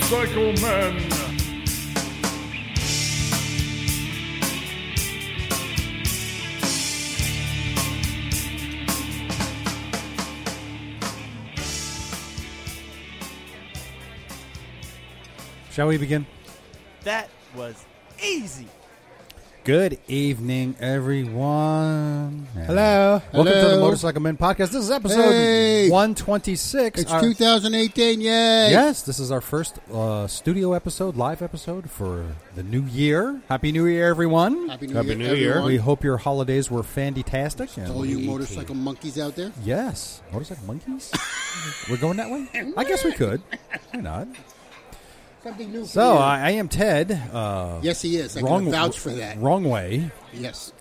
Psycho Man. Shall we begin? That was easy. Good evening, everyone. Hello. Welcome to the Hello. Motorcycle Men podcast. This is episode Hey. 126. It's Our- 2018, yay! Yes, this is our first uh, studio episode, live episode for the new year. Happy New Year, everyone. Happy New Happy Year, New everyone. Year. We hope your holidays were fantastic. To All you motorcycle monkeys out there. Yes. Motorcycle monkeys? We're going that way? I guess we could. Why not? Something new. For So, you. I, I am Ted. Uh, yes, he is. I wrong, can vouch for that. Wrong way. Yes.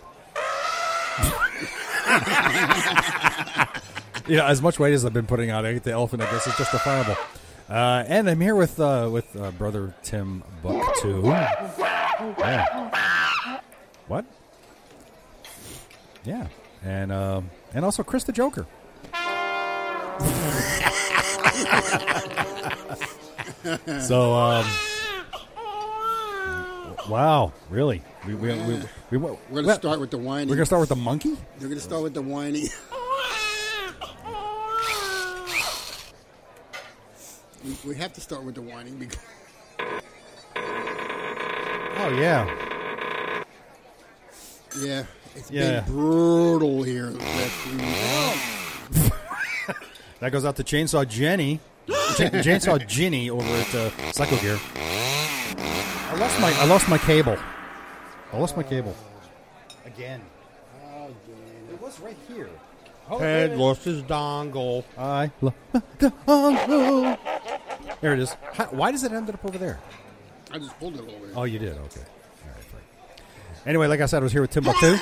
Yeah, as much weight as I've been putting on, I get the elephant. I guess is justifiable. Uh, and I'm here with uh, with uh, brother Tim Buck too. Yeah. What? Yeah, and um and also Chris the Joker. so, um, wow, really? We we we, we, we We're going to start with the whining. We're gonna start with the monkey. We're going to start with the whining. we, we have to start with the whining because Oh yeah, yeah, it's Yeah. been brutal here. the last few weeks. that goes out to Chainsaw Jenny, Ch- Chainsaw Ginny over at uh, Psycho Gear. I lost my I lost my cable. I lost my cable again. It was right here. Ted lost his dongle. I lo- oh, no. There it is. How, why does it end up over there? I just pulled it over. Oh, you did. Okay. All right. fine. Anyway, like I said, I was here with Timbuktu.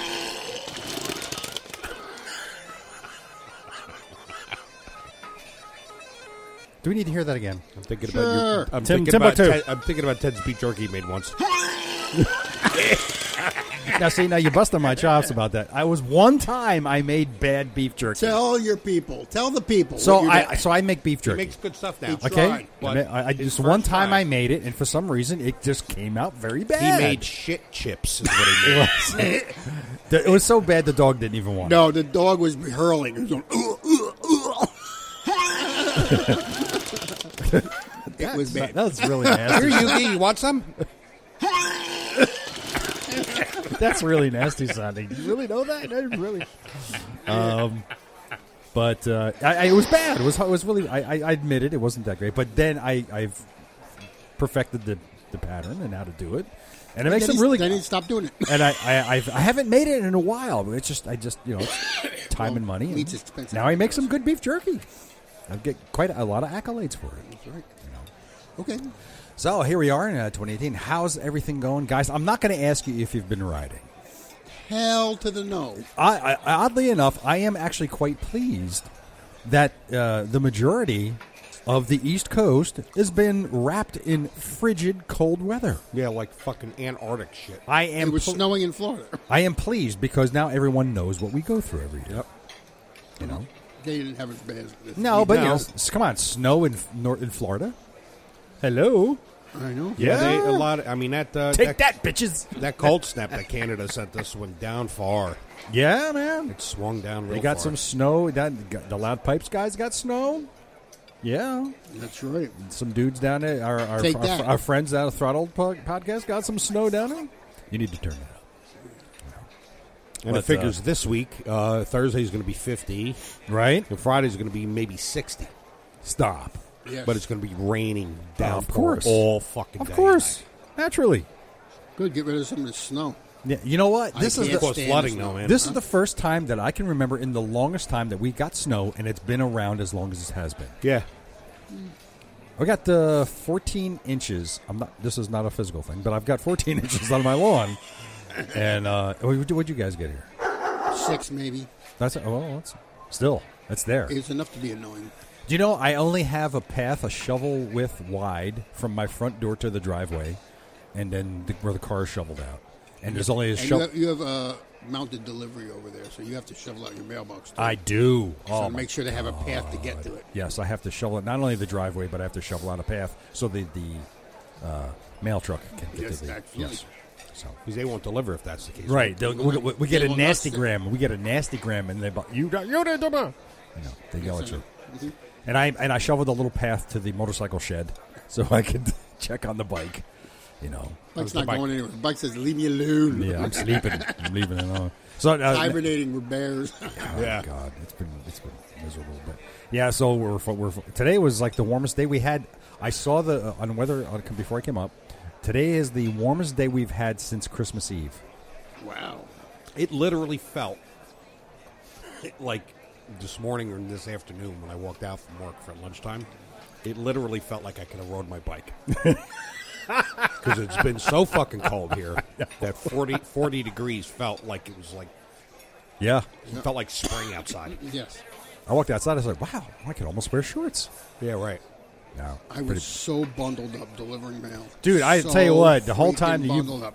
Do we need to hear that again? I'm thinking Sure. about your, I'm Tim- thinking about Timbuktu. Ted- I'm thinking about Ted's beef jerky he made once. Now, see, now you busted my chops about that. I was one time I made bad beef jerky. Tell your people. Tell the people. what so you I did. so I make beef He jerky. makes good stuff now. He okay, tried, I, but ma- I- I- his just one first time, time- I made it, and for some reason it just came out very He bad. made shit chips. Is what he made. it was so bad the dog didn't even want. it. No, the dog was hurling. It was going. "Ooh, ooh, ooh." it was That- bad. that's really nasty. Here, Yugi, you want some? That's really nasty sounding. You really know that? I really. Um, but uh, I, I, it was bad. It was. It was really. I, I, I admit it. It wasn't that great. But then I, I've perfected the, the pattern and how to do it, and it makes Then it he- really. Then he stopped doing it. and I, I, I've, I haven't made it in a while. But it's just, I just, you know, time and money. and meat's expensive. Now I make some good beef jerky. I get quite a lot of accolades for it. That's right. Okay. So here we are in uh, 2018. How's everything going, guys? I'm not going to ask you if you've been riding. Hell to the no. I, I, oddly enough, I am actually quite pleased that uh, the majority of the East Coast has been wrapped in frigid cold weather. Yeah, like fucking Antarctic shit. I am It was pl- snowing in Florida. I am pleased because now everyone knows what we go through every year. You know, They didn't have as bad as this. no, but you know, No. s- come on, snow in f- nor- in Florida. Hello, I know. Yeah, they, a lot. Of, I mean that uh, take that, that that, bitches. cold snap that Canada sent us went down far. Yeah, man, It swung down. Real they got far. some snow. That got- the loud pipes guys got snow. Yeah, That's right. some dudes down there, our our, Take our, that. our friends out of Throttle po- Podcast, got some snow down there. You need to turn that up, And but, it figures this week, uh, Thursday's going to be fifty, right? and Friday's going to be maybe sixty. Stop. Yes. But it's going to be raining down Of course. all fucking. Of day. course, naturally. good. Get rid of some of the snow. Yeah, you know what? This I is can't the, Close stand flooding, the snow. though, man. this is the first time that I can remember in the longest time that we got snow, and it's been around as long as it has been. yeah. I got the 14 inches. I'm not. This is not a physical thing, but I've got 14 inches on my lawn. And uh, what would you guys get here? Six maybe. That's oh, well, that's still that's there. It's enough to be annoying. Do you know I only have a path a shovel width wide from my front door to the driveway, and then the, where the car is shoveled out. And there's only a And you shovel. have, you have uh, mounted delivery over there, so you have to shovel out your mailbox. Too. I do. So Oh, my- make sure they have a path to get to it. yes, I have to shovel it. Not only the driveway, but I have to shovel out a path so the the uh, mail truck can get Yes, to the absolutely. So because they won't deliver if that's the case. Right. They'll- We, we- we get They a will nasty not- gram. We get a nasty gram, and they bu- you got you did the bu-" You know they yell at you. Mhm. And I and I shoveled a little path to the motorcycle shed so I could check on the bike. You know. Bike's The not bike- going anywhere. Bike says, "Leave me alone." Yeah, I'm sleeping. I'm leaving it alone. So uh, Hibernating with bears. Oh yeah. God, it's been it's been miserable. But yeah, so we're, fu- we're fu- today was like the warmest day we had. I saw the uh, on weather on, before I came up. Today is the warmest day we've had since Christmas Eve. wow. It literally felt like this morning or this afternoon when I walked out from work for lunchtime. It literally felt like I could have rode my bike. Because it's been so fucking cold here that 40, 40 degrees felt like it was like Yeah, it felt like spring outside. Yes. I walked outside. I was like, wow, I could almost wear shorts. Yeah, right. No, I was so bundled up delivering mail. Dude, I So tell you what, the whole freaking time that you- bundled up.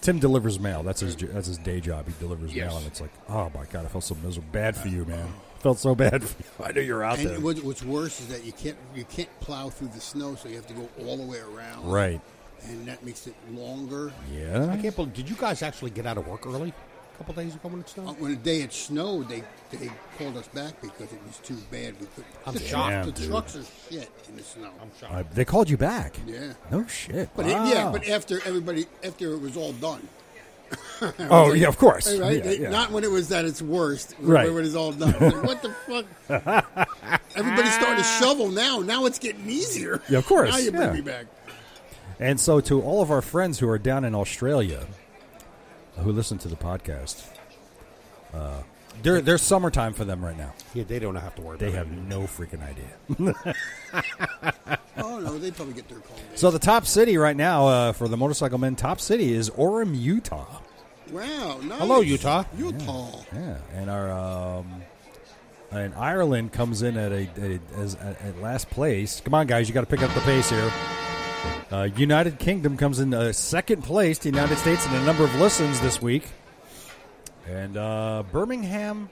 Tim delivers mail. That's his jo- that's his day job. He delivers Yes. mail, and it's like, oh my god, I felt so miserable. Bad for you, man. Felt so bad. For you. I knew you were out there. And what, what's worse is that you can't you can't plow through the snow, so you have to go all the way around. right. And that makes it longer. Yeah. I can't believe. Did you guys actually get out of work early a couple days ago when it Uh, snowed? When the day it snowed, they they called us back because it was too bad. We could. I'm the, shocked, The dude. trucks are shit in the snow. I'm shocked. Uh, they called you back. Yeah. No shit. But it, yeah, Wow. but after everybody, after it was all done, oh yeah, of course. right? Yeah, They- yeah. Not when it was at its worst, Right. When it was all done. It's like, what the fuck? Everybody's starting to shovel now. Now it's getting easier. Ah. Yeah, of course, now you bring yeah. me back. And so, to all of our friends who are down in Australia who listen to the podcast, uh, they're, they're summertime for them right now. yeah, they don't have to worry. They about have it. no freaking idea. Oh no, they probably get their call. Days. So, the top city right now uh, for the motorcycle men, top city is Orem, Utah. wow, nice. Hello, Utah. Utah. Yeah. And our. Um, and Ireland comes in at a, at a as at, at last place. Come on, guys, you got to pick up the pace here. Uh, United Kingdom comes in uh, second place. The United States in a number of listens this week, and uh, Birmingham.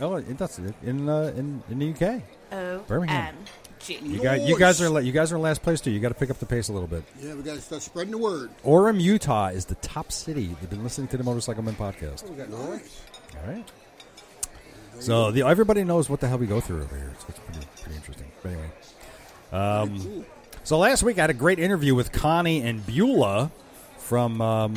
Oh, that's it, in uh, in in the UK. O Birmingham. M G. You guys, you guys are la- you guys are in last place too. You got to pick up the pace a little bit. Yeah, we got to start spreading the word. Orem, Utah, is the top city. They've been listening to the Motorcycle Men podcast. We got nice. All right. So the, everybody knows what the hell we go through over here. So it's pretty, pretty interesting. But anyway, Um, Cool. so last week I had a great interview with Connie and Beulah from um,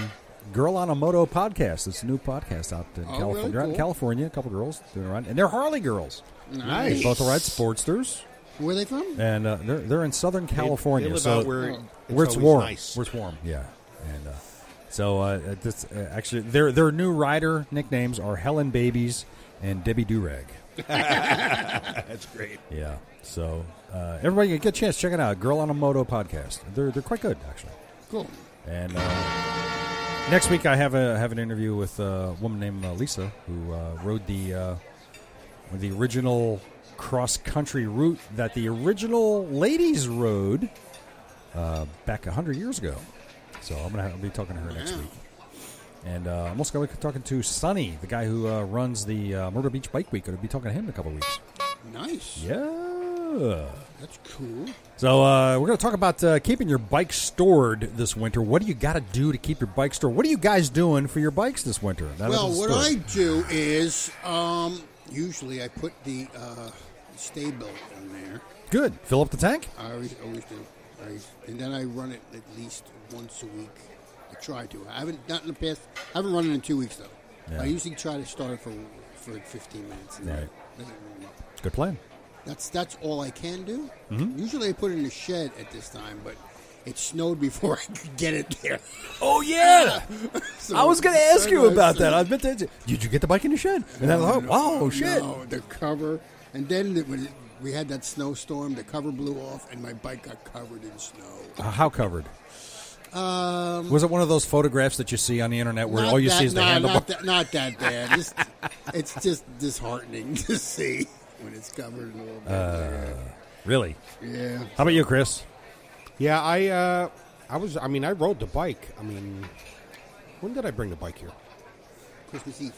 Girl on a Moto podcast. It's a new podcast out in Oh, California. really? They're out in Cool. California, a couple girls doing a ride, and they're Harley girls. They nice. both ride Sportsters, Where are they from? and uh, they're they're in Southern They- they California. live so out where, where it's always warm. nice. Where it's warm, yeah. And uh, so uh, uh, this, uh, actually, their their new rider nicknames are Helen Babies and Debbie Durag. That's great. Yeah. So uh, everybody get a chance check it out. Girl on a Moto podcast. They're they're quite good actually. Cool. And uh, next week I have a have an interview with a woman named uh, Lisa who uh, rode the uh, the original cross country route that the original ladies rode uh, back hundred years ago. So I'm gonna have, I'll be talking to her next Wow. week. And uh, I'm also going to be talking to Sonny, the guy who uh, runs the uh, Myrtle Beach Bike Week. I'll be talking to him in a couple weeks. Nice. Yeah. That's cool. So uh, we're going to talk about uh, keeping your bike stored this winter. What do you got to do to keep your bike stored? What are you guys doing for your bikes this winter? That well, is a what story. I do is um, usually I put the uh, stay belt on there. good fill up the tank. I always, always do. I, and then I run it at least once a week. I try to. I haven't not in the past. I haven't run it in two weeks though. Yeah. I usually try to start it for for 15 minutes. And then Right. let it warm up. Good plan. That's that's all I can do. Mm-hmm. Usually I put it in a shed at this time, but it snowed before I could get it there. Oh yeah, So- I was going to ask you so- about so- that. I meant to. ask you, Did you get the bike in the shed? And then I thought, wow, shit. No, the cover. And then it, when it, we had that snowstorm, the cover blew off, and my bike got covered in snow. Uh, How covered? Um, was it one of those photographs that you see on the internet where Not all you that- see is the no, handlebar? Not that, not that bad. Just, it's just disheartening to see when it's covered in a little bit. Uh. Really? yeah. How about you, Chris? Yeah, I uh, I was. I mean, I rode the bike. I mean, when did I bring the bike here? Christmas Eve.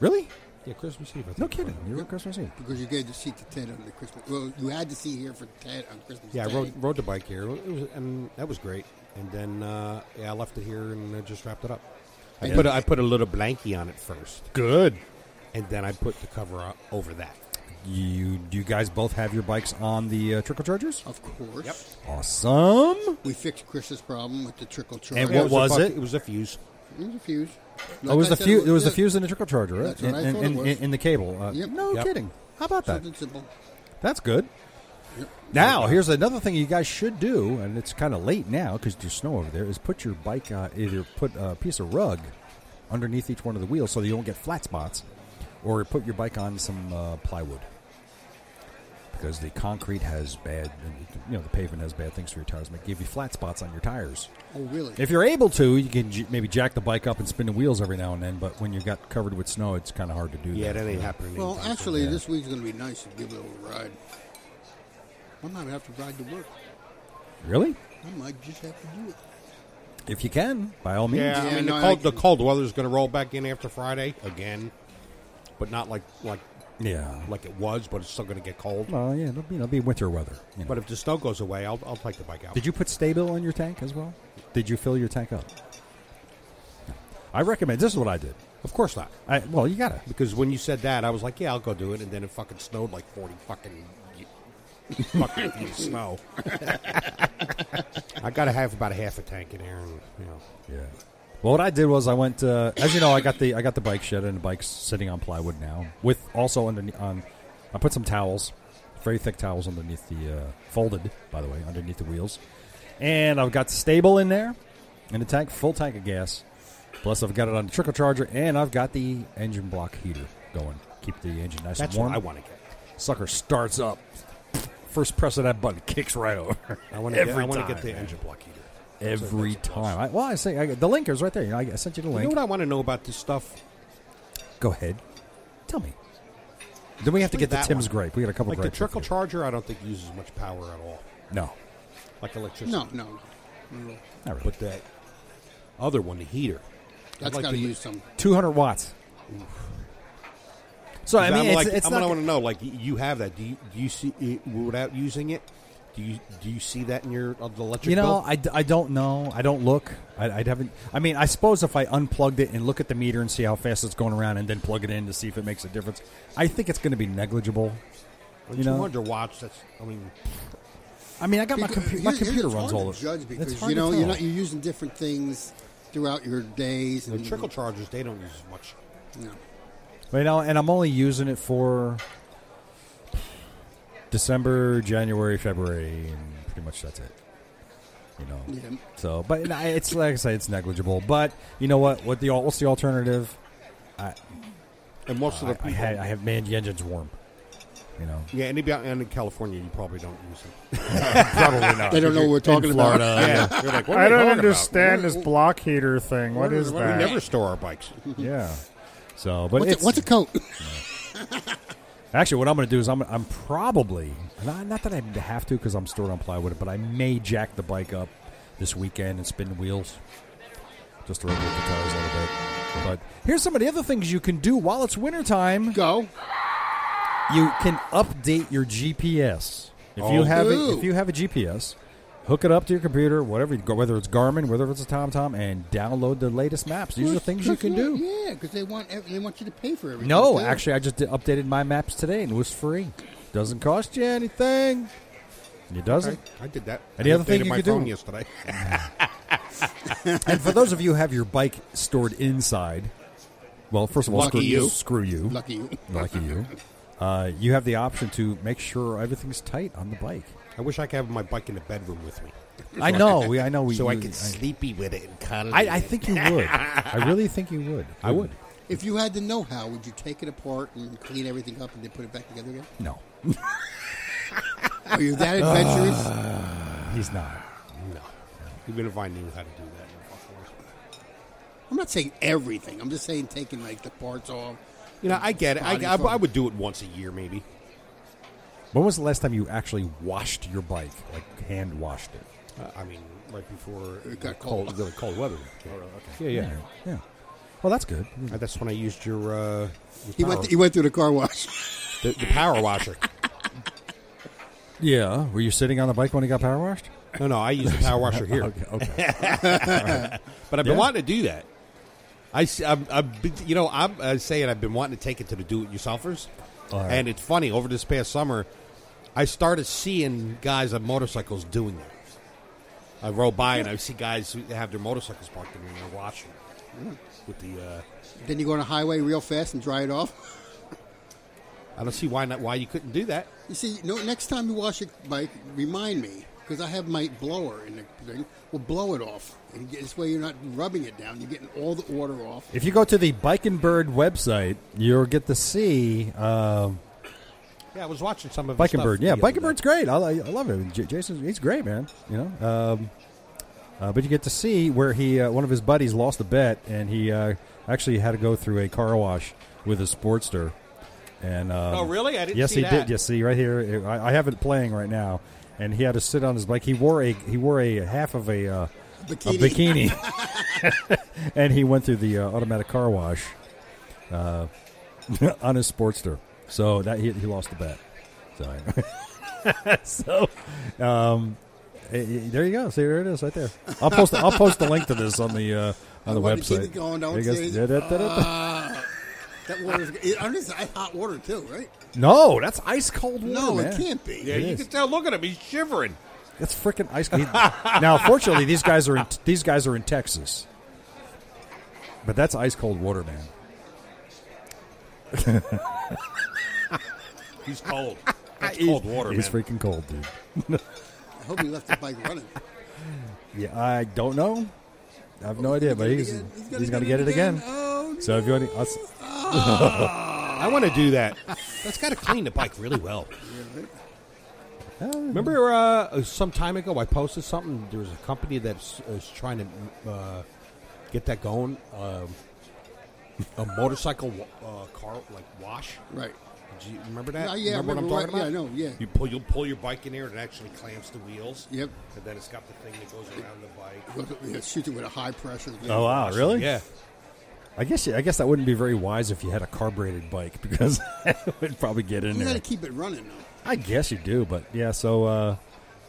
Really? Yeah, Christmas Eve. I think No I wrote kidding. it. You were on Christmas Eve. Because you gave the seat to Ted on the Christmas. Well, you had the seat here for Ted on Christmas. Yeah, I Day. rode, rode the bike here. It was, and that was great. And then uh, yeah, I left it here and I just wrapped it up. I And- put a, I put a little blankie on it first, Good. and then I put the cover o- over that. You do you guys both have your bikes on the uh, trickle chargers? Of course. Yep. Awesome. We fixed Chris's problem with the trickle charge. And Yeah, what was a buck- it? It was a fuse. It was a fuse. oh, it was the Like I said, fuse. It was the yeah, fuse in the trickle charger, right? That's what in, I in- thought it in- was. in the cable. Uh, Yep. No Yep. kidding. How about that? Something simple. That's good. Yep. Now, here's another thing you guys should do, and it's kind of late now because there's snow over there. Is put your bike uh, either put a piece of rug underneath each one of the wheels so you don't get flat spots, or put your bike on some uh, plywood because the concrete has bad, you know, the pavement has bad things for your tires. Might give you flat spots on your tires. Oh, really? If you're able to, you can j- maybe jack the bike up and spin the wheels every now and then. But when you got covered with snow, it's kind of hard to do. Yeah, that that ain't happening. well, anytime soon. actually, yeah. this week's going to be nice to give it a little ride. I might have to ride to work. Really, I might just have to do it. if you can, by all means. Yeah, I Yeah, mean no, the, cold, I- the cold weather's going to roll back in after Friday again, but not like like yeah. like it was. But it's still going to get cold. Well, yeah, it'll be, it'll be winter weather. you know. But if the snow goes away, I'll, I'll take the bike out. Did you put Stabil on your tank as well? Did you fill your tank up? I recommend. This is what I did. Of course not, I well, you gotta. because when you said that, I was like, yeah, I'll go do it, and then it fucking snowed like forty fucking fucking feet of snow. I got to have about a half a tank in there, and you know, Yeah. Well, what I did was I went. Uh, as you know, I got the I got the bike shed and the bike's sitting on plywood now. With also underneath on, I put some towels, very thick towels underneath the uh, folded, by the way, underneath the wheels, and I've got Stable in there, in the tank, full tank of gas. Plus, I've got it on the trickle charger, and I've got the engine block heater going. Keep the engine nice that's and warm. what I want to get. Sucker starts up. First press of that button kicks right over. I want to get. I Every want to time, get the man. engine block heater. Every time. I, well, I say I, the link is right there. You know, I, I sent you the You link. know what I want to know about this stuff? Go ahead. Tell me. Then we have to Look get at the that Tim's one. grape. We got a couple Like the grapes. trickle with charger, I don't think uses much power at all, you. No, like electricity. No, no. no. not really. But that other one, the heater. That's like got to to- use some. 200 watts. So I I mean, am it's, like, it's I'm not. gonna want to know. Like, y- you have that? Do you do you see it without using it? Do you do you see that in your of the electric you know, bill? I, d- I don't know. I don't look. I, I haven't. I mean, I suppose if I unplugged it and look at the meter and see how fast it's going around, and then plug it in to see if it makes a difference, I think it's going to be negligible. When you it's know- 200 watts. That's I mean, I mean, I got my Because- computer. My here's- computer it's runs hard all to the judge because it's hard you know to you're tell. not you're using different things throughout your days. the And trickle chargers they don't use as much. No. But, you know, and I'm only using it for December, January, February, and pretty much that's it. You know. Yeah. So, but and I- it's like I say, it's negligible. But you know what? What the al- what's the alternative? And most of the I, I people, had I have man the engine's warm. You know. yeah, and, maybe out and in California, you probably don't use it. Probably not. They don't know what we're talking about. yeah, you're like, what are I they don't talking about? understand What- this block heater thing. what What is- is what are We that? never store our bikes. Yeah. So, but What's it's, a, what's a coat? actually what I'm going to do is I'm I'm probably not, not that I have to because I'm stored on plywood, but I may jack the bike up this weekend and spin the wheels just to rotate the tires a little bit. But here's some of the other things you can do while it's wintertime. Go. you can update your GPS. If you Oh. have a, Ooh. if you have a GPS, hook it up to your computer, whatever, whether it's Garmin, whether it's a TomTom, and download the latest maps. These are things you can do. Yeah, because they want ev- they want you to pay for everything. No, too. actually, I just did, updated my maps today, and it was free. Doesn't cost you anything. It doesn't. I, I did that. Any I other thing updated you my could do? phone yesterday? And for those of you who have your bike stored inside, well, first of all, Lucky screw you. Screw you. lucky you. Lucky you. Uh, you have the option to make sure everything's tight on the bike. I wish I could have my bike in the bedroom with me, I know. We, I know. We, so I we- could sleepy with it and cuddle. I, with I it. think you would. I really think you would. I would. If you had the know-how, would you take it apart and clean everything up and then put it back together again? No, Are you that adventurous? he's not. No. Even if I knew how to do that. I'm not saying everything. I'm just saying taking like the parts off. You know, I get it. I, Body I, I foam. would do it once a year, maybe. When was the last time you actually washed your bike, like hand washed it? Uh, I mean, right before It got Oh, the cold, the cold weather. Yeah, yeah. yeah. Well, that's good. Uh, That's when I used your. Uh, your Mm-hmm. He power, went. he went through the car wash. the, the power washer. Yeah. Were you sitting on the bike when he got power washed? No, no, I used the power washer here. Okay. okay. But I've been Yeah. wanting to do that. I, am you know, I'm uh, saying I've been wanting to take it to the do-it-yourselfers, All right. and it's funny. Over this past summer, I started seeing guys on motorcycles doing that. I rode by and I see guys who have their motorcycles parked and they're washing with the. Uh, Then you go on a highway real fast and dry it off. I don't see why not. Why you couldn't do that? You see, no. Next time you wash your bike, remind me because I have my blower in the thing. We'll blow it off, and get- this way you're not rubbing it down. You're getting all the water off. If you go to the Bike and Bird website, you'll get to see uh, Yeah, I was watching some of his Bike and stuff Bird. the Yeah, other Bike and day. Bird's great. I, li- I love him. J- Jason, he's great, man. You know, um, uh, but you get to see where he uh, one of his buddies lost a bet, and he uh, actually had to go through a car wash with his Sportster. And um, Oh, really? I didn't Yes, see he that. did. Yes, see right here. It- I, I have it playing right now, and he had to sit on his bike. He wore a he wore a half of a. Uh, a Bikini. bikini, and he went through the uh, automatic car wash uh, on his Sportster. So that he, he lost the bet. So, so um, eh, eh, there you go. See, there it is, right there. I'll post. I'll post the link to this on the uh, on the I wanna keep website. it going, don't There you go. you? Uh, Da- da- da- da- da. That water's. It, I'm just, I hot water too, right? No, that's ice cold water. No, man. it can't be. Yeah, It you is. can tell. Look at him; he's shivering. That's freaking ice. he- now, fortunately, these guys are in, these guys are in Texas, but that's ice cold water, man. He's cold. That's cold water, It's man. freaking cold, dude. I hope he left the bike running. Yeah, I don't know. I have no idea, but he's He's gonna he's gonna get it again. Oh, So if you want, to, I'll, s- I want to do that. That's got to clean the bike really well. Remember, uh, some time ago, I posted something. There was a company that's is trying to uh, get that going. Um, a motorcycle wa- uh, car like wash. right. Do you remember that? Yeah, yeah, I remember what I'm remember talking what- yeah, I about? know, yeah. You pull you pull your bike in there, and it actually clamps the wheels. Yep. And then it's got the thing that goes around the bike. Go to- yeah, Shoot it with a high pressure. oh wow, really? Yeah. I guess I guess that wouldn't be very wise if you had a carbureted bike because it would probably get in You got there. to keep it running though. I guess you do, but yeah. So uh,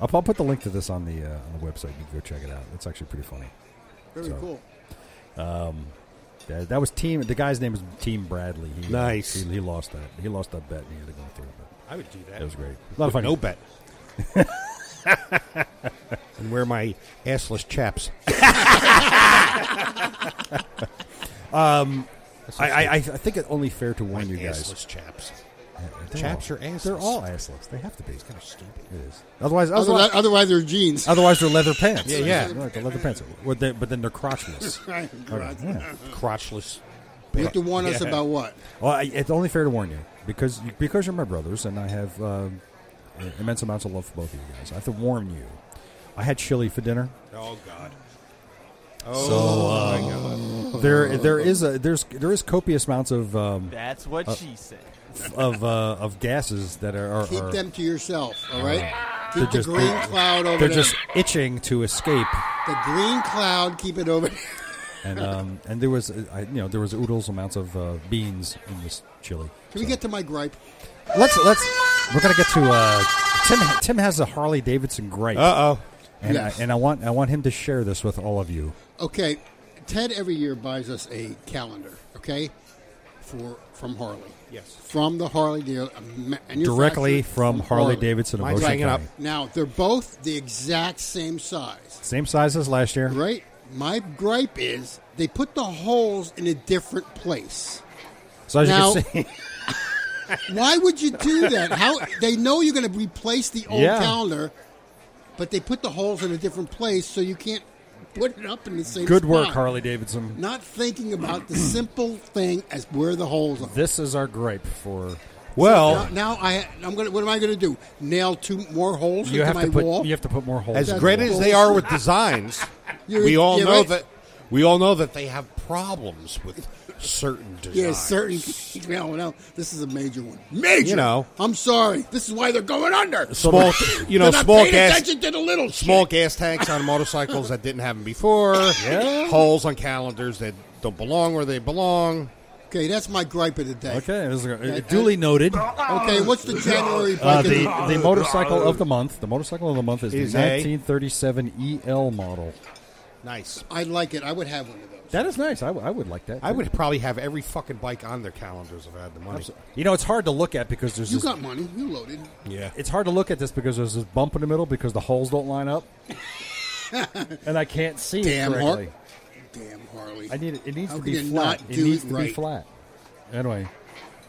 I'll, I'll put the link to this on the uh, on the website. You can go check it out. It's actually pretty funny. Very So- cool. That, that was team. The guy's name is Team Bradley. He, Nice. He, he lost that. He lost that bet. And he had to go through. But I would do that. that was great. A lot of fun. No bet. and wear my assless chaps. I, I, I I think it's only fair to warn you guys. Um, Assless chaps. They're Chaps all- are assless. They're all assless. They have to be. It's Kind of stupid. It is. Otherwise, Otherwise, uh, otherwise, otherwise they're jeans. otherwise they're leather pants. Yeah, yeah. Right, they're leather pants. Well, they- but then they're crotchless. Right. Alright, Oh, yeah. Crotchless. You have to warn us Yeah. about what? Well, I, it's only fair to warn you because you, because you're my brothers and I have um, immense amounts of love for both of you guys. I have to warn you. I had chili for dinner. Oh God. There, there is a there's there is copious amounts of um, That's what she said. of uh, of gases that are, are, Keep are them to yourself. All right. Uh, They're Keep the just- green cloud over they're there. just itching to escape. the green cloud. Keep it over. there. And um, and there was uh, I, you know there was oodles amounts of uh, beans in this chili. Can we So- get to my gripe? Let's let's. We're gonna get to uh, Tim. Tim has a Harley Davidson gripe, Uh oh. and Yes. I, and I want I want him to share this with all of you. Okay, Ted every year buys us a calendar. Okay, for from Harley. Yes. From the Harley deal Directly from Harley Davidson of Mine's Ocean hanging up. County. Now they're both the exact same size. Same size as last year. Right? My gripe is they put the holes in a different place. So as Now- you can see, Why would you do that? How they know you're going to replace the old Yeah. calendar, but they put the holes in a different place so you can't put it up in the same. good work, spot. Harley Davidson. Not thinking about the simple thing as where the holes are. This is our gripe for. Now, Well, now I, I'm gonna. What am I gonna do? Nail two more holes You into have my to put wall? you have to put more holes. as in the great wall. as they are with designs, You're- we all you're know right. that We all know that they have problems with certain designs. Yeah, certain. Yeah, well, no, this is a major one. Major. You know. I'm sorry. This is why they're going under. small, you know, They're not small paying gas, attention to the little small shit. gas tanks on motorcycles that didn't have them before. Yeah. Holes on calendars that don't belong where they belong. Okay, that's my gripe of the day. Okay, it was, uh, I- duly noted. Oh, Okay, what's the January Uh, bike? of the, the- the motorcycle of the month. The motorcycle of the month is, Is the a- 1937 EL model. Nice. I like it. I would have one of those. That is nice. I, w- I would like that. I too. would probably have every fucking bike on their calendars if I had the money. You know, it's hard to look at because there's You this, got money. You loaded. Yeah. it's hard to look at this because there's this bump in the middle because the holes don't line up, and I can't see Damn it Harley. correctly. Damn Harley. I need it. It needs How to can be you flat. not It do needs it to be right? flat. Anyway,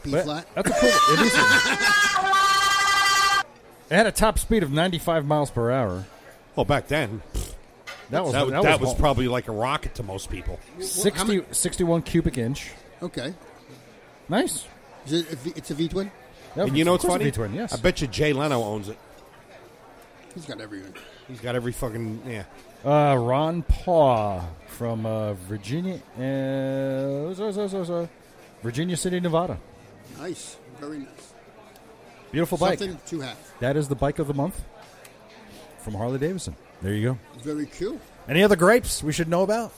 B but flat. that's a cool. It, is, it had a top speed of 95 miles per hour. Well, back then, That was that, that, that, was, was probably like a rocket to most people. 60, 61 cubic inch. Okay. Nice. Is it a v, it's a V twin. Yeah, And you know of what's course funny? it'd be twin, yes. I bet you Jay Leno owns it. He's got everything. He's got every fucking yeah. Uh, Ron Paw from uh, Virginia, uh, sorry, sorry, sorry, sorry. Virginia City, Nevada. Nice. Very nice. Beautiful bike. Something to have. That is the bike of the month from Harley Davidson. There you go. Very cool. Any other gripes we should know about?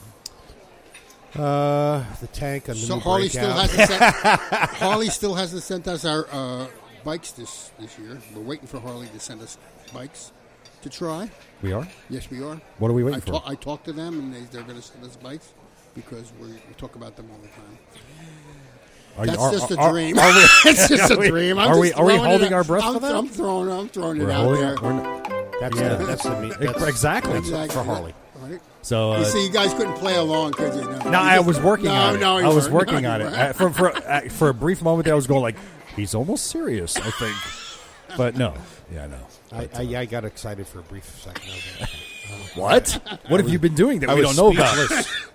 Uh, the tank and the So new Harley still breakout. hasn't sent, Harley still hasn't sent us our uh, bikes this this year. We're waiting for Harley to send us bikes to try. We are. Yes, we are. What are we waiting I ta- for? I talked to them, and they, they're going to send us bikes because we, we talk about them all the time. Are you- That's are- just a are- dream. are- are we- it's just a dream. I'm are just we- are we throwing it holding out- our breath I'm, for that? I'm throwing. I'm throwing we're it out holding- there. we're not- That's Yeah. the, that's the meat. Ex- That's, exactly. that's for Harley. Right. so uh, you see, you guys couldn't play along, could you? No, You no, I just- was working no, on it. No, you I was weren't. working No, on you it weren't. I, for for I, for a brief moment. there, I was going like, he's almost serious, I think, but no, yeah, no. I, I, yeah, I got excited for a brief second. I was like, What? What have you been doing that I we don't was know about? speechless.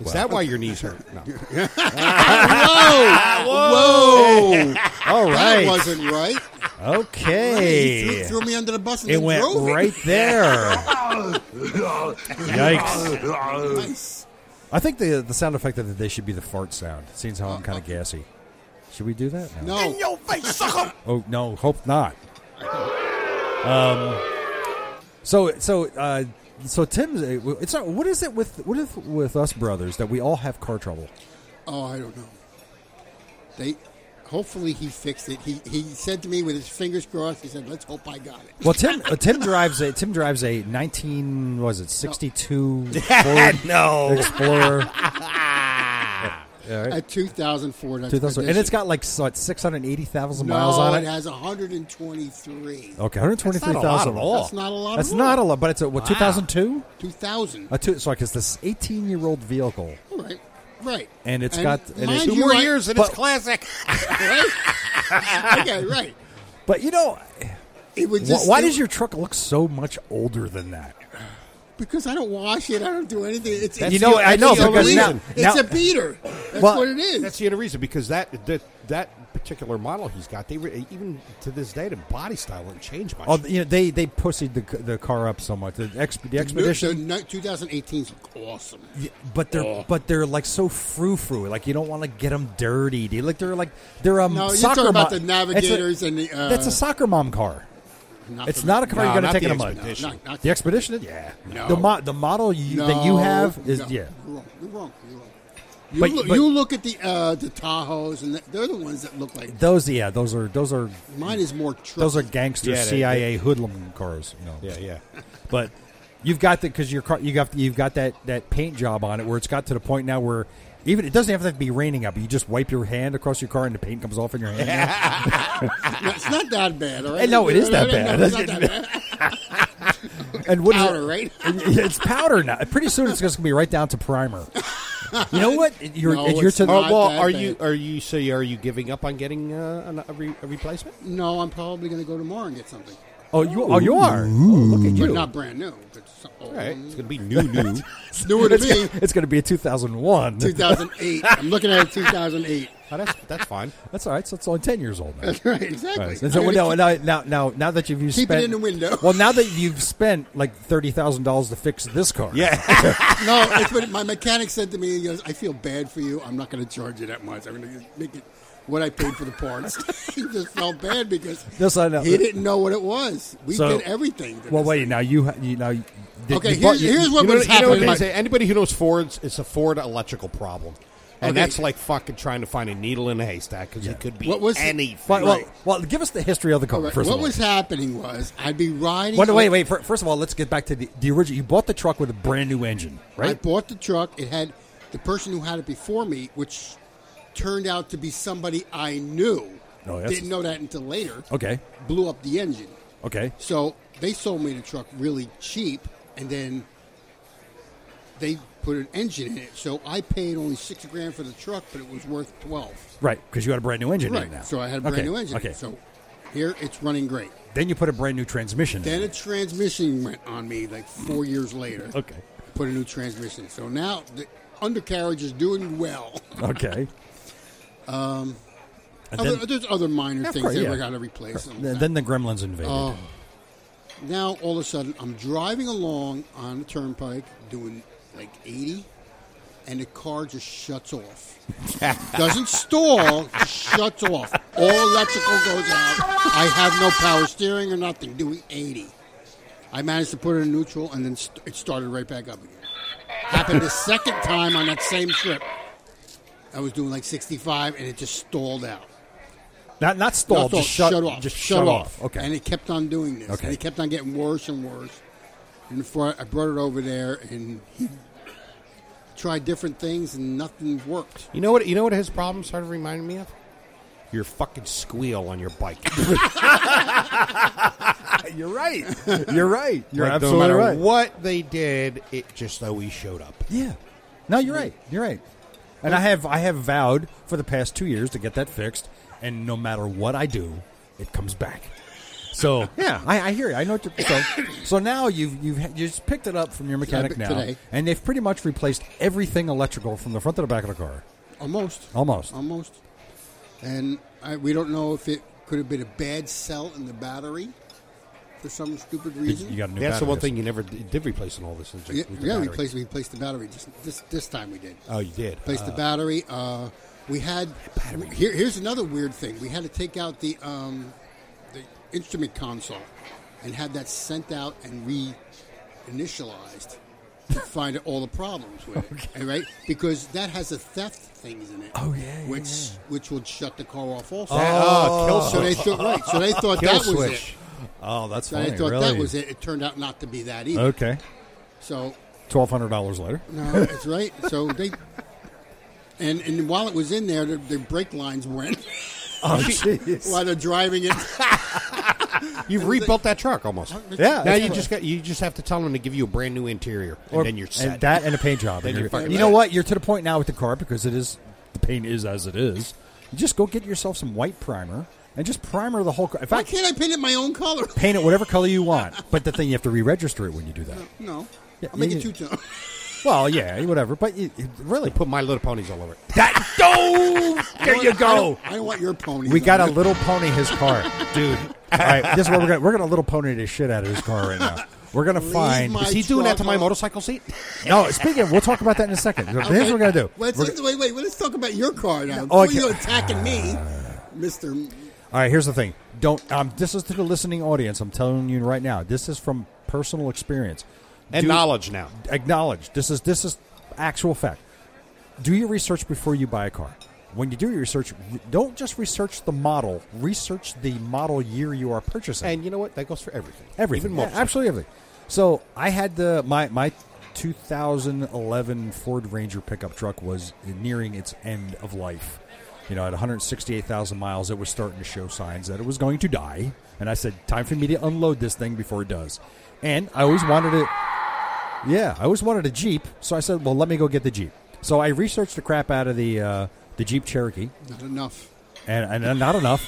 Is that why your knees hurt? No. Whoa! All That right. wasn't right. He threw, Okay. threw me under the bus and It then went drove right there. Yikes. Nice. I think the the sound effect of the day should be the fart sound. Seems how I'm kind of gassy. Should we do that? No. In your face, sucker! Oh no, hope not. Um. So so uh, so Tim's. It's not. What is it with what is with us brothers that we all have car trouble? Oh, I don't know. They. Hopefully he fixed it. He he said to me with his fingers crossed. He said, "Let's hope I got it." Well, Tim uh, Tim drives a Tim drives a 19 was it 62 Ford No. Explorer. At 2004, that's 2000, and it's got like so it's 680,000 no, miles on it it. Oh. has 123. Okay, 123,000. That's not a lot That's not a lot. That's at not a all. lot, but it's a what 2002? 2000. A two, so like it's this 18-year-old vehicle. All right, right. And it's it's got- and it's- Two more years and it's classic. okay, right. But you know, It would wh- just. why it- does your truck look so much older than that? Because I don't wash it. I don't do anything. It's, That's it's- the- I know, it's a because beater. now- now- it's a beater. That's Well, what it is. That's the only reason because that that that particular model he's got, they re- even to this day, the body style didn't change much. Oh, you know, they they pussied the c- the car up so much. The, exp, the expedition, No, 2018 is awesome. but they're but they're like so frou frou. Like you don't want to get them dirty. They like they're like they're um. No, you're soccer talking mo- about the It's a- navigators and the. Uh, that's a soccer mom car. It's not a car No, you're going to not take the in a mud. Expedition. No, not- not- The expedition, yeah. No. The mo- the model you, that you No, have is no, yeah. You're wrong. You're wrong. You're wrong. You, But- look, but- you look at the uh, the Tahoes, and the, they're the ones that look like Those yeah, those are those are mine. Is more truck. those are gangster Yeah, they- CIA hoodlum cars, you know. yeah, yeah. But you've got that because your car you got you've got that that paint job on it where it's got to the point now where even it doesn't have to be raining out, but you just wipe your hand across your car and the paint comes off in your hand. now. No, it's not that bad, all right? No, it is that No, no, bad. no, it's not that bad. and what is it- Powder, right? It's powder now. Pretty soon it's just gonna be right down to primer. You know what? You're No, you're it's to not. Oh, well, that are bad. you are you so you- are you giving up on getting uh, an- a, re- a replacement? No, I'm probably going to go tomorrow and get something, oh you oh you are. Oh, look at but you. not brand new. But some, All right, it's going to be new, new. newer to It's me. gonna, it's gonna be a 2001. 2008. I'm looking at a 2008. Oh, that's that's fine. That's all right. So it's only ten years old now. right, exactly. Right. And so I'm now, gonna now, now, now, now that you've Keep it spent, in the window. Well, now that you've spent like thirty thousand dollars to fix this car, Yeah. keep- no, it's what my mechanic said to me. He goes, "I feel bad for you. I'm not going to charge you that much. I'm going to make it what I paid for the parts." he just felt bad because Yes, I know. he didn't know what it was. We So- did everything. to Well, this. wait. Now you, ha- you now. You, did- Okay, you bought- here's, you- here's what you know, was you know what happening. they my- say? Anybody who knows Fords, it's a Ford electrical problem, and Okay. that's like fucking trying to find a needle in a haystack because it could be What was it? anything. Well, well, Right. well, give us the history of the car All right, first. what of all. was happening was I'd be riding. Wait, up- wait, wait. fir- First of all, let's get back to the, the original. You bought the truck with a brand new engine, I right? bought the truck. It had the person who had it before me, which turned out to be somebody I knew. Oh, yes. Didn't know that until later. Okay, Blew up the engine. okay. So they sold me the truck really cheap, and then they put an engine in it. So I paid only six grand for the truck, but it was worth twelve. Right, because you had a brand new engine in it Right. now. So I had a brand Okay, new engine. Okay, So here it's running great. then you put a brand new transmission. Then in a transmission went on me like four years later. Okay. Put a new transmission. So now the undercarriage is doing well. Okay. Um, and Um, Other, then, there's other minor Of things course, that yeah. we got to replace. and all then- that. then the Gremlins invaded. Oh. now all of a sudden, I'm driving along on the turnpike doing like 80, and the car just shuts off. Doesn't stall, just shuts off. All electrical goes out. I have no power steering or nothing. Doing 80. I managed to put it in neutral, and then st- it started right back up again. Happened the second time on that same trip. I was doing like 65, and it just stalled out. Not not stalled, No, just shut, off. Just shut, off. Okay. And it kept on doing this. Okay. And it kept on getting worse and worse. And before I brought it over there and he tried different things and nothing worked. You know what? You know what his problem started reminding me of? Your fucking squeal on your bike. you're right. You're right. You're Like, absolutely no matter right. what they did, it just always showed up. Yeah. No, you're right. You're right. And I have I have vowed for the past two years to get that fixed, and no matter what I do, it comes back. So yeah, I, I hear you. I know. What you're, so so now you've you've you just picked it up from your mechanic I've- now, today. and they've pretty much replaced everything electrical from the front to the back of the car, Almost. almost. Almost. And I, we don't know if it could have been a bad cell in the battery for some stupid reason. You got a new. That's the battery. one thing you never d- did replace in all this. yeah, with the yeah we battery. placed, we placed the battery. Just, this, this time we did. Oh, you did. Placed the battery. Uh, we had here, here's another weird thing. We had to take out the um, the instrument console and had that sent out and re-initialized to find all the problems with it, all right? Because that has a theft things in it. Oh, yeah, yeah, which yeah. which will shut the car off also. oh, kill So they thought right. So they thought Kill that was switch. it. Oh, that's So funny. they thought really. that was it. It turned out not to be that either. Okay, So twelve hundred dollars later. no, that's right. So they and and while it was in there, the, the brake lines went Oh, jeez. while they're driving it. You've rebuilt that truck almost. Yeah, Now that's you what- just got you just have to tell them to give you a brand new interior, and then you're set. and that and a paint job. Then And you're you're- fucking you know set. what? You're to the point now with the car because it is the paint is as it is. You just go get yourself some white primer and just primer the whole car. In Why fact, can't I paint it my own color? paint it whatever color you want. But the thing you have to re-register it when you do that. No, Yeah, I'll make yeah, it yeah. two tone. Well, yeah, whatever. But it, it- really, Put My Little Ponies all over it. that. Oh, there you I go. don't, I don't want your pony. We got a little pony his car, dude. All right, this is what we're gonna we're gonna little pony the shit out of his car right now. We're gonna find. my- Is he doing that to my truck. motorcycle seat? No, speaking. Of, we'll talk about that in a second. Here's what we're gonna do. Wait, We're- let's- wait, wait, wait, Let's talk about your car Oh, now. Before okay. you attacking me, Mister. All right, here's the thing. Don't. Um, this is to the listening audience. I'm telling you right now. This is from personal experience. And Do- knowledge now. Acknowledge. This is this is actual fact. Do your research before you buy a car. When you do your research, re- don't just research the model. Research the model year you are purchasing. And you know what? That goes for everything. everything. Even Yeah, motorcycles. absolutely everything. So I had the my my 2011 Ford Ranger pickup truck was nearing its end of life. You know, at 168,000 miles, it was starting to show signs that it was going to die. And I said, "Time for me to unload this thing before it does." And I always wanted it. Yeah, I always wanted a Jeep, so I said, "Well, let me go get the Jeep." So I researched the crap out of the uh, the Jeep Cherokee Not enough. and, and not enough.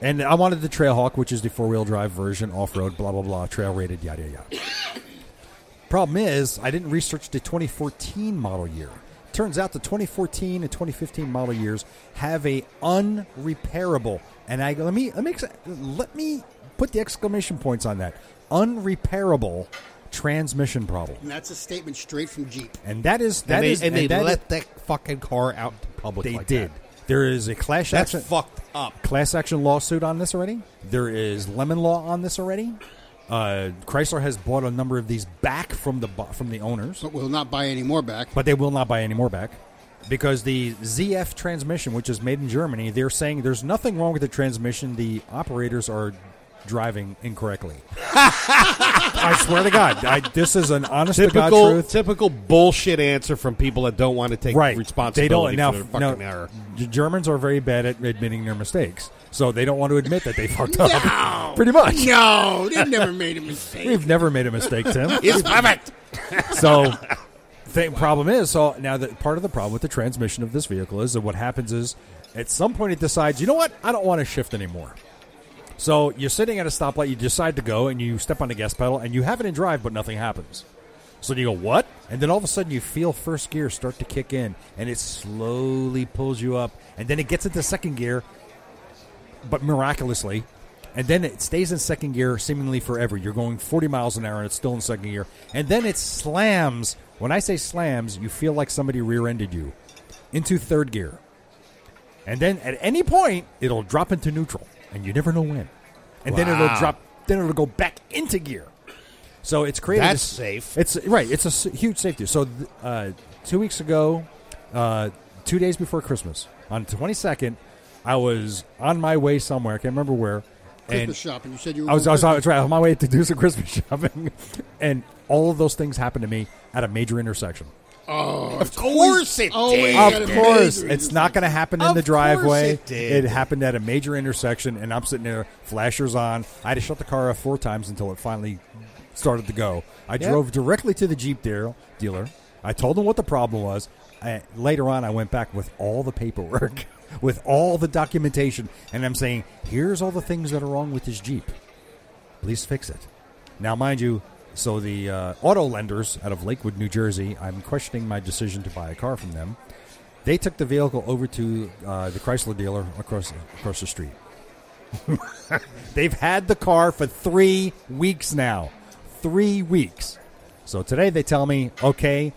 And I wanted the Trailhawk, which is the four wheel drive version, off road, blah blah blah, trail rated, yada yada. yada. Problem is, I didn't research the 2014 model year Turns out the 2014 and 2015 model years have a unrepairable, and I let me let me ex- let me put the exclamation points on that unrepairable transmission problem, And that's a statement straight from Jeep. and that is that and they, is and they that is- let that fucking car out to public. they like did. that. There is a clash That's action fucked up. class action lawsuit on this already. There is lemon law on this already. Uh, Chrysler has bought a number of these back from the bu- from the owners, But we'll not buy any more back. but they will not buy any more back because the ZF transmission, which is made in Germany, they're saying there's nothing wrong with the transmission. The operators are driving incorrectly. I swear to God, I, this is an honest to God Typical, truth. typical bullshit answer from people that don't want to take right. responsibility they don't, now, for their now, fucking error. G- Germans are very bad at admitting their mistakes, so they don't want to admit that they fucked up. Pretty much. No, they never made a mistake. We've never made a mistake, Tim. It's perfect. so, the problem is, so now that part of the problem with the transmission of this vehicle is that what happens is, at some point, it decides, you know what, I don't want to shift anymore. So you're sitting at a stoplight, you decide to go, and you step on the gas pedal, and you have it in drive, but nothing happens. So you go, what? And then all of a sudden, you feel first gear start to kick in, and it slowly pulls you up, and then it gets into second gear, but miraculously. And then it stays in second gear seemingly forever. You're going 40 miles an hour and it's still in second gear. And then it slams. When I say slams, you feel like somebody rear ended you into third gear. And then at any point, it'll drop into neutral and you never know when. And then it'll Wow. drop, then it'll go back into gear. So it's created. That's this- safe. It's right. It's a s- huge safety. So th- uh, two weeks ago, uh, two days before Christmas, on twenty second, I was on my way somewhere. I can't remember where. And Christmas shopping. You said you were. I was, I was, going I was right, on my way to do some Christmas shopping, and all of those things happened to me at a major intersection. Of course it always- did. always- Of Yeah. course, Major it's not going to happen in Of the course driveway. it did. happened at a major intersection, and I'm sitting there, flashers on. I had to shut the car off four times until it finally started to go. I drove directly to the Jeep deal- dealer. I told them what the problem was. I, later on, I went back with all the paperwork, with all the documentation, and I'm saying, here's all the things that are wrong with this Jeep. Please fix it. Now, mind you, so the uh, auto lenders out of Lakewood, New Jersey, I'm questioning my decision to buy a car from them. They took the vehicle over to uh, the Chrysler dealer across across the street. They've had the car for three weeks now, three weeks. So today they tell me, okay,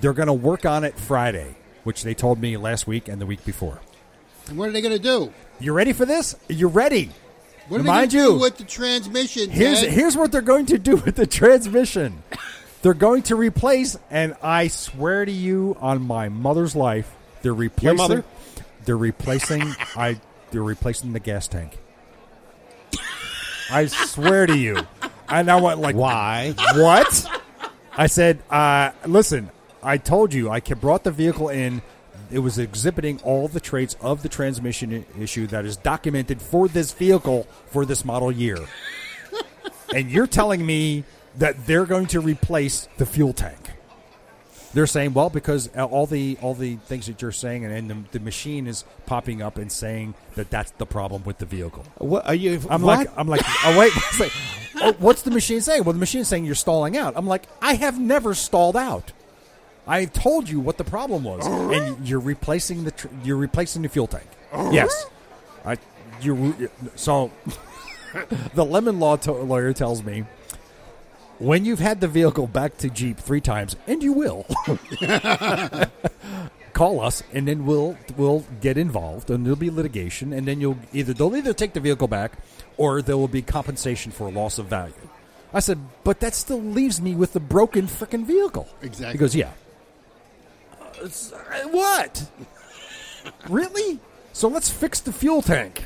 they're going to work on it Friday, which they told me last week and the week before. to- And what are they going to do? You ready for this? You ready? What are Mind they going to you, do with the transmission? Here's Ted? here's what they're going to do with the transmission. They're going to replace, and I swear to you on my mother's life, they're replacing. mother? They're replacing. I. They're replacing the gas tank. I swear to you, and I went like, Why? what? I said, uh, listen, I told you I ca- brought the vehicle in. It was exhibiting all the traits of the transmission i- issue that is documented for this vehicle for this model year. and you're telling me that they're going to replace the fuel tank. They're saying, well, because uh, all the all the things that you're saying, and, and the, the machine is popping up and saying that that's the problem with the vehicle. What are you? I'm what? like, I'm like, oh wait, it's like, oh, what's the machine saying? Well, the machine's saying you're stalling out. I'm like, I have never stalled out. I told you what the problem was, and you're replacing the tr- you're replacing the fuel tank. Yes, I you so the lemon law to- lawyer tells me when you've had the vehicle back to Jeep three times, and you will. Call us, and then we'll we'll get involved, and there'll be litigation, and then you'll either they'll either take the vehicle back, or there will be compensation for loss of value. I said, but that still leaves me with the broken freaking vehicle. Exactly. He goes, yeah. Uh, it's- uh, what? really? So let's fix the fuel tank.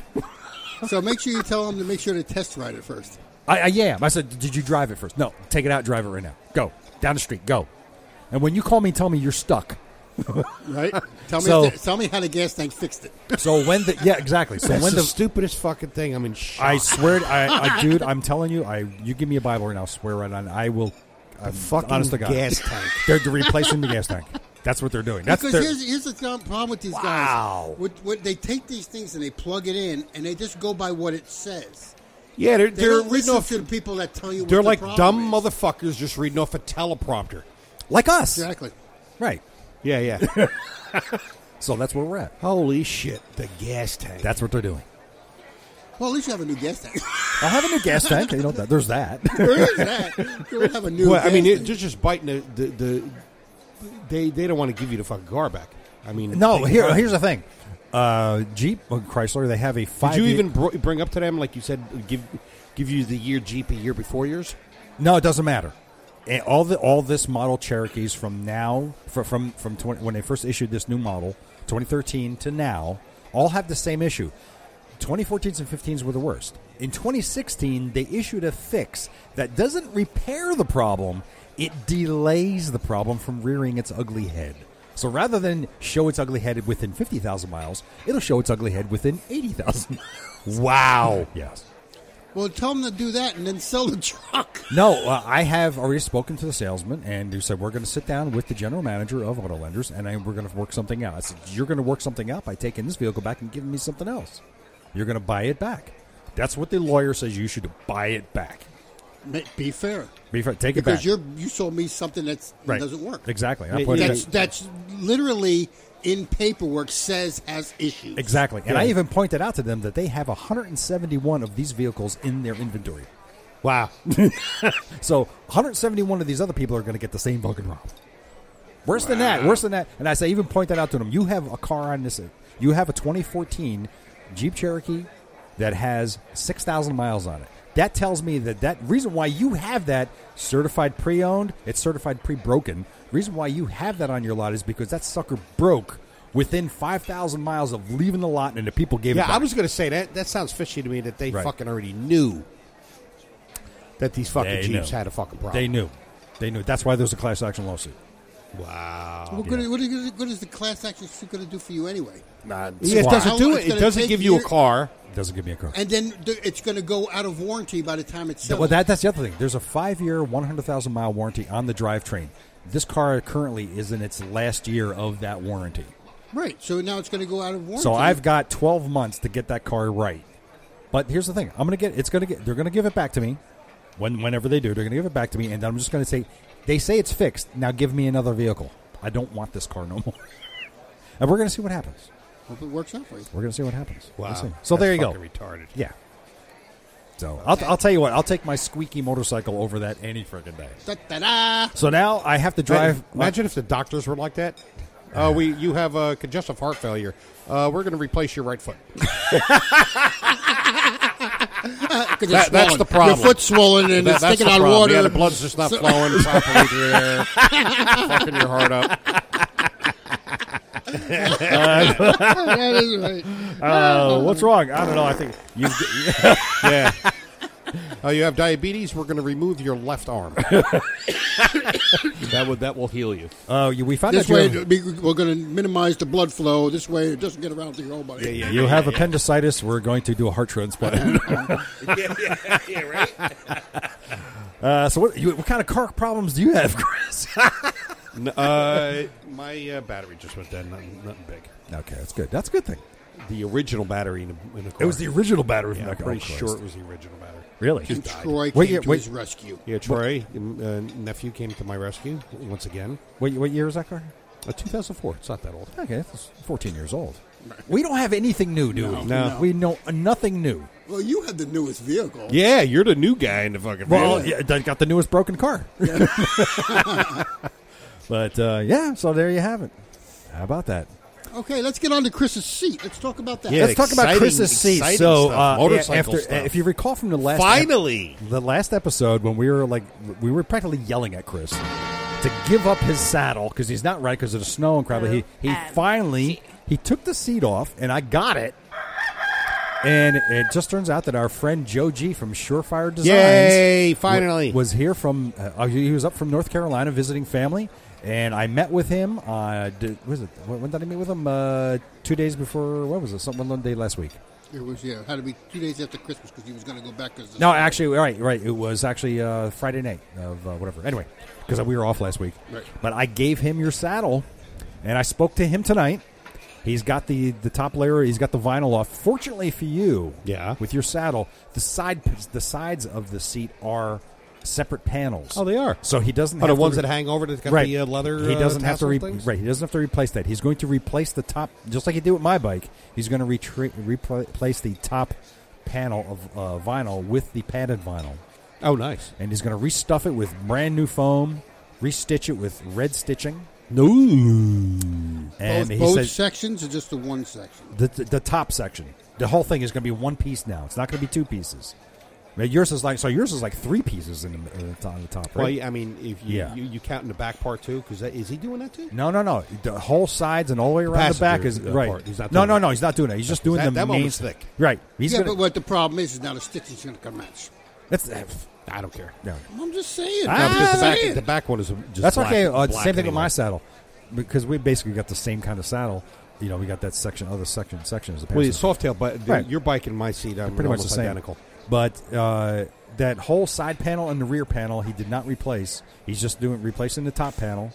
So make sure you tell them to make sure to test ride it first. I, I yeah. I said, did you drive it first? No, take it out, drive it right now. Go down the street, go. And when you call me, tell me you're stuck. Right? Tell me. So- if they- tell me how the gas tank fixed it. So when the yeah exactly. So That's when the, the stupidest fucking thing. I'm in shock. I swear, I, I dude, I'm telling you, I you give me a Bible and I'll swear right on. I will. I'm fucking honest to God. gas tank. They're replacing the gas tank. That's what they're doing. That's Because their, here's, here's the com- problem with these Wow. guys. What, what, they take these things and they plug it in and they just go by what it says. yeah, they're They they're don't reading listen off. to the people that tell you. What They're the like problem dumb is. motherfuckers just reading off a teleprompter. like us, Exactly. right? Yeah, yeah. so that's where we're at. Holy shit, the gas tank. That's what they're doing. Well, at least you have a new gas tank. I'll have a new gas tank. You know, that- there's that. there is that. You don't have a new. Well, I gas mean, it, tank. just just biting the, the, the they they don't want to give you the fucking car back. I mean, No, they- here, here's the thing. Uh, Jeep uh, Chrysler, they have a five. Did you even bro- bring up to them like you said? Give give you the year Jeep a year before yours. No, it doesn't matter. And all the all this model Cherokees from now from from from 20, when they first issued this new model, 2013 to now, all have the same issue. 2014s and 15s were the worst. In 2016, they issued a fix that doesn't repair the problem; it delays the problem from rearing its ugly head. So rather than show its ugly head within 50,000 miles, it'll show its ugly head within 80,000. wow. yes. well, tell them to do that and then sell the truck. No, uh, I have already spoken to the salesman, and he said we're going to sit down with the general manager of Auto Lenders, and I, we're going to work something out. I said you're going to work something out by taking this vehicle back and giving me something else. You're going to buy it back. That's what the lawyer says. You should buy it back. Ma- Be fair, Be fair, take because it back. you're you sold me something that's Right. doesn't work. Exactly. I Yeah, put it yeah. That's that's literally in paperwork says has issues. exactly, and I Yeah. even pointed out to them that they have 171 of these vehicles in their inventory. Wow. So 171 of these other people are going to get the same fucking problem. Worse than that. Worse than that. And I say, even point that out to them. You have a car on this. You have a 2014 Jeep Cherokee that has 6,000 miles on it. That tells me that that reason why you have that certified pre-owned, it's certified pre-broken. Reason why you have that on your lot is because that sucker broke within 5,000 miles of leaving the lot, and the people gave it. Yeah, back. I was going to say that. That sounds fishy to me that they Right. fucking already knew that these fucking They Jeeps knew. had a fucking problem. They knew. They knew. That's why there's a class action lawsuit. Wow. What, good, what, is, what is the class action suit going to do for you anyway? Yeah, it Wow. doesn't do It's it. It gonna doesn't take give you a year- car. Doesn't give me a car. And then th- it's going to go out of warranty by the time it's sold. Well, that, that's the other thing. There's a five year, 100,000 mile warranty on the drivetrain. This car currently is in its last year of that warranty. right. So now it's going to go out of warranty. So I've got 12 months to get that car right. But here's the thing I'm going to get, it's going to get, they're going to give it back to me. When, whenever they do, they're going to give it back to me. And I'm just going to say, they say it's fixed. Now give me another vehicle. I don't want this car no more. and we're going to see what happens. hope it works out for you. We're going to see what happens. We'll Wow. see. So That's there you go. fucking Retarded. Yeah. So I'll, I'll tell you what, I'll take my squeaky motorcycle over that any friggin' day. Da, da, da. So now I have to drive. Imagine if the doctors were like that. Uh, we, you have uh, congestive heart failure. Uh, we're going to replace your right foot. That- that's the problem. Your foot's swollen and That- it's taking the out problem. water. Yeah, the blood's just not flowing properly through there. fucking your heart up. that is right. Uh, what's wrong? I don't know. I think you. Yeah. Oh, you have diabetes. We're going to remove your left arm. That would that will heal you. Uh, you we found This out way, you, it'll be- we're going to minimize the blood flow. This way, it doesn't get around to your whole body. yeah, you have appendicitis. We're going to do a heart transplant. uh, so what? You, what kind of car problems do you have, Chris? Uh, my uh, battery just went dead. Nothing, nothing big. okay, that's good. That's a good thing. The original battery in the, in the car. It was the original battery. from Yeah, I'm that car. pretty Oh, sure it Christ. was the original battery. Really? And Troy Wait, came yeah, to wait. his rescue. Yeah, Troy, um, uh, nephew, came to my rescue once again. What, what year was that car? Uh, 2004. It's not that old. Okay, that's 14 years old. We don't have anything new, do we? No. We know nothing new. Well, you had the newest vehicle. Yeah, you're the new guy in the fucking. Well, family. yeah, they got the newest broken car. but uh, yeah, so there you have it. How about that? Okay, let's get on to Chris's seat. Let's talk about that. Yeah, Let's talk about exciting- Chris's seat. exciting So, stuff, uh, motorcycle after, stuff. if you recall from the last ep- finally, the last episode when we were like we were practically yelling at Chris to give up his saddle because he's not right because of the snow and crap. But he he finally he took the seat off and I got it. And it just turns out that our friend Joe G from Surefire Designs Yay, wa- finally. was here from uh, he was up from North Carolina visiting family, and I met with him. Uh, did, was it when when did I meet with him? Uh, two days before what was it? Something one day last week. It was, yeah, had to be two days after Christmas because he was going to go back. Cause No, actually, right, right. It was actually uh, Friday night of uh, whatever. Anyway, because we were off last week. Right. But I gave him your saddle, and I spoke to him tonight. He's got the the top layer. He's got the vinyl off. Fortunately for you, Yeah. with your saddle, the side the sides of the seat are separate panels. Oh, they are. So he doesn't. Oh, have the to ones re- that hang over that's got right. the, uh, leather, He uh, doesn't have to. tassel Re- things? Right. He doesn't have to replace that. He's going to replace the top, just like he did with my bike. He's going to retra- repla- replace the top panel of uh, vinyl with the padded vinyl, Oh, nice. and he's going to restuff it with brand new foam, restitch it with red stitching, No. and both he both says sections or just the one section? the, the the top section, the whole thing is going to be one piece now. It's not going to be two pieces. Now, Yours is like so. Yours is like three pieces in the, uh, on the top, right? Well, yeah, I mean, if you, Yeah. you you count in the back part too, because is he doing that too? No, no, no. The whole sides and all the way around the, back is passenger, uh, right. part. He's not no, doing no, that. no. He's not doing that. He's just doing That- the that one main was thick. Right. He's yeah, gonna, but what the problem is is now the stitching's going to come out. that's that's- I don't care. no. I'm just saying. Ah, No, I'm just because the back, saying. the back one is just That's black- okay. Uh, black same thing with my anyway. saddle because we basically got the same kind of saddle. You know, we got that section, other section, section as a Well, pair it's of- soft tail, but the- Right. your bike and my seat are pretty much the same. identical. But uh, that whole side panel and the rear panel, he did not replace. He's just doing replacing the top panel,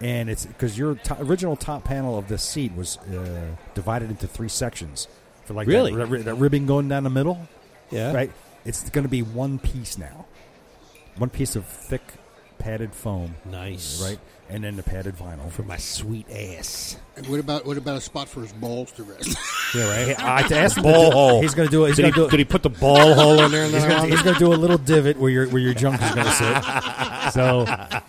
and it's because your to- original top panel of the seat was uh, divided into three sections for like that Really? ri- ri- that ribbon going down the middle. Yeah. right? It's going to be one piece now, one piece of thick padded foam, Nice. right? And then the padded vinyl. For my sweet ass. And what about what about a spot for his balls to rest? Yeah, right. I to ask ball hole. He's going to do it. He's going to do it. he put the ball hole in there? And He's gonna, he's gonna do a little divot where your where your junk is gonna sit. So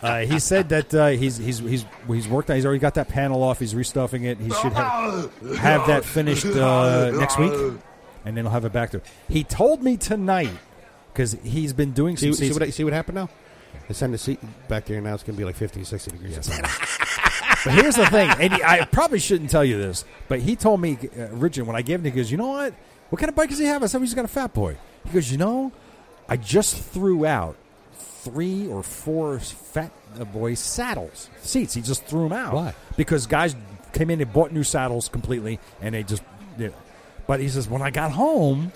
uh, he said that uh, he's he's he's he's worked on. He's already got that panel off. He's restuffing it. He should have have that finished uh, next week, and then he'll have it back there. He told me tonight because he's been doing some see, see seats- what, see what happened now? I send the seat back there now. It's going to be like 50, 60 degrees. Yes, I know. but here's the thing, and he- I probably shouldn't tell you this, but he told me uh, originally when I gave him, he goes, "You know what? What kind of bike does he have?" I said, well, "He's got a Fat Boy." He goes, "You know, I just threw out three or four Fat Boy saddles seats. He just threw them out. Why? Because guys came in and bought new saddles completely, and they just. You know. But he says when I got home,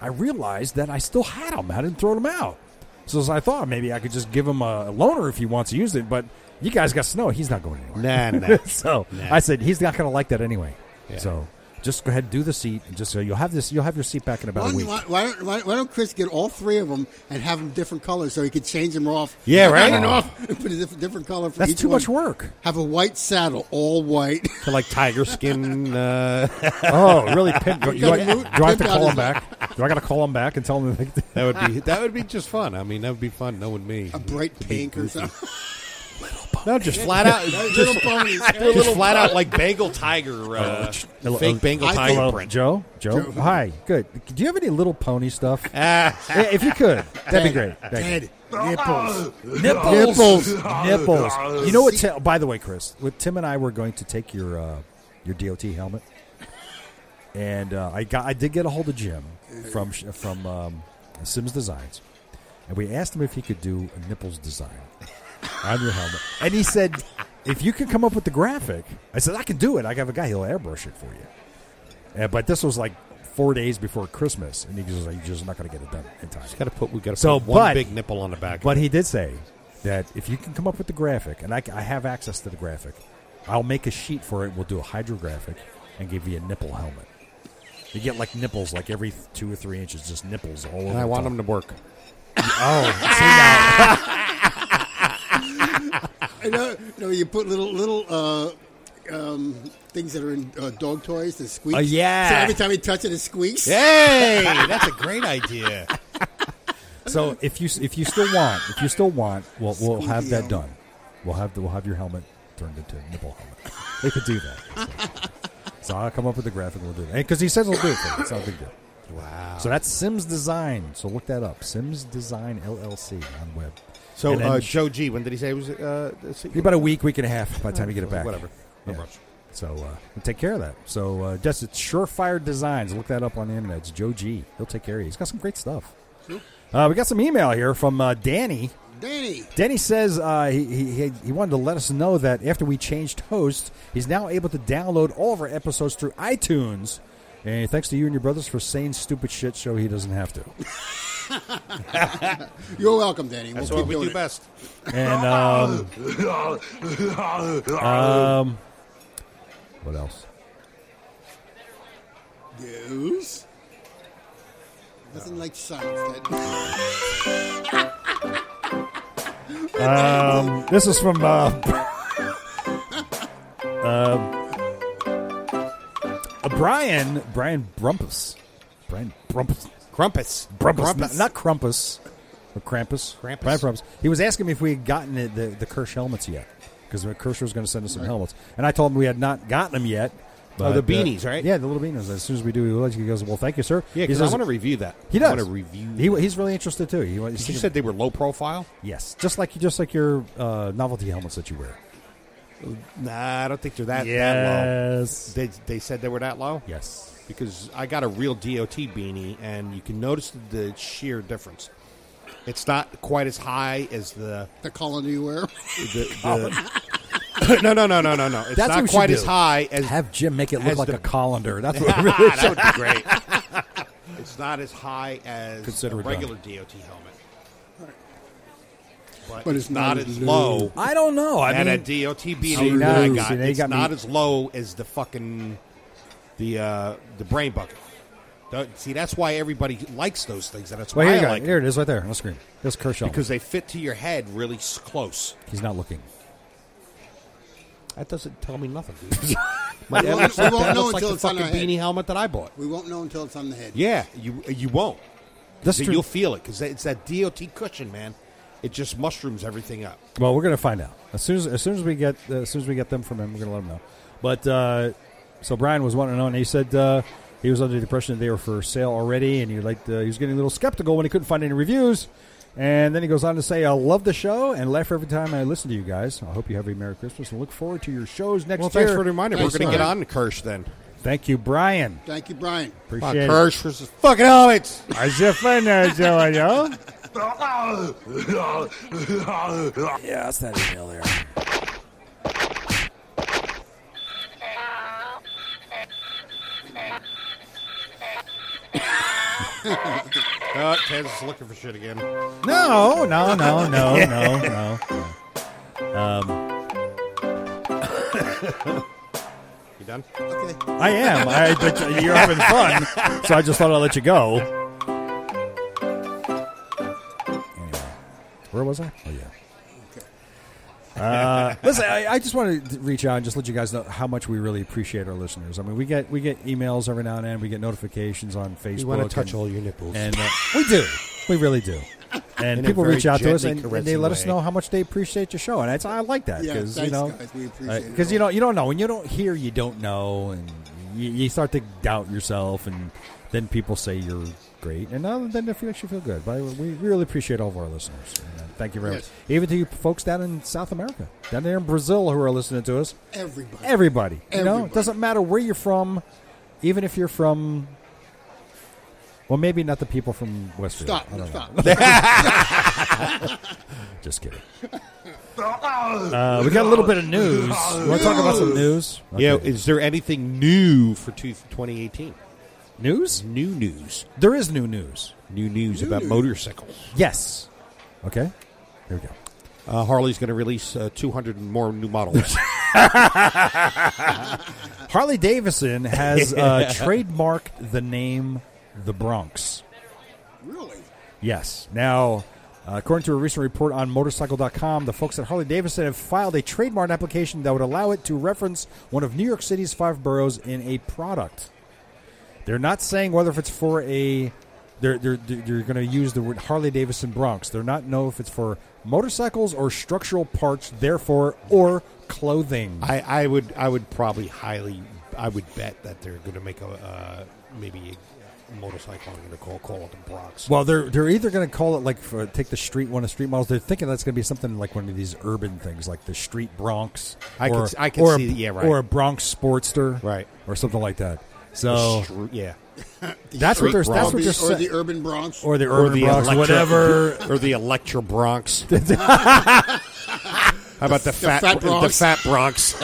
I realized that I still had them. I didn't throw them out. So as I thought maybe I could just give him a loaner if he wants to use it, but you guys got snow. He's not going anywhere. Nah, nah. so Nah. Oh, I said he's not going to like that anyway. Yeah. So just go ahead and do the seat, and just so you'll have this, you'll have your seat back in about Why, a week. why, why, don't, why, why don't Chris get all three of them and have them different colors so he could change them off? Yeah, right? Oh. On and off, and put a different, different color for That's each too one. much work. Have a white saddle, all white. To like tiger skin. Uh, oh, really? Pimp, do, I- do I have Pimp to out call his- him back? Do I got to call him back and tell him? To that would be that would be just fun. I mean, that would be fun knowing me. a bright pink or something. No, just flat out. little ponies. Just flat out like Bengal tiger, uh, Hello, fake uh, Bengal I tiger think- print. Joe, Joe, Joe. hi, good. Do you have any little pony stuff? Ah, Yeah, if you could, that'd be great. Thank you. Ted, nipples. Nipples. Nipples. Nipples. You know what? Ti- by the way, Chris, with Tim and I, we're going to take your uh, your DOT helmet, and uh, I got I did get a hold of Jim from sh- from um, Sims Designs, and we asked him if he could do a nipples design on your helmet, and he said, "If you can come up with the graphic," I said, "I can do it. I have a guy; he'll airbrush it for you." Uh, but this was like four days before Christmas, and he was like, "You're just not going to get it done in time." got to put we got to So, put one but- big nipple on the back. But he did say that if you can come up with the graphic, and I, c- I have access to the graphic, I'll make a sheet for it. We'll do a hydrographic and give you a nipple helmet. You get like nipples, like every th- two or three inches, just nipples all over. and I want them to work. I know, no, you put little little uh, um, things that are in uh, dog toys that squeak. Oh, yeah. So every time you touch it, it squeaks. Hey, that's a great idea. So if you s- if you still want, if you still want, we'll we'll have that done. We'll have the, we'll have your helmet turned into a nipple helmet. They could do that. So, so I'll come up with the graphic. and We'll do it because he says he'll do it. For you. It's not a big deal. Wow. So that's Sims Design. So look that up. Sims Design LLC on web. So And then- uh, Joe G, when did he say it was? Uh, the seat? Be about a week, week and a half by the time you get it back. Whatever. No Yeah. rush. So uh, we'll take care of that. So uh, just it's Surefire Designs. Look that up on the internet. It's Joe G. He'll take care of you. He's got some great stuff. Uh, we got some email here from uh, Danny. Danny. Danny says uh, he, he he- he wanted to let us know that after we changed hosts, he's now able to download all of our episodes through iTunes. And thanks to you and your brothers for saying stupid shit, so he doesn't have to. You're welcome, Danny. That's we'll what keep we doing do it. best. And um, um, what else? Goose. Nothing like silence, Ted. Um, this is from. Uh, um, uh, Brian. Brian Brumpus. Brian Brumpus. Crumpus. Brumpus. Crumpus. Not, not Crumpus. Or Krampus. Krampus. Brian Brumpus. He was asking me if we had gotten the, the, the Kirsch helmets yet. Because Kirsch was going to send us some helmets. And I told him we had not gotten them yet. Oh, the but, uh, beanies, right? Yeah, the little beanies. As soon as we do, he looks- he goes, well, thank you, sir. He Yeah, because I says- want to review that. He I does. want to review. He, he's really interested too. He, wants- that. you said they were low profile. yes, just like just like your uh, novelty helmets that you wear. Nah, I don't think they're that, that low. yes, They they said they were that low yes. because I got a real DOT beanie, and you can notice the sheer difference. It's not quite as high as the The colony you wear. the. the no, no, no, no, no, no. It's That's what not we should quite as do. high as Have Jim make it look As like the- a colander. That's what we really. that would be great. it's not as high as Consider a it done. regular DOT helmet, but, But it's, it's not, as low. I don't know. I and mean, a DOT beanie See, that I now- got. see, now you it's got me- not as low as the fucking the uh, the brain bucket. Don't- See, that's why everybody likes those things, and that's why well, here, you I go. like here them it is, right there on the screen. There's Kershaw. because they fit to your head really s- close. he's not looking. That doesn't tell me nothing. Dude. My We dad won't- looks we like, won't that know looks like until the it's on fucking our head. beanie helmet that I bought. We won't know until it's on the head. Yeah, you you won't. That's That true. You'll feel it because it's that DOT cushion, man. It just mushrooms everything up. Well, we're gonna find out as soon as as soon as we get uh, as soon as we get them from him, we're gonna let him know. But uh, so Brian was wanting to know, and he said uh, he was under the impression that they were for sale already, and he liked uh, he was getting a little skeptical when he couldn't find any reviews. And then he goes on to say, "I love the show and laugh every time I listen to you guys. I hope you have a merry Christmas and look forward to your shows next Well, year." thanks for the reminder. Thanks, We're going to Brian. get on to Kirsch then. Thank you, Brian. Thank you, Brian. Fuck, Appreciate it. Kirsch versus fucking helmets. How's your friend there, Joe? yo? Yeah, that's that email there. Uh, Taz is looking for shit again. No, no, no, no, no, no. You done? Okay. I am. I, but you're having fun, so I just thought I'd let you go. Anyway, where was I? Oh yeah. Uh, listen, I, I just wanted to reach out and just let you guys know how much we really appreciate our listeners. I mean, we get we get emails every now and then, we get notifications on Facebook. wanna touch and- all your nipples. and uh, we do, we really do. And In a people very reach out to us gently and, and they let us caressing way. know how much they appreciate the show, and it's, I like that Yeah, because thanks, you know guys. We appreciate it. because you know you don't know when you don't hear you don't know and you, you start to doubt yourself and then people say you're great and now then it makes you feel good but we really appreciate all of our listeners and uh, thank you very Yes. much even to you folks down in South America down there in Brazil who are listening to us Everybody. everybody you know it Everybody. doesn't matter where you're from even if you're from well maybe not the people from West Virginia. Stop. I don't know. Stop. just kidding uh, we got a little bit of news you want to talk about some news Yeah, Okay. is there anything new for two- 2018? news New news. There is new news. New news about motorcycles. Yes. Okay. Here we go. Uh, Harley's going to release uh, 200 and more new models. Harley Davidson has uh, trademarked the name The Bronx. Really? Yes. Now, uh, according to a recent report on motorcycle.com, the folks at Harley Davidson have filed a trademark application that would allow it to reference one of New York City's five boroughs in a product. They're not saying whether if it's for a they're they're they're going to use the word Harley Davidson Bronx. They're not know if it's for motorcycles or structural parts, therefore, or clothing. I, I would I would probably highly I would bet that they're going to make a uh, maybe a motorcycle. I'm going to call call it the Bronx. Well, they're they're either going to call it like for, take the street one of street models. They're thinking that's going to be something like one of these urban things, like the street Bronx. I could or, s- I could or see- a, yeah, right. or a Bronx Sportster, Right. or something like that. So Stru- yeah, that's what street they're Bronx. that's or, what the, they're saying. or the urban Bronx. Or the urban Bronx, Electra- whatever. or the Electra Bronx. How about the, fat, fat Bronx. The fat Bronx.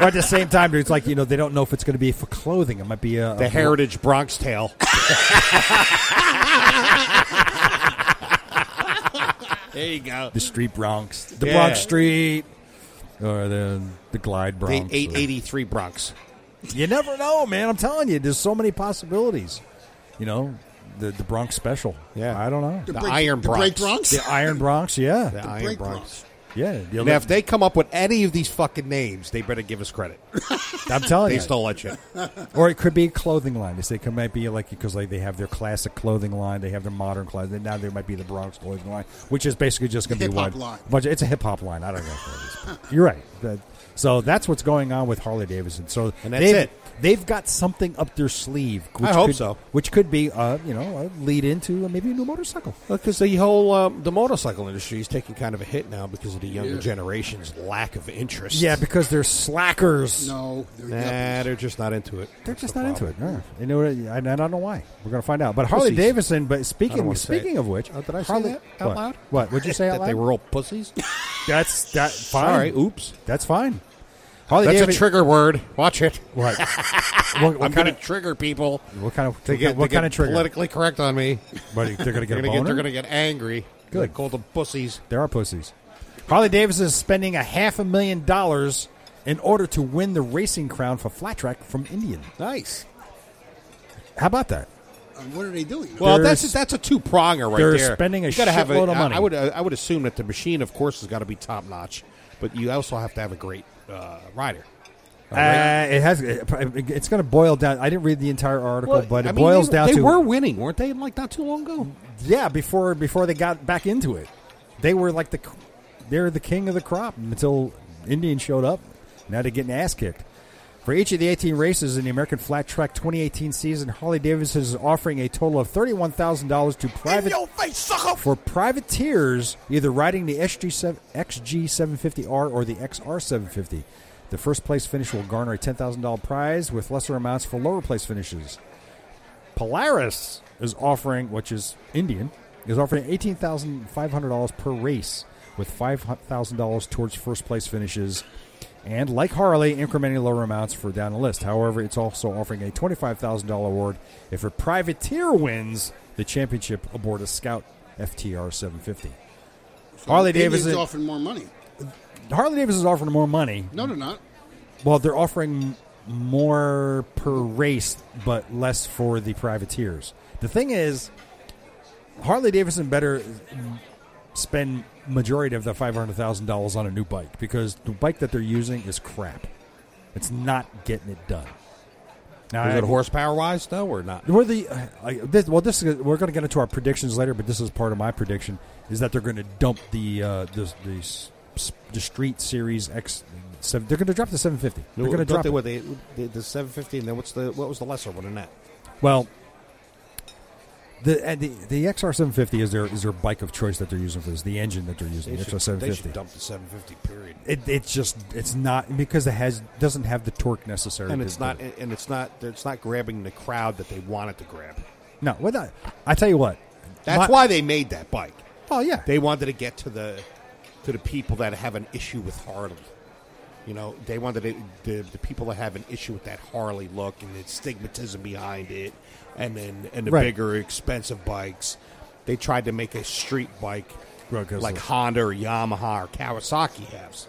or at the same time, it's like you know they don't know if it's going to be for clothing. It might be a, the a- Heritage Bronx Tail. there you go. the street Bronx, the Yeah. Bronx Street, or the the Glide The Bronx. or- 883 Bronx. You never know, man. I'm telling you, there's so many possibilities. You know, the, the Bronx special. Yeah. I don't know. The Break- Iron the Bronx. Break Bronx? The Iron Bronx, yeah. The Iron Break Bronx. Yeah. the Now, ele- if they come up with any of these fucking names, they better give us credit. I'm telling they you. stole that shit. or it could be a clothing line. They say it might be like because like they have their classic clothing line, they have their modern clothing. Now there might be the Bronx clothing line, which is basically just going to be Hip-hop one line. bunch. Of, it's a hip hop line. I don't know. What it is, but you're right. That- so that's what's going on with Harley Davidson. So And that's they've, it. They've got something up their sleeve. Which I hope could, so. Which could be, uh, you know, a lead into uh, maybe a new motorcycle. Because the whole um, the motorcycle industry is taking kind of a hit now because of the younger Yeah. generation's lack of interest. Yeah, because they're slackers. No, they're nah, yuppies. they're just not into it. They're That's just the not into it. problem. No. You know, and I don't know why. We're going to find out. But Harley Pussies. Davidson. But I don't speaking wanna say speaking it. of which, Oh, did I say Harley- that out what? loud? What? Would you say out that they loud? were all pussies. That's that. Fine. Sorry, oops. That's fine. Harley That's a Davidson. trigger word. Watch it. What? what, I'm what going kind to of? trigger people. What kind of? They get, what they kind get of trigger? Politically correct on me. But they're going to get a They're going to get. They're boner? going to get angry. Good. They Call them pussies. There are pussies. Harley Davidson is spending a half a million dollars in order to win the racing crown for flat track from Indian. Nice. How about that? And Uh, what are they doing? Well, They're that's s- a, that's a two pronger right they're there. spending a You gotta have a- shitload of I- money. I would uh, I would assume that the machine, of course, has got to be top notch, but you also have to have a great uh, rider. Uh, it has. It, it's going to boil down. I didn't read the entire article, but it I mean, boils they, down they to Mm-hmm. were winning, weren't they? Like not too long ago. yeah. Before before they got back into it, they were like the they're the king of the crop until Indian showed up. Now they're getting ass kicked. For each of the 18 races in the American Flat Track 2018 season, Harley Davidson is offering a total of $31,000 to private for privateers either riding the SG7, XG750R or the XR750. The first place finish will garner a $10,000 prize with lesser amounts for lower place finishes. Polaris is offering, which is Indian, is offering $18,500 per race with $5,000 towards first place finishes. And like Harley, incrementing lower amounts for down the list. However, it's also offering a $25,000 award if a privateer wins the championship aboard a Scout FTR 750. Harley Indians Davidson. offering more money. Harley Davidson is offering more money. No, they're not. Well, they're offering more per race, but less for the privateers. The thing is, Harley Davidson better spend majority of the five hundred thousand dollars on a new bike because the bike that they're using is crap. It's not getting it done. Now, Was I- it horsepower wise though, or not? we're the uh, I- this, well. This is, we're going to get into our predictions later, but this is part of my prediction is that they're going to dump the uh, the the, s- s- the Street Series X. Seven, they're going to drop the 750. They're going to Don't drop they, it. what they, the, the seven fifty, and then what's the what was the lesser one in that? Well, the and the the XR 750 is their is their bike of choice that they're using for this. The engine that they're using, They the should, XR they should 750. dump the seven fifty. Period. It, it's just it's not because it has doesn't have the torque necessary, And to it's do not it. and it's not it's not grabbing the crowd that they wanted to grab. no. Well, not, I tell you what. That's my- why they made that bike. Oh yeah. They wanted to get to the to the people that have an issue with Harley. You know, they wanted to, the the people that have an issue with that Harley look and the stigmatism behind it, and then and the Right. bigger, expensive bikes. They tried to make a street bike Right, 'cause like of- Honda or Yamaha or Kawasaki has.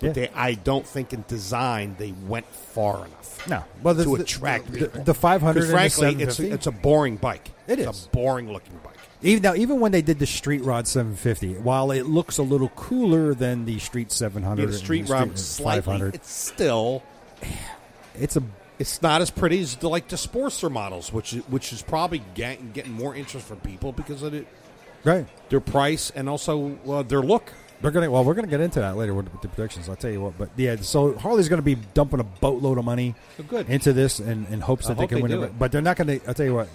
But Yeah. they, I don't think in design they went far enough. no. Well, to the- attract the, people. the 500 and Because the frankly, it's 750? it's a boring bike. It it's is. a boring looking bike. Even now, even when they did the Street Rod 750, while it looks a little cooler than the Street 700, Yeah, and the street rod slightly. 500, It's still it's a it's not as pretty as the, like the Sportster models, which is, which is probably get, getting more interest from people because of it, right. their price and also uh, their look. They're gonna well, we're gonna get into that later with the predictions. I'll tell you what, but yeah, so Harley's gonna be dumping a boatload of money Oh, good. into this and in hopes I that they hope can they win do it. it. But they're not gonna. I'll tell you what.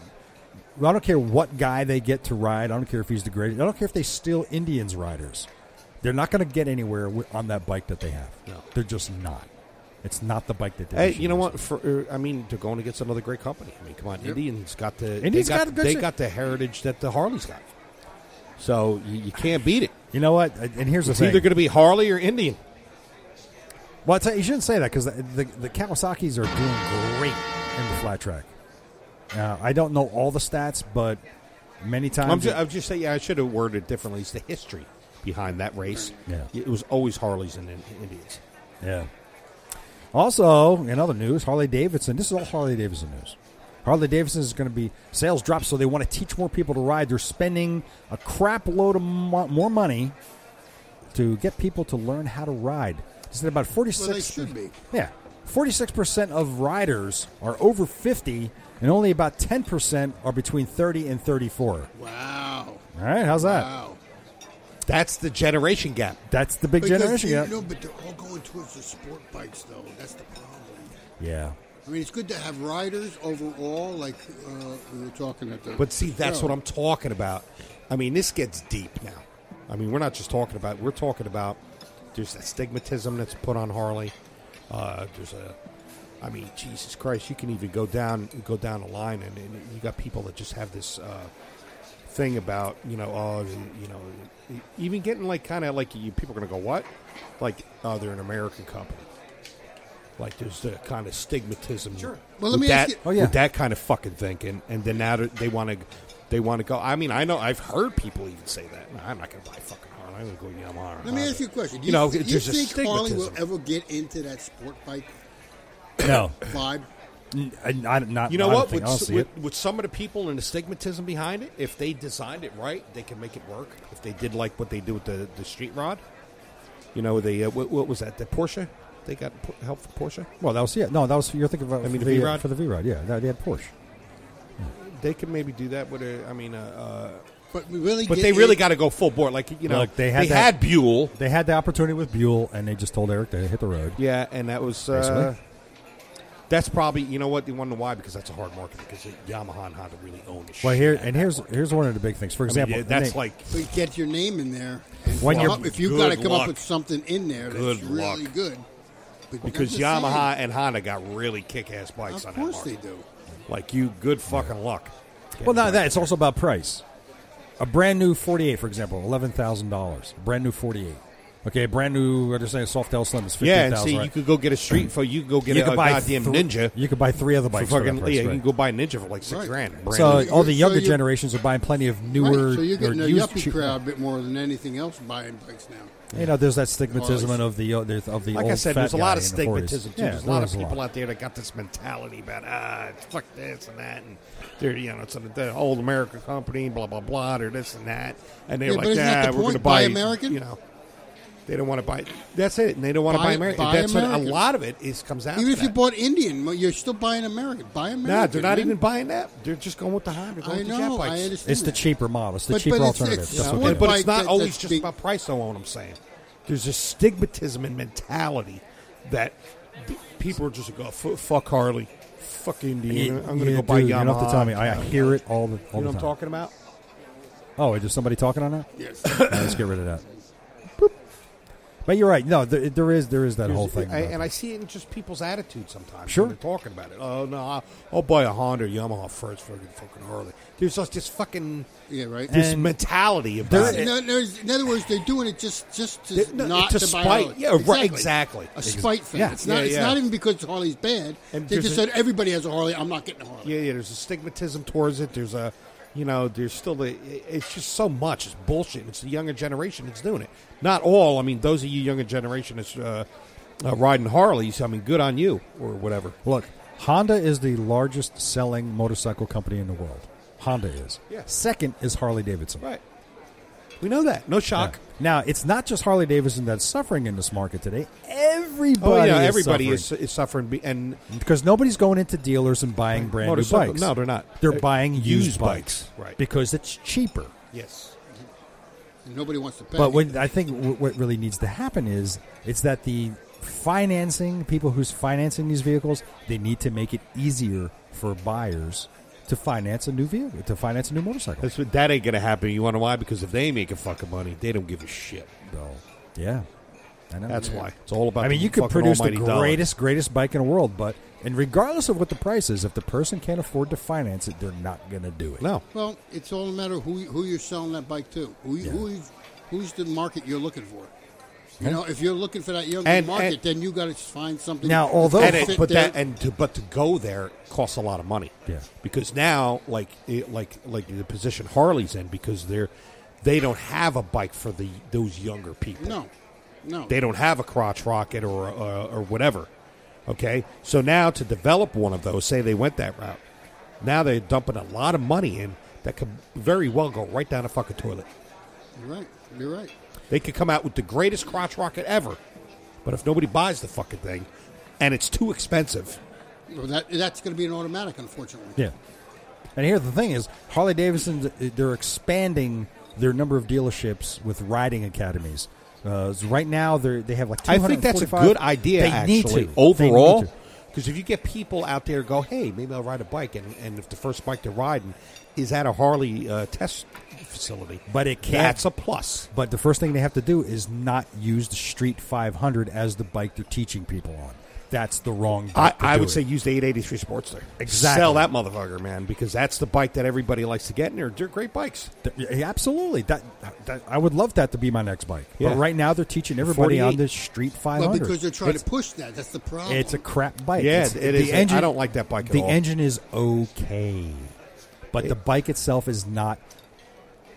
I don't care what guy they get to ride. I don't care if he's the greatest. I don't care if they steal Indians riders. They're not going to get anywhere wi- on that bike that they have. No. They're just not. It's not the bike that they. Hey, should you know use. what? For, uh, I mean, they're going against another great company. I mean, come on, Indians got the they Indians got, got a good they shit. got the heritage that the Harley's got. So you, you can't beat it. You know what? And here's It's the thing. either going to be Harley or Indian. Well, it's, you shouldn't say that because the, the, the Kawasaki's are doing great in the flat track. Now, I don't know all the stats, but many times. I'm just, I'm just saying. Yeah, I should have worded it differently. It's the history behind that race. Yeah. it was always Harleys and Ind- Indians. yeah. Also, in other news, Harley Davidson. This is all Harley Davidson news. Harley Davidson is going to be sales drop, so they want to teach more people to ride. They're spending a crap load of mo- more money to get people to learn how to ride. Is that about forty six? Well, they should be. Yeah, forty six percent of riders are over fifty, and only about ten percent are between thirty and thirty four. Wow. All right, how's that? Wow. That's the generation gap. That's the big Because generation you gap. know, but they're all going towards the sport bikes, though. That's the problem. Yeah. I mean, it's good to have riders overall, like uh, we were talking at the. But see, that's show. what I'm talking about. I mean, this gets deep now. I mean, we're not just talking about. We're talking about. There's that stigmatism that's put on Harley. Uh, there's a. I mean, Jesus Christ! You can even go down go down the line, and, and you got people that just have this uh, thing about you know, oh, you know, even getting like kind of like you people are gonna go what, like oh, they're an American company. Like there's the kind of stigmatism. Sure. Well, let me that, ask you- Oh, yeah. with that kind of fucking thinking, and then now they want to, they want to go. I mean, I know I've heard people even say that. "No, I'm not going to buy fucking Harley. I'm going to go Yamaha. Let me ask you a question. Do You know, do it's you just a think Harley will stigmatism. ever get into that sport bike No, vibe? N- I, I, not. You know I don't what? think With, I'll s- see with, it. with some of the people and the stigmatism behind it, if they designed it right, they can make it work. If they did like what they do with the, the street rod, you know, the uh, what, what was that? The Porsche. They got po- help from Porsche. Well, that was yeah. No, that was you're thinking about. I mean, for the the, uh, V-Rod? for the V Rod. Yeah, that- they had Porsche. They could maybe do that with a. I mean, uh, uh, But we really, but get they really in- got to go full bore. Like you know, Look, they had that- Buell. They had the opportunity with Buell, and they just told Eric to hit the road. Yeah, and that was uh, Basically. that's probably you know what you wonder why because that's a hard market because Yamaha and Honda really own the Well, shit here out of and that here's market. here's one of the big things. For I mean, example, yeah, and that's they- like But get your name in there. and When come you're- up- if you've got to Good come luck. up with something in there that's Good really luck. good. But because I'm just Yamaha and Honda got really kick-ass saying, bikes of on that course market. they do. Like you, good fucking luck. well, not that. It's also about price. A brand new 48, for example, eleven thousand dollars. Brand new 48. Okay, a brand new. I just saying, Softail Slim is fifteen Yeah, and thousand. see, you could go get a street for you could go get a, a goddamn three- Ninja You could buy three other for bikes. for fucking that price, yeah. You right. can go buy a Ninja for like six Right. grand. Brand so new. you're- all the so younger you're- generations are buying plenty of Right, newer. so you're getting or a used yuppie cheap- crowd a bit more than anything else buying bikes now. You know, there's that stigmatism Harleys. of the of the of the like old I said, fat there's a guy lot of in the 40s. stigmatism too. Yeah, there's a there lot of is people out there that got this mentality about ah, fuck this and that, and they're you know it's an the old American company, blah blah blah, or this and that, and they're Yeah, like, but isn't that ah, the we're going to point? buy Buy American? you know. They don't want to buy. That's it. And they don't want to Buy- buy American. buy that's what a American. lot of it is comes out. Even if you buy, bought Indian, well, you're still buying American. Buy American. nah, they're not man. even buying that. They're just going with the Honda. They're I going with the know. jet I bikes. understand. It's the that. cheaper model. It's the But- cheaper but it's- alternative. it's- That's yeah. You know, what One they but do. bike it's not that- always that's just big- about price. Though, what I'm saying, there's a stigmatism and mentality that th- people are just go "Fu- fuck Harley, fuck Indian. I'm going to Yeah, go buy dude, Yamaha. You don't have to tell me. I, I hear it all the all you know the what I'm time. talking about? Oh, is there somebody talking on that? Yes. No, let's get rid of that. Boop. But you're right. No, there, there is there is that whole thing. I, about- and I see it in just people's attitude sometimes. Sure. when they're talking about it. Oh no, I'll, I'll buy a Honda or Yamaha first, fucking fucking Harley. There's just this fucking Yeah, right. this And- mentality about There- it. No, no, in other words, they're doing it just just to They- no, not to to buy spite. Harley. Yeah, right, exactly. A spite thing. Yeah, it's not. yeah, It's yeah. not even because Harley's bad. And they there's just a- said everybody has a Harley. I'm not getting a Harley. Yeah, yeah. There's a stigmatism towards it. There's a, you know, there's still the. it- It's just so much. It's bullshit. It's the younger generation that's doing it. Not all. I mean, those of you younger generation that's uh, uh, riding Harleys. I mean, good on you or whatever. Look, Honda is the largest selling motorcycle company in the world. Honda is. Yeah. Second is Harley Davidson. Right. We know that. No shock. Yeah. Now it's not just Harley Davidson that's suffering in this market today. Everybody. oh yeah, is everybody suffering. is, is suffering. be- And because nobody's going into dealers and buying brand new Motorcycle- bikes. no, they're not. They're They're buying used, used bikes, bikes, right. Because it's cheaper. yes, And nobody wants to pay. But when I think w- what really needs to happen is it's that the financing people who's financing these vehicles they need to make it easier for buyers to finance a new vehicle to finance a new motorcycle. that's what, that ain't gonna happen. You want to why? Because if they ain't making fucking money, they don't give a shit. So, yeah, I know. That's why it's all about. I mean, the you could fucking produce the almighty dollar. greatest, greatest bike in the world, but and regardless of what the price is, if the person can't afford to finance it, they're not going to do it. No, well, it's all a matter of who who you're selling that bike to. Who you- who is, who's the market you're looking for. You know, if you're looking for that younger And- market, and- then you got to find something. Now, that's although- gonna and it, fit but their- that and to, but to go there costs a lot of money. Yeah. because now like it, like like the position Harley's in because they're they don't have a bike for the those younger people. no, no, they don't have a crotch rocket or uh, or whatever. Okay, so now to develop one of those, say they went that route, Now they're dumping a lot of money in that could very well go right down the fucking toilet. You're right. You're right. They could come out with the greatest crotch rocket ever, but if nobody buys the fucking thing, and it's too expensive, Well, that, that's going to be an automatic, unfortunately. Yeah. And here the thing is, Harley Davidson they're expanding their number of dealerships with riding academies. Uh, so right now they they have like I think that's a 245. good idea. They need actually, to They overall, need to. because if you get people out there to go, hey, maybe I'll ride a bike, and, and if the first bike they're riding is at a Harley uh, test facility, But it can't- That's a plus. But the first thing they have to do is not use the Street 500 as the bike they're teaching people on. That's the wrong. I, Bike to I do would it. say use the 883 Sportster. Exactly. Sell that motherfucker, man, because that's the bike that everybody likes to get, and they're, they're great bikes. Th- yeah, absolutely. That, that I would love that to be my next bike. Yeah. But right now they're teaching everybody on 48. the Street 500. Well, because they're trying It's- to push that. That's the problem. It's a crap bike. Yeah, it's, it the is. I Engine, don't like that bike at the all. engine is okay, but the bike itself is not.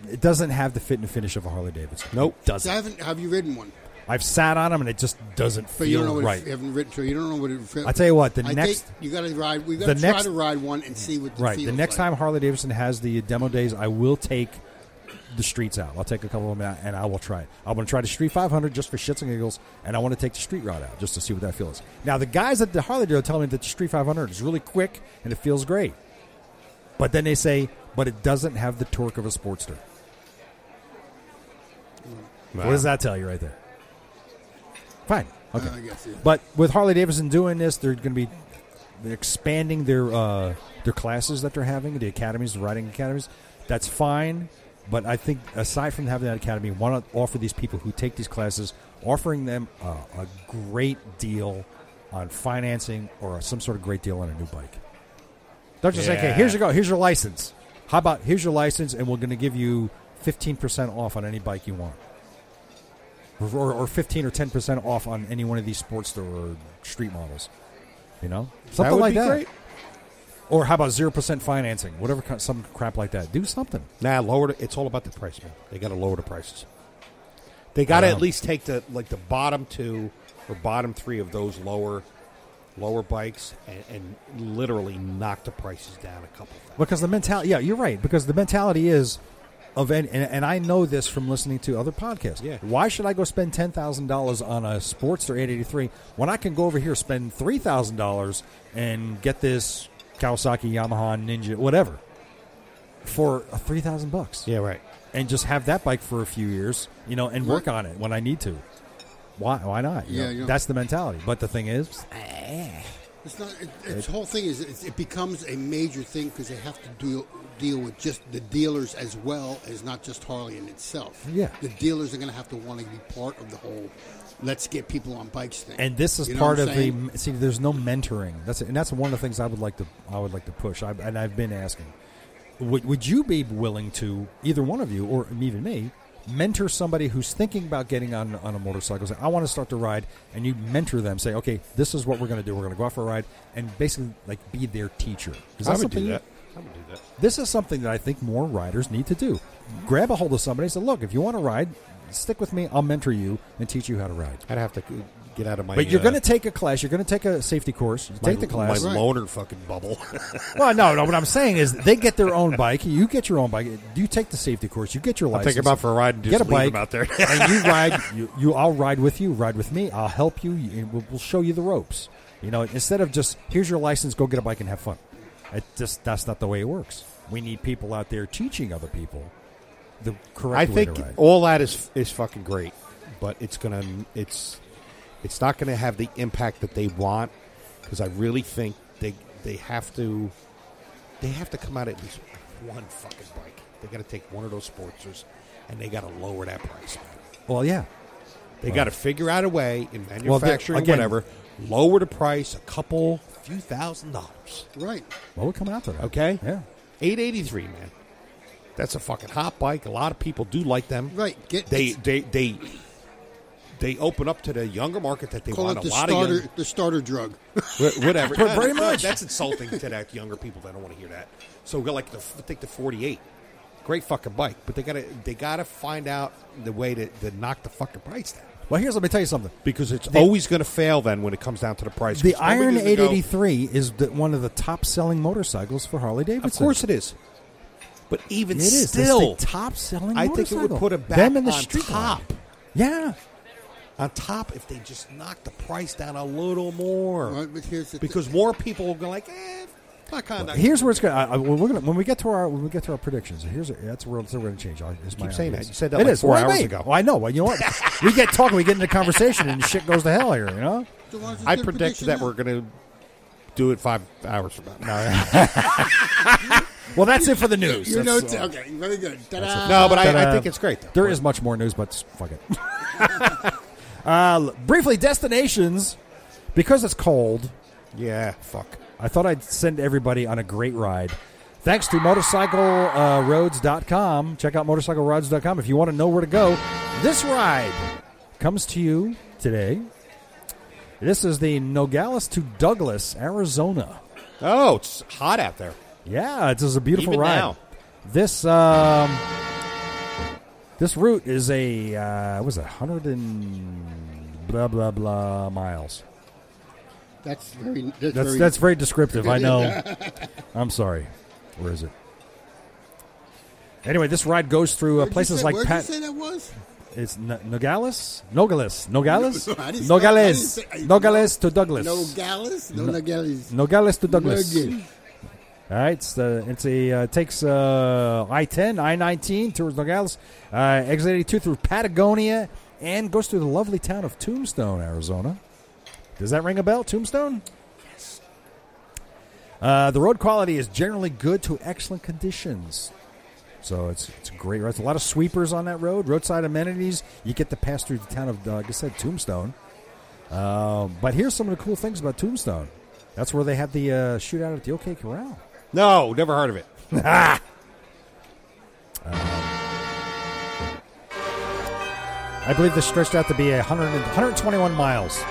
It doesn't have the fit and finish of a Harley Davidson. Nope. So I doesn't. haven't, have you ridden one? I've sat on them and it just doesn't But feel you don't know what right. it, you haven't ridden. So you don't know what it. Feels. I tell you what, the I next- think you got to ride. We got the to try next- to ride one and see what the right. The feels next like. time Harley Davidson has the demo days, I will take the streets out. I'll take a couple of them out and I will try it. I'm going to try the Street 500 just for shits and giggles, and I want to take the street route out just to see what that feels. Now, the guys at the Harley dealer tell me that the Street 500 is really quick and it feels great. But then they say, but it doesn't have the torque of a Sportster. What does that tell you right there? Fine. Okay. Uh, I guess, yeah. But with Harley Davidson doing this, they're going to be expanding their uh, their classes that they're having, the academies, the riding academies. That's fine, but I think aside from having that academy, why not offer these people who take these classes, offering them uh, a great deal on financing or some sort of great deal on a new bike. Don't just say, "Hey, Yeah. here's your go, here's your license." How about here's your license, and we're going to give you fifteen percent off on any bike you want, or, or, or fifteen or ten percent off on any one of these sports or street models. You know, something would like be that. great. Or how about zero percent financing? Whatever, kind- some crap like that. Do something. Nah, lower. The, it's all about the price, man. They got to lower the prices. They got to Wow. at least take the like the bottom two or bottom three of those lower lower bikes and, and literally knock the prices down a couple. Of Because the mentality, yeah, you're right. Because the mentality is of any, and, and I know this from listening to other podcasts. Yeah. Why should I go spend ten thousand dollars on a Sportster 883 when I can go over here spend three thousand dollars and get this Kawasaki, Yamaha, Ninja, whatever, for three thousand bucks? yeah, right. And just have that bike for a few years, you know, and work on it when I need to. Why? Why not? you Yeah, know? you know. that's the mentality. But the thing is, It's not. It, it's whole thing is it, it becomes a major thing because they have to deal deal with just the dealers as well as not just Harley in itself. Yeah. the dealers are going to have to want to be part of the whole. Let's get people on bikes thing. and this is You know part what of I'm saying? the see. There's no mentoring. That's and that's one of the things I would like to I would like to push. I, and I've been asking, would would you be willing to either one of you or even me mentor somebody who's thinking about getting on on a motorcycle? Say, I want to start to ride, and you mentor them. Say, okay, this is what we're going to do. We're going to go out for a ride, and basically like be their teacher. Is that something you- I would do that. this is something that I think more riders need to do. Grab a hold of somebody and say, look, if you want to ride, stick with me. I'll mentor you and teach you how to ride. I'd have to g- get out of my. But you're uh, going to take a class. You're going to take a safety course. You my- take the class. My Right. loner fucking bubble. Well, no, no. What I'm saying is, they get their own bike. You get your own bike. You take the safety course. You get your I'll license. take him out for a ride and just get a bike leave him out there. and you ride. You, you, I'll ride with you. Ride with me. I'll help you. you and we'll, we'll show you the ropes. You know, instead of just here's your license, go get a bike and have fun. It just that's not the way it works. We need people out there teaching other people the correct I way think to ride. all that is is fucking great, but it's gonna it's it's not gonna have the impact that they want because I really think they they have to they have to come out at least with one fucking bike. They got to take one of those sportsers and they got to lower that price. Well, yeah. They Right. got to figure out a way in Well, the- manufacturing, again- whatever, lower the price a couple few thousand dollars. right. Well, we'll come after that. Okay. Yeah. 883, man. That's a fucking hot bike. A lot of people do like them. Right. Get- they they they they open up to the younger market that they Call want it the a lot starter of young, the starter drug. Wh- whatever. No, Pretty that's- much. That's insulting to that younger people that don't want to hear that. So we like the f- take the 48. Great fucking bike, but they got to they got to find out the way to, to knock the fucking price down. Well, here's let me tell you something. Because it's The- always going to fail then when it comes down to the price. The 'Cause Iron nobody's gonna go, 883 is the, one of the top selling motorcycles for Harley Davidson. Of course it is. But even it is. still, it's the top selling. I think it would put a back them in the on street top. line. Yeah, On top, if they just knock the price down a little more, Right, but here's the because more people will go like, eh, fuck on that. here's where it's going. I, I- we're gonna when we get to our when we get to our predictions. Here's that's where that's where we're going to change. I, is my Keep saying idea. that. You said that It like is. four Well, I hours mean, ago. Well, I know. Well, you know what? we get talking. We get into conversation, and shit goes to hell here. You know. So why don't you I do the predict prediction that now? we're going to do it five hours from now. Well, that's it for the news. You know, That's, uh, okay, very good. Ta-da. No, but uh, I, I Ta-da. think it's great. Though. There is much more news, but s- fuck it. uh, l- briefly, destinations. Because it's cold, Yeah, fuck. I thought I'd send everybody on a great ride. Thanks to motorcycleroads.com. Check out motorcycleroads.com if you want to know where to go. This ride comes to you today. This is the Nogales to Douglas, Arizona. Oh, it's hot out there. Yeah, this is a beautiful Even ride. now. This um, this route is a uh, was a hundred and blah blah blah miles. That's very. That's, That's very, that's very descriptive. I know. I'm sorry. Where is it? Anyway, this ride goes through uh, Where'd you places say- like where'd Pat. you say that was? It's N- Nogales, Nogales, Nogales, No, I didn't say- I didn't Nogales, say- I- Nogales to Douglas, Nogales, no, Nogales. Nogales to Douglas. Nogales. All right, it's, uh, it's a uh, takes uh, I ten, I nineteen towards Nogales, uh, exit eighty two through Patagonia, and goes through the lovely town of Tombstone, Arizona. Does that ring a bell? Tombstone. Yes. Uh, the road quality is generally good to excellent conditions, so it's it's a great. Right, a lot of sweepers on that road, roadside amenities. You get to pass through the town of, uh, like I said, Tombstone. Um, but here's some of the cool things about Tombstone. That's where they had the uh, shootout at the OK Corral. No, never heard of it. I believe this stretched out to be a 100 and- 121 miles.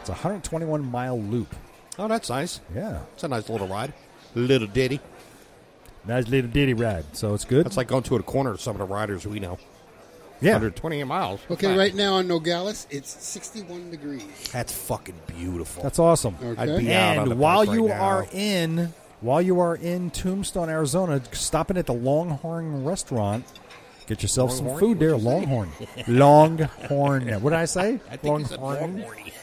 It's a 121 mile loop. Oh, that's nice. Yeah. It's a nice little ride. Little ditty. Nice little ditty ride. So it's good. That's like going to a corner of some of the riders we know. yeah. 120 miles. Okay, right now on Nogales, it's 61 degrees. That's fucking beautiful. That's awesome. Okay. I'd be out on the And while bike right you now. are in while you are in Tombstone, Arizona, stopping at the Longhorn restaurant, get yourself some Longhorn? food there. Longhorn. Longhorn. What did I say? I think it's a Longhorn. Longhorny.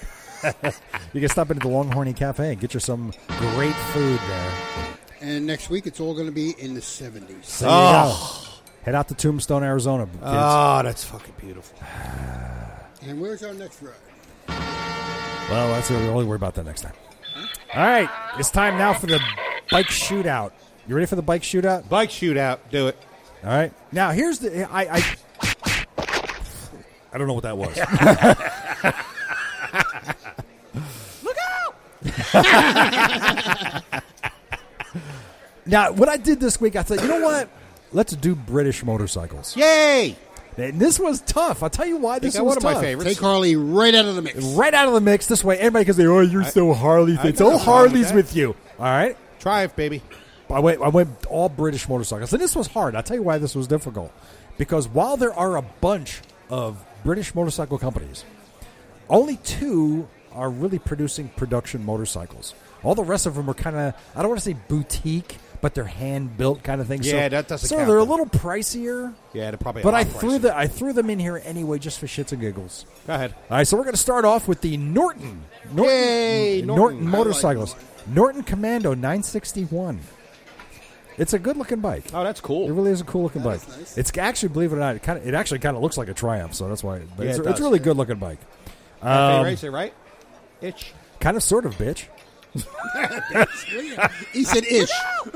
You can stop into the Longhorny Cafe and get you some great food there. And next week, it's all going to be in the 70s. There you Ah. go. Head out to Tombstone, Arizona. kids. Oh, that's fucking beautiful. And where's our next ride? Well, that's we'll only worry about that next time. All right, it's time now for the bike shootout. You ready for the bike shootout? Bike shootout. Do it. All right. Now here's the I I, I don't know what that was. Look out! now what I did this week, I thought, you know what? Let's do British motorcycles. Yay! And this was tough. I'll tell you why this got was one of my tough. favorites. Take Harley right out of the mix. right out of the mix this way. Everybody can say, "Oh, you're so Harley." I It's got all nothing wrong with Harleys that. with you. All right. Triumph, baby. I went, I went all British motorcycles, and this was hard. I'll tell you why this was difficult. Because while there are a bunch of British motorcycle companies, only two are really producing production motorcycles. All the rest of them are kind of, I don't want to say boutique, but they're hand built kind of things. Yeah, so, that doesn't So count, they're a though. little pricier. Yeah, they're probably. a But lot I pricier. threw, the, I threw them in here anyway just for shits and giggles. Go ahead. All right, so we're going to start off with the Norton. Norton, Yay, Norton, Norton. I like motorcycles. Norton Commando 961. It's a good looking bike. Oh, that's It cool. really is a cool looking That bike. is nice. It's actually, believe it or not, it, kind of, it actually kind of looks like a Triumph, so that's why. But Yeah, it's, it it's does. a really good looking bike. Cafe Um, racer, right? Itch. Kind of, sort of, bitch. He said ish.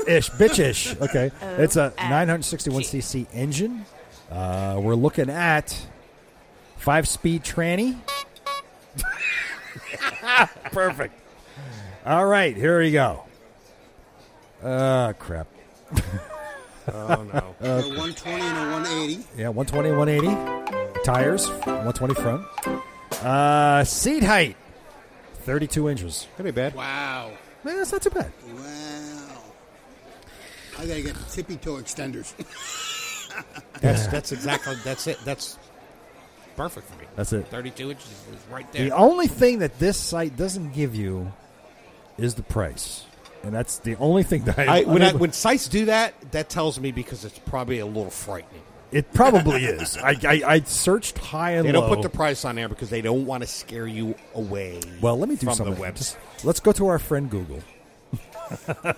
Ish, bitchish. Okay. It's a 961cc engine. Uh, we're looking at five speed tranny. Perfect. All right, here we go. Uh, crap. Oh no. A 120 and a 180. Yeah, 120, 180. Tires, 120 front. Uh, seat height, 32 inches. Could be bad. Wow. Man, that's not too bad. Wow. I got to get tippy toe extenders. That's that's exactly that's it. That's perfect for me. That's it. 32 inches is right there. The only thing that this site doesn't give you is the price, and that's the only thing that I, I, when, I, unable- when sites do that, that tells me because it's probably a little frightening. it probably is. I, I I searched high and They low. don't put the price on there because they don't want to scare you away. well, let me do from something. the website. Just- let's go to our friend Google.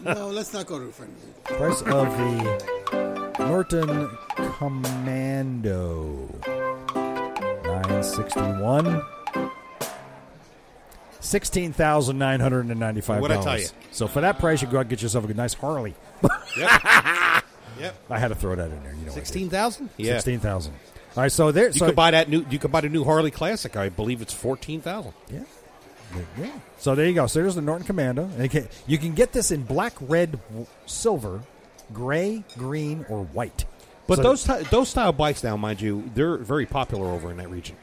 no, let's not go to a friend. Price of the Norton Commando. 961 $16,995. What'd I tell you? So for that price, you go out and get yourself a nice Harley. Yep. I had to throw that in there. You know, Sixteen thousand. Yeah. 16000 All right, so there. You so, could buy that new. You could buy the new Harley Classic. I believe it's fourteen thousand. yeah. Yeah. So there you go. So there's the Norton Commando. And you can- you can get this in black, red, w- silver, gray, green, or white. But So- those ty- those style bikes now, mind you, they're very popular over in that region.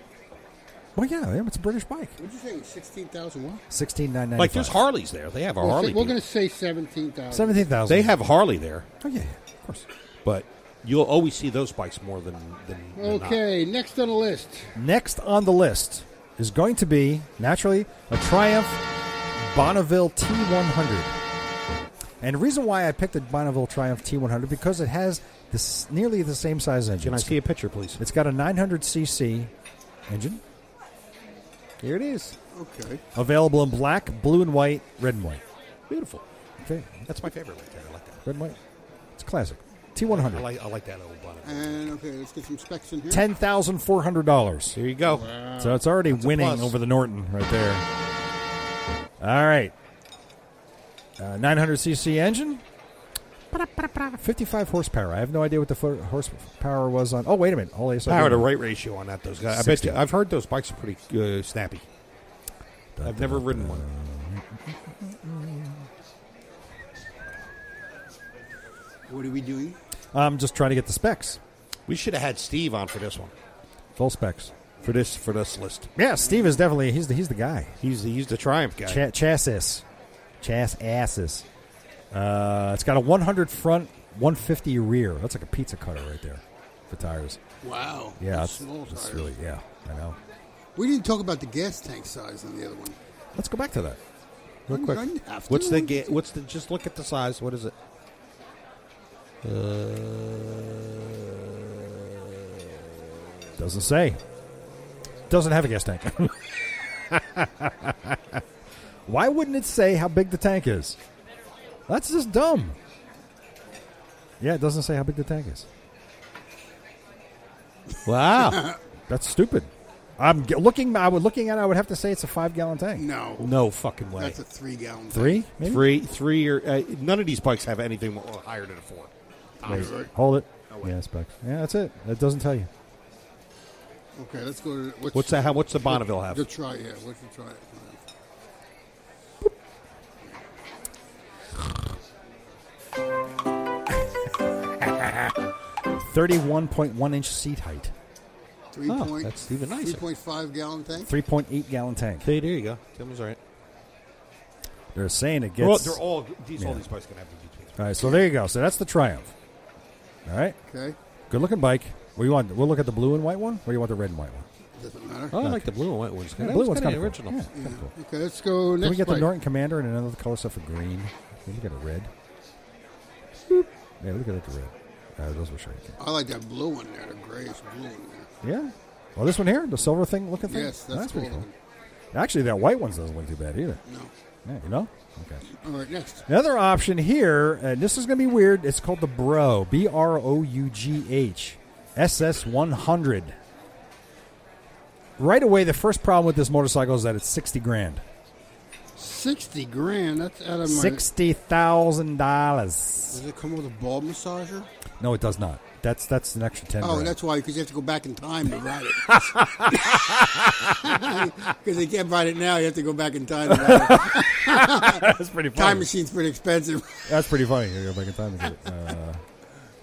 Well, yeah, yeah, it's a British bike. What'd you say? Sixteen thousand what? Sixteen nine ninety. Like there's Harleys there. They have a We'll Harley. say- we're deal. going to say seventeen thousand. seventeen thousand. They have Harley there, Oh yeah, yeah, of course. but you'll always see those bikes more than than. than not. Okay, next on the list. Next on the list is going to be naturally a Triumph Bonneville T100. And the reason why I picked the Bonneville Triumph T100 because it has this nearly the same size engine. Can I see a picture, please? It's got a 900cc engine. Here it is. Okay. Available in black, blue and white, red and white. Beautiful. Okay, That's my favorite right there. I like that. red and white. It's classic. T100. I like I like that old bonnet. And okay, let's get some specs in here. ten thousand four hundred dollars. Here you go. So it's already winning plus. over the Norton right there. All right, uh, nine hundred cc engine, fifty five horsepower. I have no idea what the fo- horsepower was on. Oh wait a minute, all ASI Power to rate ratio on that. Those guys. I bet 60. you. I've heard those bikes are pretty uh, snappy. I've never ridden one. What are we doing? I'm just trying to get the specs, We should have had Steve on for this one. full specs. For this for this list, Yeah, Steve is definitely he's the, he's the guy. he's the, he's the Triumph guy. Ch- chassis, chass asses. Uh, it's got a one hundred front, one fifty rear. That's like a pizza cutter right there for tires. Wow. Yeah, that's that's, small that's tires. really yeah. I know. We didn't talk about the gas tank size on the other one. Let's go back to that. Real quick. Didn't have to. What's the ga- What's the? Just look at the size. What is it? Uh, Doesn't say. Doesn't have a gas tank. Why wouldn't it say how big the tank is? That's just dumb. Yeah, it doesn't say how big the tank is. Wow. That's stupid. I'm g- looking. I would looking at. it, I would have to say it's a five gallon tank. No. no fucking way. That's a three gallon. Three, maybe. Three, three, or uh, none of these bikes have anything higher than a four. Wait, hold it. yeah, specs. Yeah, that's it. It doesn't tell you. Okay, let's go to what's, What's that? How? What's the Bonneville have? The try. Yeah, what's the uh, try? Thirty-one point one inch seat height. Three Oh, point. that's even nicer. Three point five gallon tank. Three point eight gallon tank. Hey, there you go. Tim was right. They're saying it They're all, gets. they're all these. All Yeah. these bikes can have the All right, so there you go. So that's the Triumph. All right, Okay. good looking bike. What do you want? We'll look at the blue and white one, or you want the red and white one? Doesn't matter. Oh, I like the blue and white ones. Yeah, That blue was one's kinda kind of original. Cool. Yeah, kinda cool. Okay, let's go next. Then we get the bike. Norton Commander and another color stuff for green. Then we get a red. Yeah, look at the red. Uh, those were shiny. I like that blue one there, the grayish blue one there. Yeah. Well, this one here, the silver thing looking thing. Yes, that's, cool. pretty cool. Actually, that white one doesn't look too bad either. No. Yeah, you know. Okay. All right, next. Another option here, and this is going to be weird. It's called the Bro, B R O U G H, SS 100. Right away, the first problem with this motorcycle is that it's 60 grand. Sixty grand. That's out of my. $60,000. Does it come with a ball massager? No, it does not. That's that's an extra 10 Oh, grand. that's why because you have to go back in time to ride it. Because they can't ride it now, you have to go back in time. To ride it. That's pretty time machine's pretty expensive. That's pretty funny. Here you go back in time. and get it. Uh,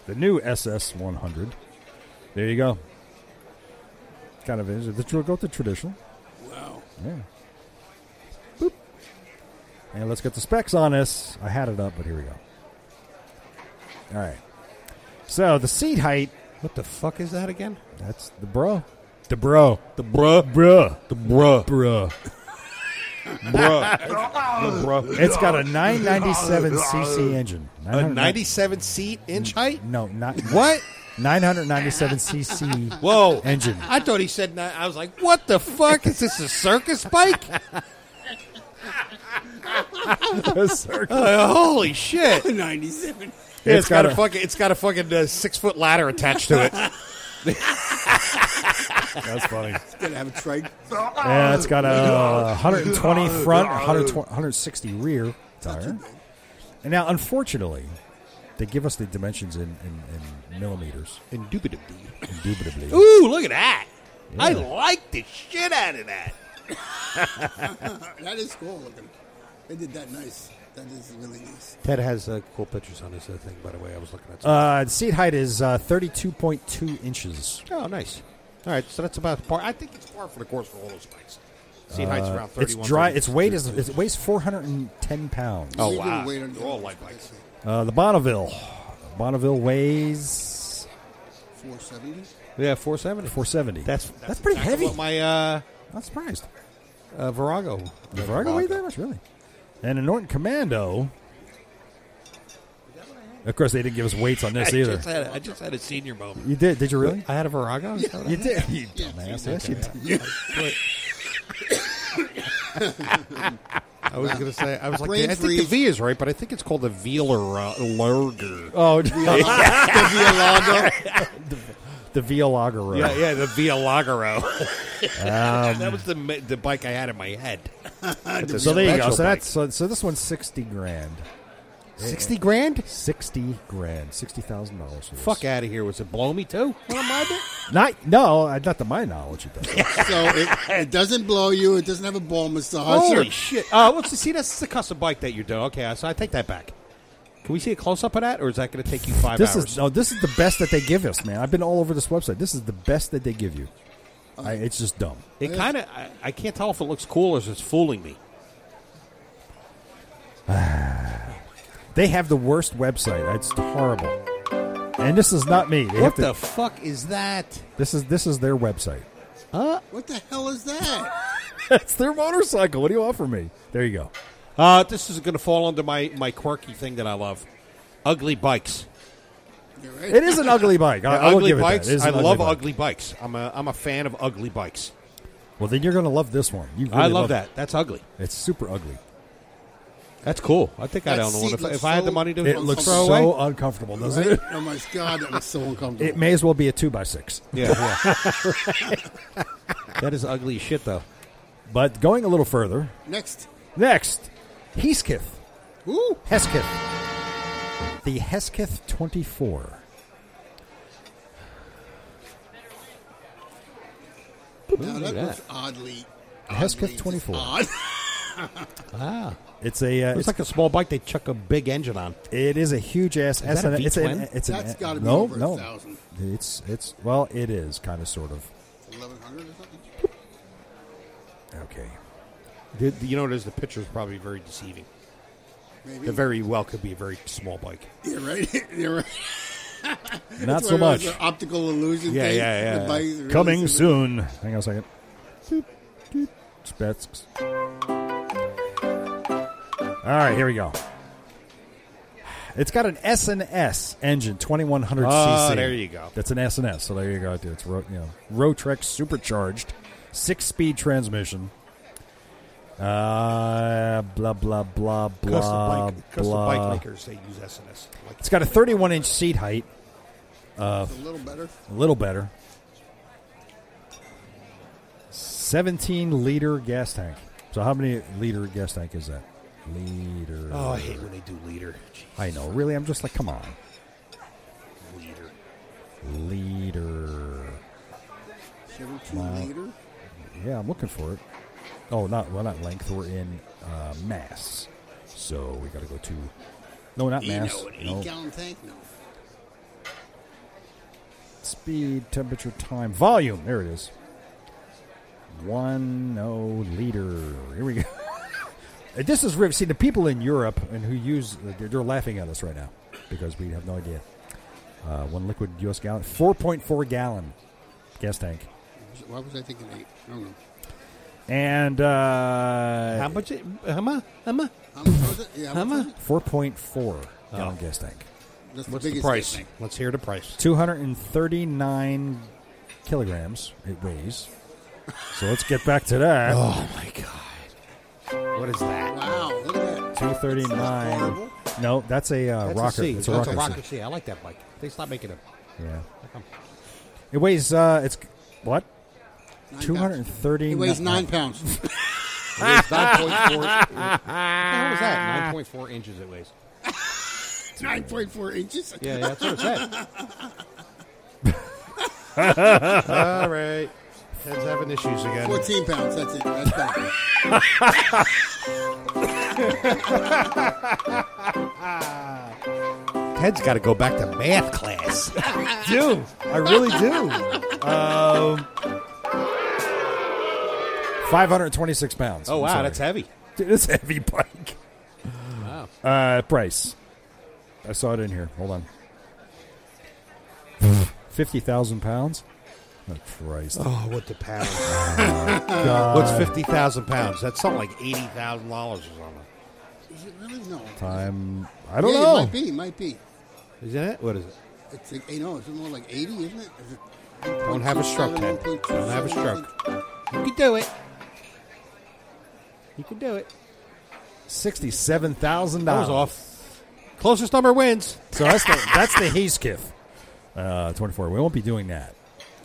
the new SS 100. There you go. Kind of is. We'll go with the traditional. Wow. Yeah. Boop. And let's get the specs on this. I had it up, but here we go. All right. So the seat height, What the fuck is that again? that's the bro. The bro. The bruh. Bruh. The bruh. Bruh. Bruh. the bruh. It's got a 997cc engine. A 997 97 seat inch height? No, not What? 997cc Whoa. engine. I thought he said, ni- I was like, what the fuck? Is this a circus bike? Uh, holy shit. Ninety-seven. it's got, a, fucking, it's got a fucking uh, six foot ladder attached to it. That's funny. Gonna have a trike. Yeah, it's got a 120 Oh, front, 120, 160 rear tire. And now, unfortunately, they give us the dimensions in, in, in millimeters, Indubitably. indubitably. Ooh, look at that. I Yeah. like the shit out of that. That is cool looking. They did that nice. That is really nice. Ted has uh, cool pictures on his uh, thing, by the way. I was looking at Uh, the seat height is uh, 32.2 inches. Oh, nice. All right, so that's about par. I think it's par for the course for all those bikes. Seat height's around It's thirty-one. dry. Its weight is it weighs 410 pounds. Oh, Leave it wow. away on the They're all other light ones, bikes. Uh, the Bonneville. Bonneville weighs Four seventy. yeah, four seventy. 470. That's that's, pretty exactly heavy. What my uh, I'm surprised. uh, Virago. The Virago weighed that much, really? And a Norton Commando. Of course, they didn't give us weights on this I either. just, had a, I just had a senior moment. You did? Did you really? I had a Virago. Is that what I You had? did. You Yeah, dumbass. you Yes, you did. I was gonna say. I was like, Brain I think the freeze. V is right, but I think it's called the Velar uh, Lurger. Oh, no. Villalago. the Violagero. Yeah, yeah, the Um, Vialagaro. that was the ma- the bike I had in my head. So there you go. Special So bike. that's so, so this one's sixty grand. sixty grand. Sixty grand. Sixty thousand dollars. Fuck out of here. Was it blow me too? Not no, uh, not to my knowledge. It doesn't. So it, it doesn't blow you. It doesn't have a ball massager. Holy shit! Uh, well, see, that's the custom bike that you're doing. Okay, so I take that back. Can we see a close up of that, or is that going to take you five this hours? is no. This is the best that they give us, man. I've been all over this website. This is the best that they give you. I, it's just dumb. it kind of. I, I can't tell if it looks cool or if it's fooling me. They have the worst website. It's horrible. And this is not me. They have What to- the fuck is that? this is this is their website. What the hell is that? it's their motorcycle. What do you offer me? There you go. Uh, this is going to fall under my my quirky thing that I love: ugly bikes. You're right. It is an ugly bike. I, Yeah, I will ugly give it that. bikes. It is I an love bike. ugly bikes. I'm a I'm a fan of ugly bikes. Well, then you're gonna love this one. You really I love it. that. That's ugly. It's super ugly. That's cool. I think I That don't know seat if, looks if I had so- the money to It Don't looks throw so away. uncomfortable, doesn't Right? it? Oh my god, that was so uncomfortable. It may as well be a two by six. Yeah, yeah. that is ugly as shit though. But going a little further, Next, next, Hesketh. Ooh. Hesketh. The Hesketh 24. now look that at was that. oddly. Hesketh oddly just 24. Odd. Ah, It's a uh, it's, it's, like a small bike they chuck a big engine on. it is a huge ass. that a it's an V-twin? it's an That's gotta be no over a no. thousand. It's it's well it is kind of sort of Eleven hundred or something. okay. The- the- you know, there's the picture is probably very deceiving. Maybe. It very well could be a very small bike. You're right. You're right. Not It's so one of much. those Optical illusion. Yeah, thing. yeah, yeah, The yeah. bike is really Coming super- soon. Hang on a second. Spets. All right, here we go. It's got an S and S engine, twenty one hundred Oh, cc. there you go. That's an S and S. So there you go. Dude. It's ro- you know Rotrex supercharged, six speed transmission. Uh, blah blah blah blah Custom bike, custom blah. bike makers they use SNS. Like, It's got a thirty one inch seat height. A little better. A little better. 17 liter gas tank. So how many liter gas tank is that? Liter. oh, I hate when they do leader. Jeez, I know. Really, I'm just like, come on. leader. Liter. Seventeen liter. Yeah, I'm looking for it. Oh, not well, not length. We're in uh, mass. So we got to go to. No, not You mass. know, an eight No. gallon tank. No. Speed, temperature, time, volume. There it is. One no liter. Here we go. this is riv. See the people in Europe and who use they're, they're laughing at us right now because we have no idea. Uh, one liquid U.S. gallon, four point four gallon gas tank, Why was I thinking eight? I don't know. And uh, How much? How much? How much? How much was it? Yeah, how much was it? Four point four gallon gas tank, That's What's the the, biggest price? thing. Let's hear the price. two hundred and thirty nine kilograms. It weighs. So let's get back to that. Oh my god! What is that? Wow, look at that. Two thirty nine. No, that's a uh, rocker. C. it's a That's rocker. rocker seat. C. I like that bike. They stopped making them. Yeah. It weighs. Uh, it's what? Nine Two hundred and pounds. thirty. It weighs nine pounds. Nine point four. What the hell was that? Nine point four inches it weighs. nine point four inches. Yeah, yeah, that's what it said. All right. Ted's having issues again. Fourteen pounds. That's it. That's bad. Ted's got to go back to math class. do. I really do. Um, Five hundred twenty-six pounds. Oh, I'm wow, sorry. that's heavy. Dude, it's a heavy bike. Wow. Uh, price. I saw it in here. Hold on. Fifty thousand pounds. Oh, Christ. Oh, what the pound. What's 50,000 pounds? That's something like $80,000 or something. Is it really? No. Time. I don't yeah, know. It might be. It might be. Is that it? What is it? It's like, you know, it's more like eighty, isn't it? Is it Don't have a stroke, Ted. 1.27, Don't have a stroke. You can do it. You can do it. Sixty-seven thousand That dollars was off. Closest number wins. So that's the that's the haze kiff. Uh, Twenty-four. We won't be doing that.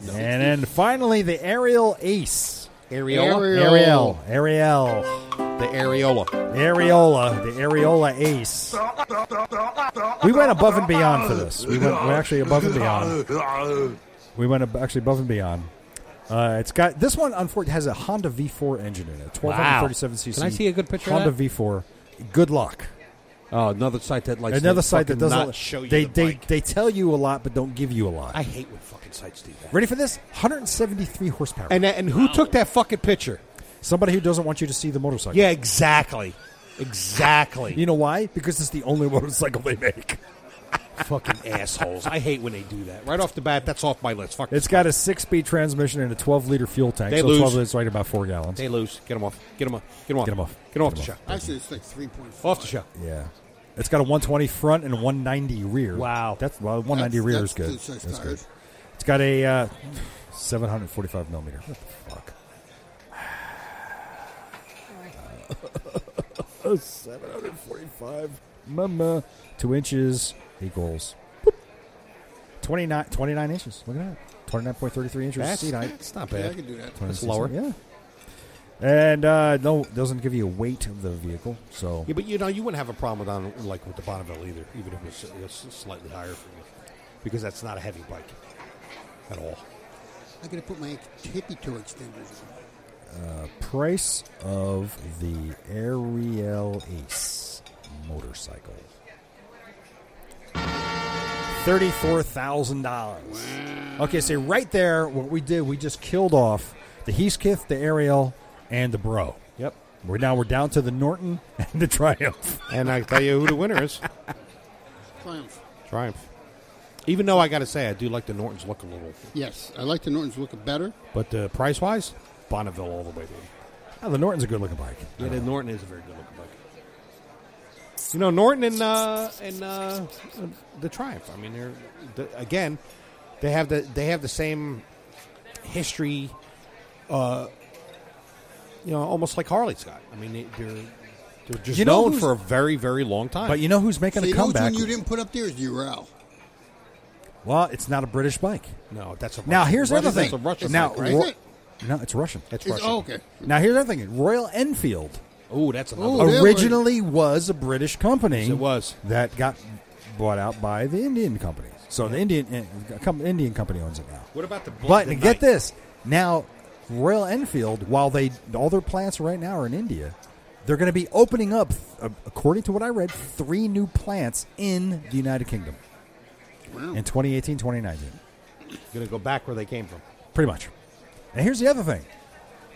And then finally, the Ariel Ace. Areola. Ariel. Ariel. The areola. The Areola, the Areola Ace. We went above and beyond for this. We went we're actually above and beyond. We went ab- actually above and beyond. Uh, it's got this one. Unfortunately, has a Honda V4 engine in it. Twelve hundred thirty-seven cc. Can I see a good picture of Honda that? V4. Good luck. Oh, another site that likes Another to site that fucking doesn't not show you they the they bike. they tell you a lot but don't give you a lot. I hate when fucking sites do that. Ready for this? 173 horsepower. And and who took that fucking picture? Somebody who doesn't want you to see the motorcycle. Yeah, exactly. Exactly. You know why? Because it's the only motorcycle they make. fucking assholes. I hate when they do that. Right off the bat, that's off my list. Fuck. It's got a six-speed transmission and a 12-liter fuel tank. They so lose. 12 liters, right about four gallons. They lose. Get them off. Get them off. Get them off. Get 'em off. Get 'em off Get 'em the off. show. Actually, it's like three point four. Off the show. yeah, it's got a 120 front and a 190 rear. Wow. that's well, 190 rear is good. That's That's tires. good. It's got a uh, 745 millimeter. What the fuck? Uh, 745, mama. Two inches equals boop, 29, 29 inches. Look at that, 29.33 inches. That's, seat height. that's not Yeah, I bad. can do that. It's lower. Yeah. And uh, no, doesn't give you a weight of the vehicle. So Yeah, but you know, you wouldn't have a problem with on like with the Bonneville either, even if it was, it was slightly higher for you, because that's not a heavy bike at all. I gotta put my hippie toe extenders. price of the Ariel Ace motorcycle. Thirty-four thousand dollars. Okay, so right there, what we did, we just killed off the Heathkith, the Ariel, and the Bro. Yep. We're now we're down to the Norton and the Triumph. And I tell you who the winner is. on. Triumph. Triumph. Even though I got to say, I do like the Nortons look a little, Yes, I like the Nortons look better. but uh, price wise, Bonneville all the way. Baby. Oh, the Norton's a good-looking bike. Yeah, the Norton is a very good looking bike. You know, Norton and uh, and uh, the Triumph. I mean, they're the, again, they have the they have the same history. Uh, you know, almost like Harley's got. I mean, they, they're they're just You know known who's- for a very very long time. But you know who's making So a you know which comeback? one you didn't put up there is the Ural. Well, it's not a British bike. no, that's a Now here's Russian- another thing. That's a Russian now, bike, right? Ro- Is no, it's Russian. That's It's, Russian. oh, okay. Now here's another thing. Royal Enfield Oh, that's another. Ooh. one. yeah, originally was a British company. Yes, it was. that got bought out by the Indian company. So the Indian eh, com- Indian company owns it now. What about the bl- But the get Knight? this now, Royal Enfield. While they all their plants right now are in India, they're going to be opening up, uh, according to what I read, three new plants in the United Kingdom Wow. in 2018, 2019. Gonna go back where they came from. Pretty much. And here's the other thing.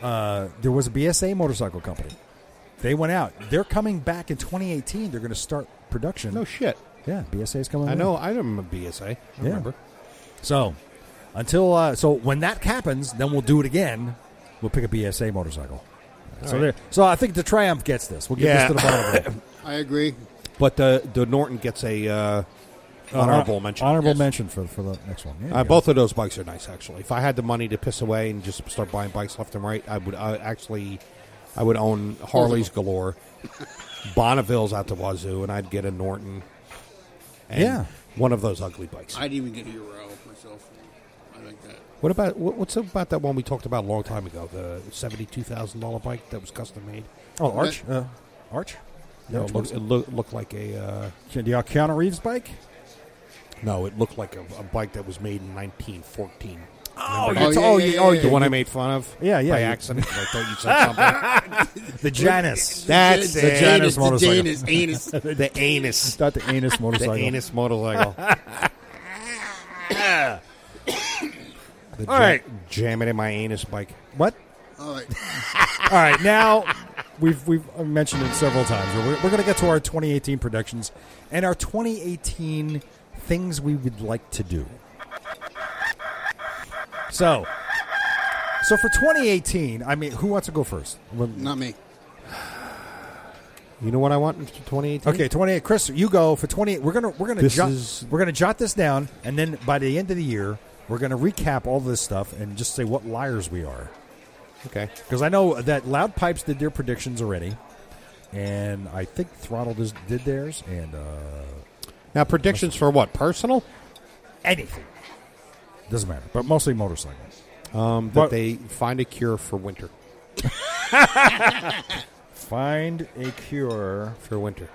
Uh, there was a BSA motorcycle company. They went out. They're coming back in 2018. They're going to start production. No shit. yeah, BSA is coming. I in. know. I remember BSA. I Yeah. remember. So, Until uh, so, when that happens, then we'll do it again. We'll pick a BSA motorcycle. so right. there. So I think the Triumph gets this. We'll give Yeah. this to the bottom. I agree. But the the Norton gets a uh, honorable mention. Honorable Yes. mention for, for the next one. Yeah, Uh, yeah. both of those bikes are nice, actually. If I had the money to piss away and just start buying bikes left and right, I would uh, actually, I would own Harleys galore, Bonnevilles out the wazoo, and I'd get a Norton. And Yeah. one of those ugly bikes. I'd even get a Euro myself. I like that. what about what, what's about that one we talked about a long time ago? The seventy-two thousand dollar bike that was custom made. Oh, Arch. Uh, Arch. No, Arch it, looked, was- it look, looked like a uh, the uh, Keanu Reeves bike. no, it looked like a, a bike that was made in nineteen fourteen. Oh, you're ta- oh, yeah, yeah, yeah. the one I made fun of. Yeah, yeah, by you- accident. 'cause I thought you said something. the Janus. That's the it. Janus Janus, the motorcycle. Janus, anus. the anus. It's not the anus motorcycle. The anus motorcycle. All right. jam it in my anus bike. What? All right. All right, now we've we've mentioned it several times. We're, we're going to get to our 2018 predictions and our 2018 things we would like to do. So, so for 2018, I mean, who wants to go first? Well, Not me. You know what I want in 2018? Okay, 28. Chris, you go for 28. We're gonna we're gonna This jot, is- we're gonna jot this down, and then by the end of the year, we're gonna recap all this stuff and just say what liars we are. Okay. Because I know that Loud Pipes did their predictions already, and I think Throttle does, did theirs, and uh, Now predictions for what? Personal? anything doesn't matter, but mostly motorcycles. Um, that What- they find a cure for winter. Find a cure. For winter.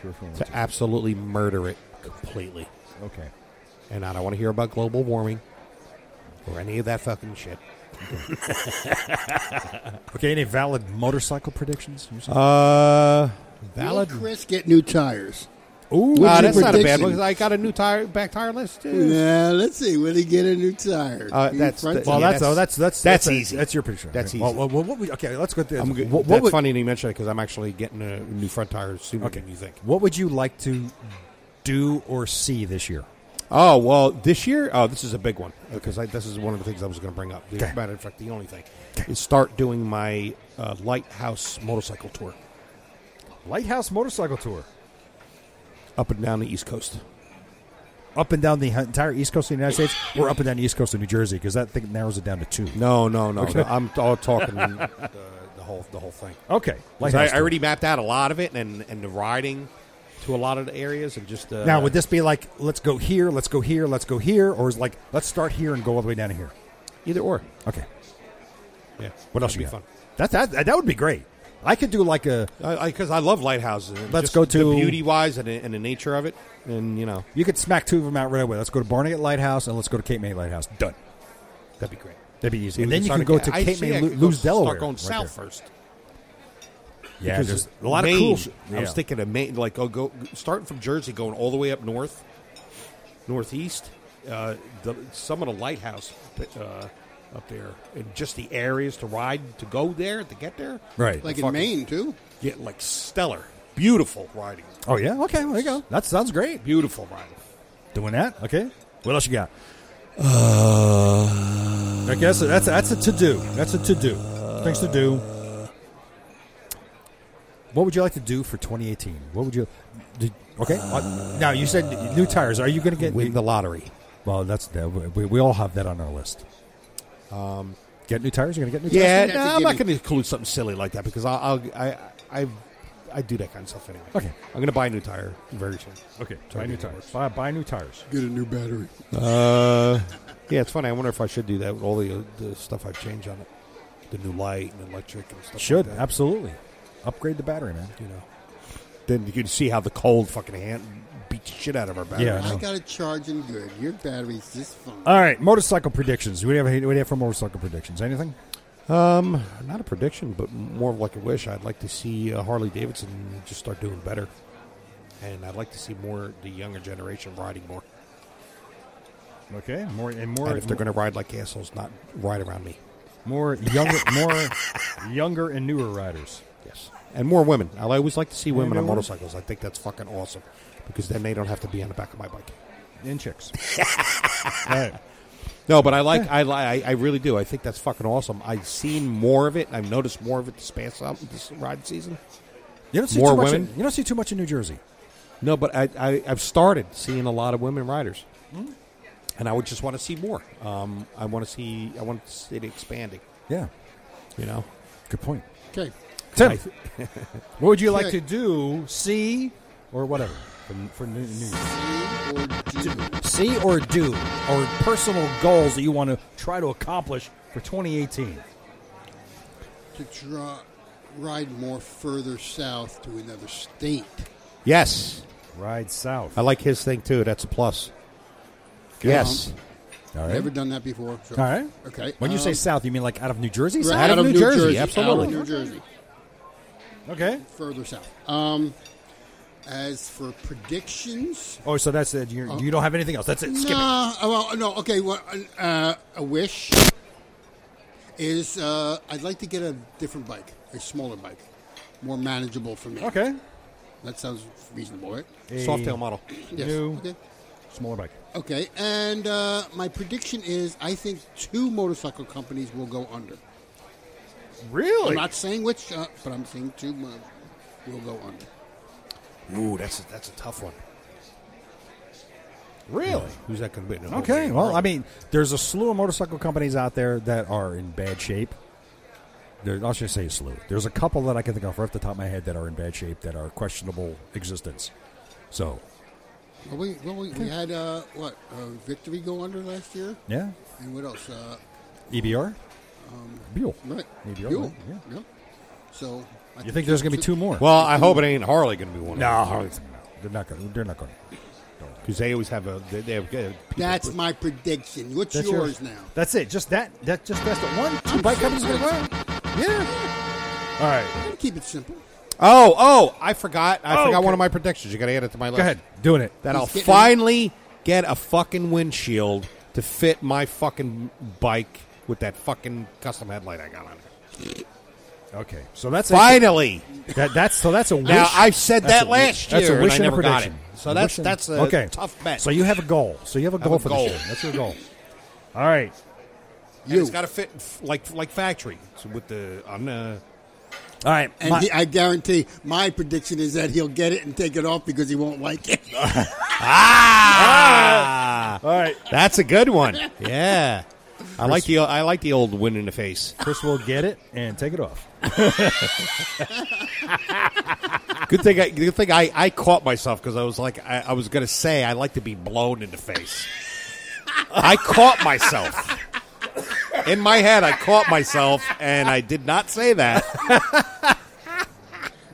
Cure for To absolutely murder it completely. Okay. And I don't want to hear about global warming or any of that fucking shit. Okay. Any valid motorcycle predictions? Or something? Uh, Will valid. Chris get new tires? Ooh, what's Ah, your that's not a bad prediction? one. 'cause I got a new tire back tire list too. Nah, let's see. Will he get a new tire? Uh, He that's- front- well, yeah, that's, oh, that's that's that's a- easy. That's your prediction. That's okay. easy. Well, well, what, would- okay, let's go. Through, I'm good. what, what that's would, funny that you mention it because I'm actually getting a new front tire sooner Okay. than you think. What would you like to do or see this year? Oh well, this year. Oh, this is a big one because I, this is one of the things I was going to bring up. Okay. As a matter of fact, the only thing is start doing my uh, lighthouse motorcycle tour Lighthouse motorcycle tour. up and down the East Coast. up and down the entire east coast of the United States or up and down the east coast of New Jersey because that thing narrows it down to two. No, no, no. no. I'm all talking uh, the whole the whole thing. Okay. 'Cause I, Lighthouse I already mapped out a lot of it and and the riding to a lot of the areas and just uh, tour. now, would this be like, let's go here, let's go here, let's go here, or is like, let's start here and go all the way down to here? either or. Okay. Yeah. What else That'd you be got? fun? That, that, that would be great. I could do like a, Because I, love lighthouses. and Let's just go to- the beauty wise and, the- and the nature of it, and you know you could smack two of them out right away. Let's go to Barnegat Lighthouse and let's go to Cape May Lighthouse. Done. that'd be great. That'd be easy. We And then you start can go again. to I Cape see I May, could go lose Delaware. Start going right south there. first. Yeah, Because there's a lot of Maine. cool. I was thinking of Maine, like go, go starting from Jersey, going all the way up north, northeast. Uh, the, some of the lighthouse uh, up there, and just the areas to ride to go there to get there. Right. like fucking- in Maine too. Yeah, like stellar, beautiful riding, oh yeah. Okay. There you go. That sounds great. beautiful riding. Doing that? Okay. What else you got? Uh, I guess that's that's a to do. That's a to do. Things to do. What would you like to do for 2018? What would you? Did, okay. uh, now you said new tires. Are you going to get? Win the lottery. well, that's that- we, we all have that on our list. Um, get new tires. You're going to get new Um, Yeah, That's a no, I'm not given. going to include something silly like that because I'll, I'll I, I I do that kind of stuff anyway. Okay. I'm going to buy a new tire very soon. tires. Okay. Buy new tires. Buy, buy new tires. Get a new battery. Uh, yeah, it's funny. I wonder if I should do that with all the, uh, the stuff I've changed on it, the new light and electric and stuff. Should like that, absolutely upgrade the battery, man. you know? Then you can see how the cold fucking hand beat the shit out of our battery. Yeah, I I know. got it charging good. Your battery's just fine. All right. Motorcycle predictions. What do you have? What do you have for motorcycle predictions? Anything? Um, not a prediction, but more of like a wish. I'd like to see uh, Harley Davidson just start doing better, and I'd like to see more the younger generation riding more. Okay, more and more And if they're going to ride like assholes, not ride around me. more younger, more younger and newer riders. Yes, and more women. I always like to see women on more- motorcycles. I think that's fucking awesome because then they don't have to be on the back of my bike. and chicks. All right. No, but I like I li- I I really do. I think that's fucking awesome. I've seen more of it. I've noticed more of it this past up this ride season. You don't see more too much women. In, you don't see too much in New Jersey. No, but I, I I've started seeing a lot of women riders, and I would just want to see more. Um, I want to see I want to see it expanding. Yeah, You know, good point. Okay. Tim, I- what would you like Okay. to do? See or whatever for, for New, New Year's? Or do. See or do or personal goals that you want to try to accomplish for 2018. to try, ride more further south to another state. yes, Ride south. I like his thing too. That's a plus. Yes, All right. Never done that before. so- All right. Okay. When you say um, south, you mean like out of New Jersey? right, south? out of New Jersey, absolutely. Out of New Jersey, Okay. further south. Um, as for predictions, Oh, so that's it. You're, you don't have anything else. That's it. Skip it. nah, oh, well, no, okay. Well, uh, a wish is uh, I'd like to get a different bike, a smaller bike, more manageable for me. Okay. That sounds reasonable, right? Softail model. Yes. New- Okay. Smaller bike. Okay, and uh, my prediction is I think two motorcycle companies will go under. Really? I'm not saying which, uh, but I'm saying two mo- will go under. Ooh, that's a, that's a tough one. really? Who's that going to be? No, Okay. man. Well, I mean, there's a slew of motorcycle companies out there that are in bad shape. There, I'll just say a slew. There's a couple that I can think of right off the top of my head that are in bad shape that are questionable existence. So, Well, we, well, we, we had uh, what uh, Victory go under last year, yeah. and what else? Uh, EBR? Buell. Um, right, Maybe all Buell. right, yeah. Yep. So I You think there's going to be two more? Well, I hope it ain't Harley going to be one. no, Harley's- no, they're not going. They're not going. because they always have a they, they have. uh, People That's my prediction. What's That's yours, yours. now? That's it. Just that. That just that's the one. Two bike companies going to go. Yeah. All right. I'm gonna keep it simple. Oh, oh, I forgot. I Oh, forgot okay. one of my predictions. You got to add it to my list. Go ahead. Doing it. That I'll getting- finally get a fucking windshield to fit my fucking bike with that fucking custom headlight I got on it. Okay. So that's it. Finally. That, that's so that's a wish. Now I've said That's that a wi- last year That's a wish and and I a never got prediction. it. So A that's wish and- that's a okay. tough bet. So you have a goal. So you have a goal a for goal. this year. That's your goal. All right. And it's got to fit f- like like factory so with the on the All right. And My- he, I guarantee my prediction is that he'll get it and take it off because he won't like it. ah. all right. That's a good one. Yeah. I like the I like the old wind in the face. Chris will get it and take it off. Good thing I good thing I, I caught myself because I was like I, I was gonna say I like to be blown in the face. I caught myself. In my head I caught myself and I did not say that.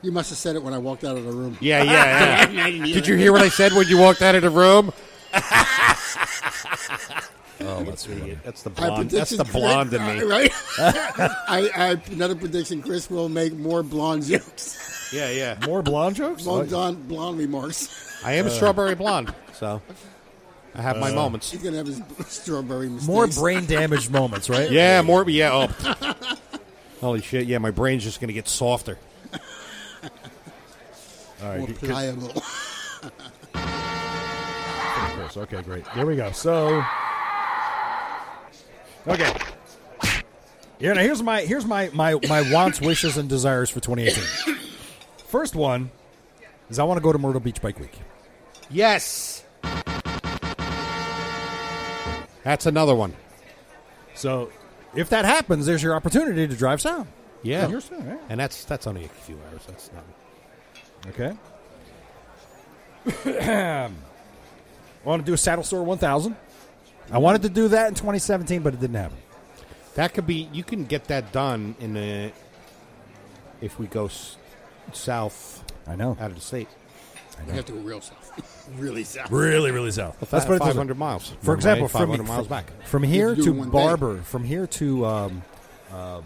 you must have said it when I walked out of the room. Yeah, yeah, yeah. Did you hear what I said when you walked out of the room? Oh, that's funny. That's the I uh, blonde that's the blonde in me. Right? I, I, another prediction Chris will make more blonde jokes. Yeah, yeah. More blonde jokes. Well Oh, done, blonde remarks. I am a strawberry blonde, so I have my moments. He's gonna have his strawberry mistakes. More brain damaged moments, right? Yeah, more yeah, oh. Holy shit, yeah, my brain's just gonna get softer. All more right. Good- pliable. good Chris. Okay, great. Here we go. So, okay. Yeah. Now here's my here's my my my wants, wishes, and desires for 2018. First one is I want to go to Myrtle Beach Bike Week. Yes. That's another one. So, if that happens, there's your opportunity to drive sound. Yeah. You're saying, right? Oh. And that's that's only a few hours. That's not. Okay. I want to do a Saddle Store 1000. I wanted to do that in 2017, but it didn't happen. That could be. You can get that done in the. If we go s- south I know. out of the state, We have to go real south. really south. Really, really south. Let's put it this five way. hundred miles. For example, five from, hundred miles from- back. from here You do to one day. Barber, from here to um, um,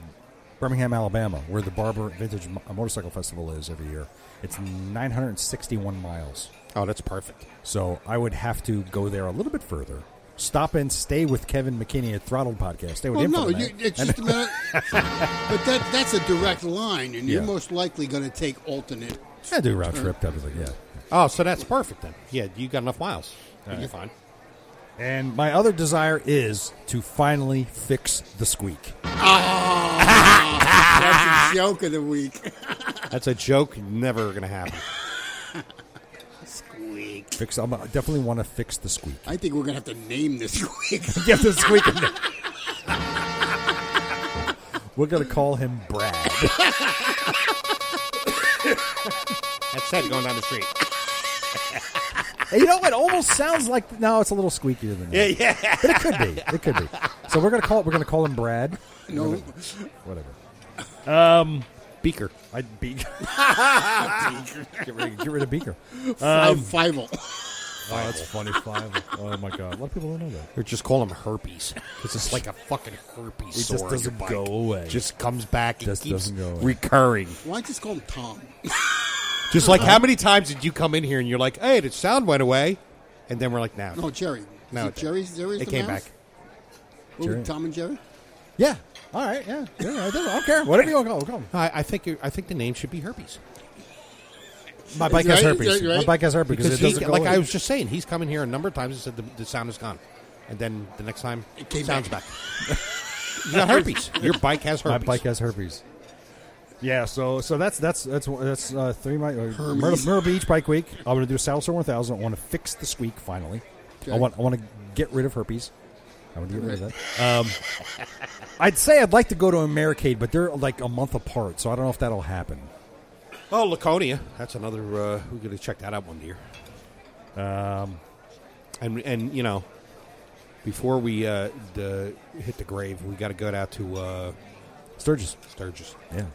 Birmingham, Alabama, where the Barber Vintage Mo- uh, Motorcycle Festival is every year. It's 961 miles. Oh, that's perfect. So I would have to go there a little bit further, stop and stay with Kevin McKinney at Throttled Podcast. Stay with Well, him no, for the you, night. it's And- just a matter. but that that's a direct line, and you're Yeah. most likely going to take alternate. Yeah, do a round trip. That was like, yeah. Oh, so that's perfect then. Yeah, you got enough miles. You're fine. And my other desire is to finally fix the squeak. Ah! That's a joke of the week. That's a joke. Never going to happen. Squeak. Fix. I'm, I definitely want to fix the squeak. I think we're gonna have to name this week. Get the squeak. in there. We're gonna call him Brad. That's Ted going down the street. And you know what? Almost sounds like no. It's a little squeakier than that. Yeah, yeah. But it could be. It could be. So we're gonna call it. We're gonna call him Brad. No, Whatever. Beaker. I'd be. get, rid, get rid of Beaker. five Um, Fievel. Oh, that's funny. Five. Oh my god. A lot of people don't know that. Or just call him herpes. Because it's like a fucking herpes It just sore. on your doesn't bike. go away. Just comes back. It Just keeps doesn't go away. recurring. Why don't you just call him Tom? Just like how many times did you come in here and you're like, hey, the sound went away? And then we're like, now. No, Jerry. No, Is it it Jerry's, Jerry's it the came mouse? back. Who, Jerry. Tom and Jerry? Yeah. All right. Yeah. Yeah. I don't, I don't care. Whatever you want to call. Call him. I, I think you- I think the name should be herpes. My bike has Right, herpes. right. My bike has herpes because it he- doesn't go like away. I was just saying, he's come in here a number of times and said the, the sound is gone, and then the next time It came sounds back. you got herpes. Your bike has My herpes. bike has herpes. Yeah, so so that's that's that's that's uh, three my uh, Hermes. Myrtle, Myrtle Beach Bike Week. I'm going to do Salsa 1000. I want to fix the squeak finally. I Okay. want I want to get rid of herpes. I want to get rid of that. Um, I'd say I'd like to go to Americade, but they're like a month apart, so I don't know if that'll happen. oh, Laconia. That's another. Uh, we're gonna check that out one year. Um, and and you know, before we uh, the, hit the grave, we got to go out to uh, Sturgis, Sturgis. yeah.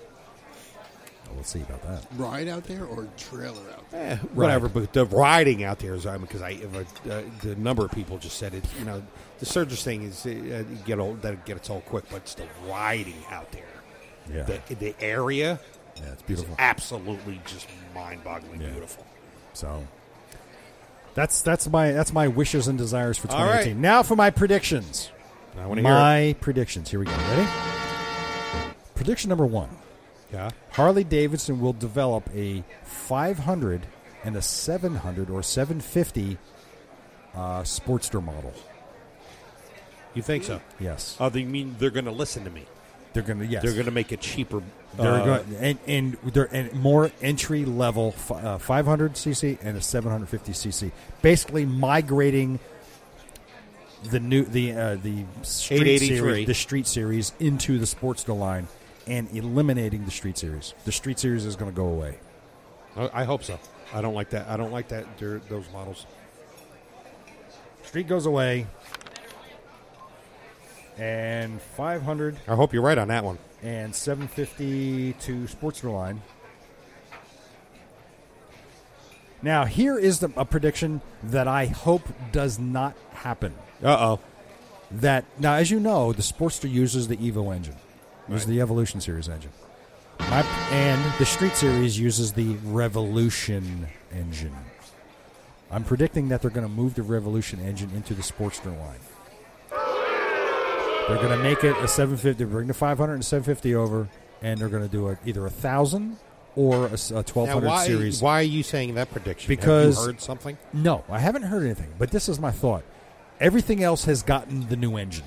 Oh, we'll see about that. Ride out there or trailer out there? Eh, whatever, but the riding out there is I because I if, uh, the number of people just said it. You know, the Sturgis thing is uh, you get old that gets old quick, but it's the riding out there. Yeah. The the area Yeah, it's is beautiful. absolutely just mind-boggling Yeah. beautiful. So that's that's my that's my wishes and desires for All right. 2018. Now for my predictions. I want to hear My predictions. Here we go. Ready? Prediction number one: it. Yeah. Harley Davidson will develop a 500 and a 700 or 750 uh, Sportster model. You think so? Yes, Oh, they mean they're going to listen to me. they're gonna. Yes, They're going to make it cheaper. They're uh, gonna- and and they're and more entry level fi- uh, 500 cc and a 750 cc. Basically, migrating the new the uh, the street 883. series, the street series into the Sportster line and eliminating the street series. The street series is going to go away. I, I hope so. I don't like that. I don't like that. They're, those models. Street goes away. And 500 I hope you're right on that one. and 750 to Sportsman Line. Now, here is the, a prediction that I hope does not happen. Uh oh. That now, as you know, the Sportster uses the Evo engine, uses the Evolution Series engine, My- and the Street Series uses the Revolution engine. I'm predicting that they're going to move the Revolution engine into the Sportster line. They're going to make it a 750. Bring the 500 and 750 over, and they're going to do a, either a thousand or a, s- a Now, 1200 why, series. why are you saying that prediction? Have you Because- heard something? No, I haven't heard anything, but this is my thought. Everything else has gotten the new engine.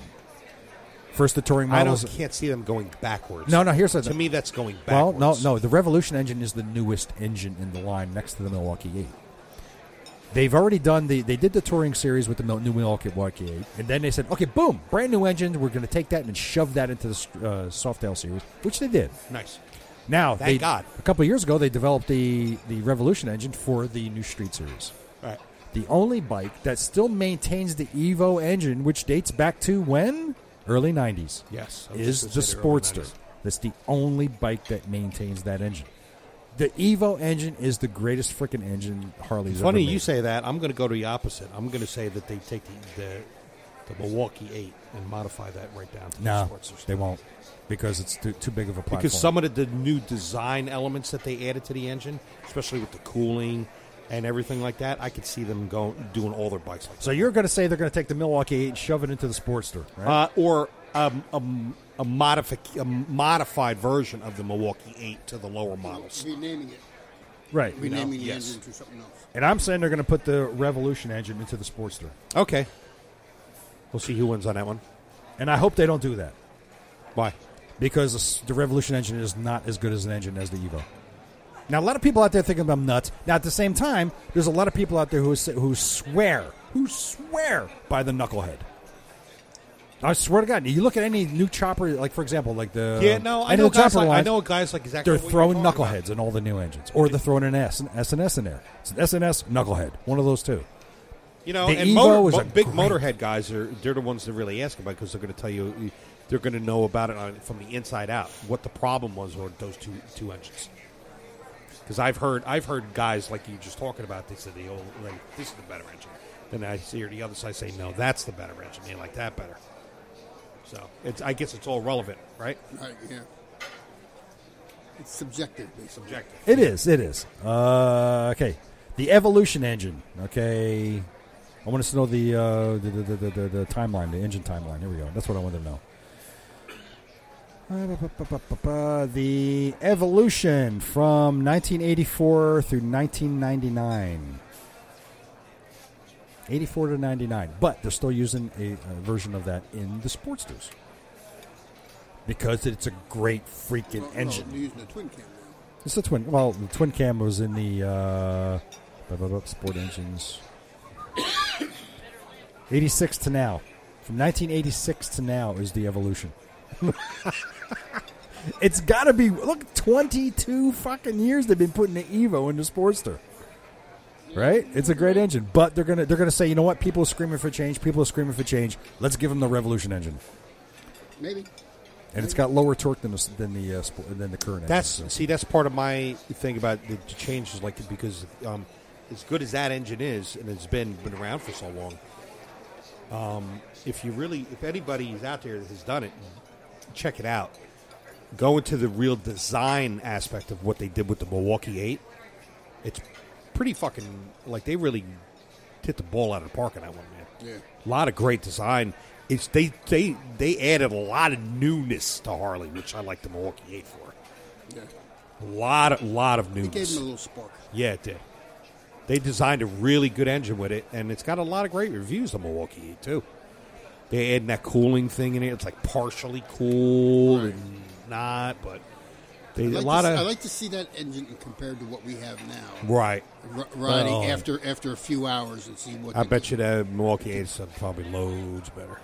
First, the touring I don't, models. can't see them going backwards. No, no. Here's the To me, that's going Well, backwards. no, no. The Revolution engine is the newest engine in the line, next to the Milwaukee Eight. They've already done the. They did the touring series with the Mil- new Milwaukee Eight, and then they said, "Okay, boom, brand new engine. We're going to take that and shove that into the uh, Softail series," which they did. Nice. Now, Thank they- God. a couple of years ago, they developed the the Revolution engine for the new Street series. All right. the only bike that still maintains the Evo engine, which dates back to when? Early 90s. Yes. I Is was just the gonna say the early Sportster. 90s. That's the only bike that maintains that engine. The Evo engine is the greatest freaking engine Harley's ever Funny made. you say that. I'm going to go to the opposite. I'm going to say that they take the, the the Milwaukee Eight and modify that right down to the No, Sportster. they won't because it's too, too big of a platform. Because some of the, the new design elements that they added to the engine, especially with the cooling and everything like that, I could see them going doing all their bikes like so you're going to say they're going to take the Milwaukee 8 and shove it into the Sportster, right? that, uh, or um, um, a modific a modified version of the Milwaukee Eight to the lower models. Renaming it. right. Renaming the Eh. yes. engine to something else. And I'm saying they're going to put the Revolution engine into the Sportster. Okay, We'll see who wins on that one. And I hope they don't do that Why? because the s- the Revolution engine is not as good as an engine as the Evo. Now, a lot of people out there think I'm nuts. Now, at the same time, there's a lot of people out there who s- who swear, who swear by the knucklehead. I swear to God, you look at any new chopper, like for example, like the yeah, no, I any know of the guys chopper like I lines, know guys like exactly. they're what you're throwing talking about. knuckleheads in all the new engines, or they're throwing an S, an S and S in there. It's an S and S knucklehead, one of those two. You know, The and Evo motor, is mo- a big great- motorhead guys are they're the ones to really ask about because they're going to tell you they're going to know about it on, from the inside out what the problem was with those two two engines. Because I've heard I've heard guys like you just talking about they said the old like, this is the better engine. Then I hear the other side say no, that's the better engine. They like that better. So it's I guess it's all relevant, right? Right, yeah. It's subjective, basically. Objective. It is. It is. Uh, okay, the evolution engine. Okay, I want us to know the, uh, the, the, the, the the timeline, the engine timeline. Here we go. That's what I want to know. Uh, bu- bu- bu- bu- bu- The evolution from 1984 through 1999. 84 to 99, but they're still using a, a version of that in the Sportsters because it's a great freaking Well, no, engine. they're using the twin cam now. It's the twin. Well, the twin cam was in the uh, blah, blah, blah, sport engines. 86 to now. From 1986 to now is the evolution. it's got to be, look, 22 fucking years they've been putting the Evo in the Sportster. Right? It's a great engine, but they're going to they're going to say, "You know what? People are screaming for change. People are screaming for change. Let's give them the Revolution engine." Maybe. And it's got lower torque than the, s- than the uh, sport, than the current That's engine. so- see, that's part of my thing about the the changes, like because um, as good as that engine is, and it's been been around for so long. Um, if you really, if anybody is out there that has done it, check it out. Go into the real design aspect of what they did with the Milwaukee Eight. It's pretty fucking like they really hit the ball out of the park on that one, man. Yeah. A lot of great design. It's they they they added a lot of newness to Harley, which I like the Milwaukee Eight for. Yeah. A lot, of, lot of It gave newness. him a little spark. yeah, it did. They designed a really good engine with it, and it's got a lot of great reviews. The Milwaukee Heat too. They adding that cooling thing in it. It's like partially cool and not, but they I like a lot to, of I like to see that engine compared to what we have now. right. R- riding Oh. after after a few hours and see what. I the- bet you the Milwaukee Eight is probably loads better.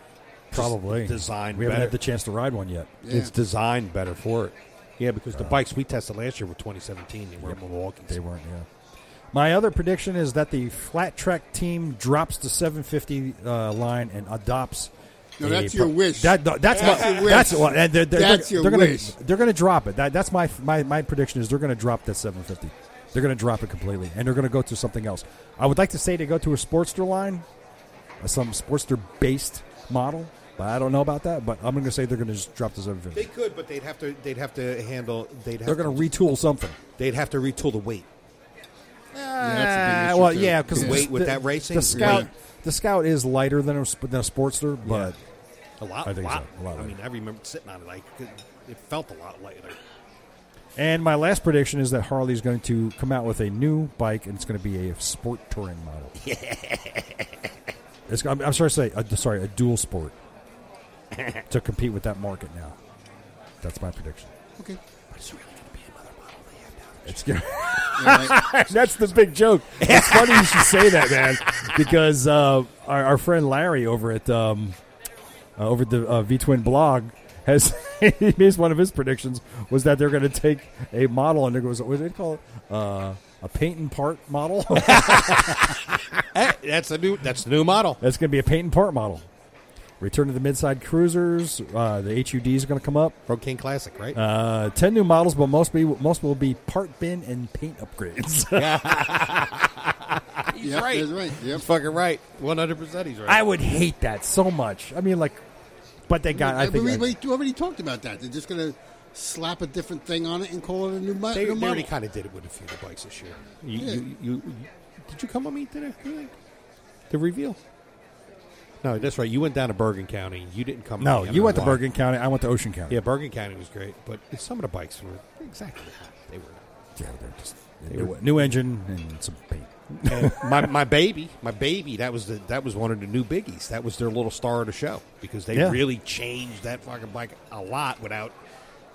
Probably designed We haven't better. had the chance to ride one yet. Yeah. It's designed better for it. Yeah, because the bikes we tested last year were 2017. They were Milwaukee. They weren't. Yeah. My other prediction is that the flat track team drops the 750 uh, line and adopts. No, a that's your wish. That, no, that's, That's what. your wish. That's what. And they're, they're, That's they're, your gonna, wish. They're going to drop it. That, that's my, my my prediction is they're going to drop that 750. They're going to drop it completely, and they're going to go to something else. I would like to say they go to a Sportster line, uh, some Sportster based model, but I don't know about that. But I'm going to say they're going to just drop the 750. They could, but they'd have to. They'd have to handle. They'd have They're going to retool something. They'd have to retool the weight. that's a big Uh, Ah, issue, well, too. yeah, because The weight with that racing? the scout, Weight. the scout is lighter than a, sp- than a sportster, but A lot, I think lot. so, a lot I mean, lighter. I remember sitting on it. Like it- it felt a lot lighter. and my last prediction is that Harley's going to come out with a new bike, and it's going to be a sport touring model. it's, I'm, I'm sorry to say, uh, sorry, a dual sport to compete with that market now. That's my prediction. Okay. It's gonna- Yeah, right. That's the big joke. It's funny you should say that, man, because uh, our, our friend Larry over at um, uh, over at the uh, V Twin blog has he made one of his predictions was that they're going to take a model and they're going to what do they call it uh, a paint and part model. That's the new. That's the new model. That's going to be a paint and part model. Return to the midside cruisers. Uh, the HUDs are going to come up. Road King Classic, right? Uh, ten new models, but most be most will be part bin and paint upgrades. Yep, right. That's right. Yep. fucking right. One hundred percent. He's right. I would hate that so much. I mean, like, but they got. I But we, think we already talked about that. They're just going to slap a different thing on it and call it a new, mo- they, new they already model. kind of did it with a few of the bikes this year. You, Yeah. you, you, did you come on me today? Really? The reveal. No, that's right. You went down to Bergen County. You didn't come. no. me. I You don't went know to why. Bergen County. I went to Ocean County. Yeah, Bergen County was great, but some of the bikes were exactly how they were. Yeah, they're just- new, new engine and some paint. And my my baby, my baby. That was the that was one of the new biggies. That was their little star of the show because they Yeah. really changed that fucking bike a lot. Without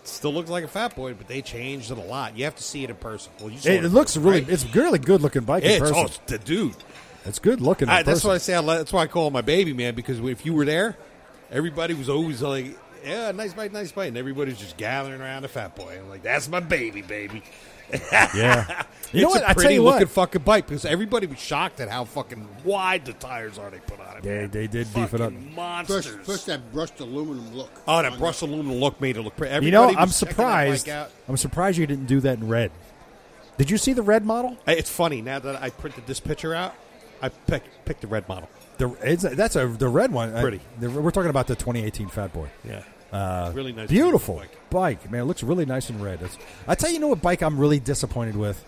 it still looks like a fat boy, but they changed it a lot. You have to see it in person. Well, you saw It, it looks in really. person, It's really good looking bike right? in it's, person. oh, it's the dude. it's good looking. In I, that's person. why I say I, li- that's why I call him my baby man because if you were there, everybody was always like, "Yeah, nice bite, nice bite," and everybody's just gathering around the fat boy. I'm like, "That's my baby, baby." yeah. You know it's what? a I tell pretty you looking what. fucking bike because everybody was shocked at how fucking wide the tires are they put on it. They, man. they did beef it up. fucking First, monsters. first that brushed aluminum look. oh, that on brushed aluminum look made it look pretty. You know, Everybody I'm was checking that bike surprised. out. I'm surprised you didn't do that in red. Did you see the red model? Hey, It's funny now that I printed this picture out. I picked picked the red model. The it's, that's a the red one. I- Pretty. the- we're talking about the 2018 Fat Boy. Yeah, uh, really nice, Beautiful bike. bike, man. It looks really nice and red. It's, I tell you, you know what bike I'm really disappointed with,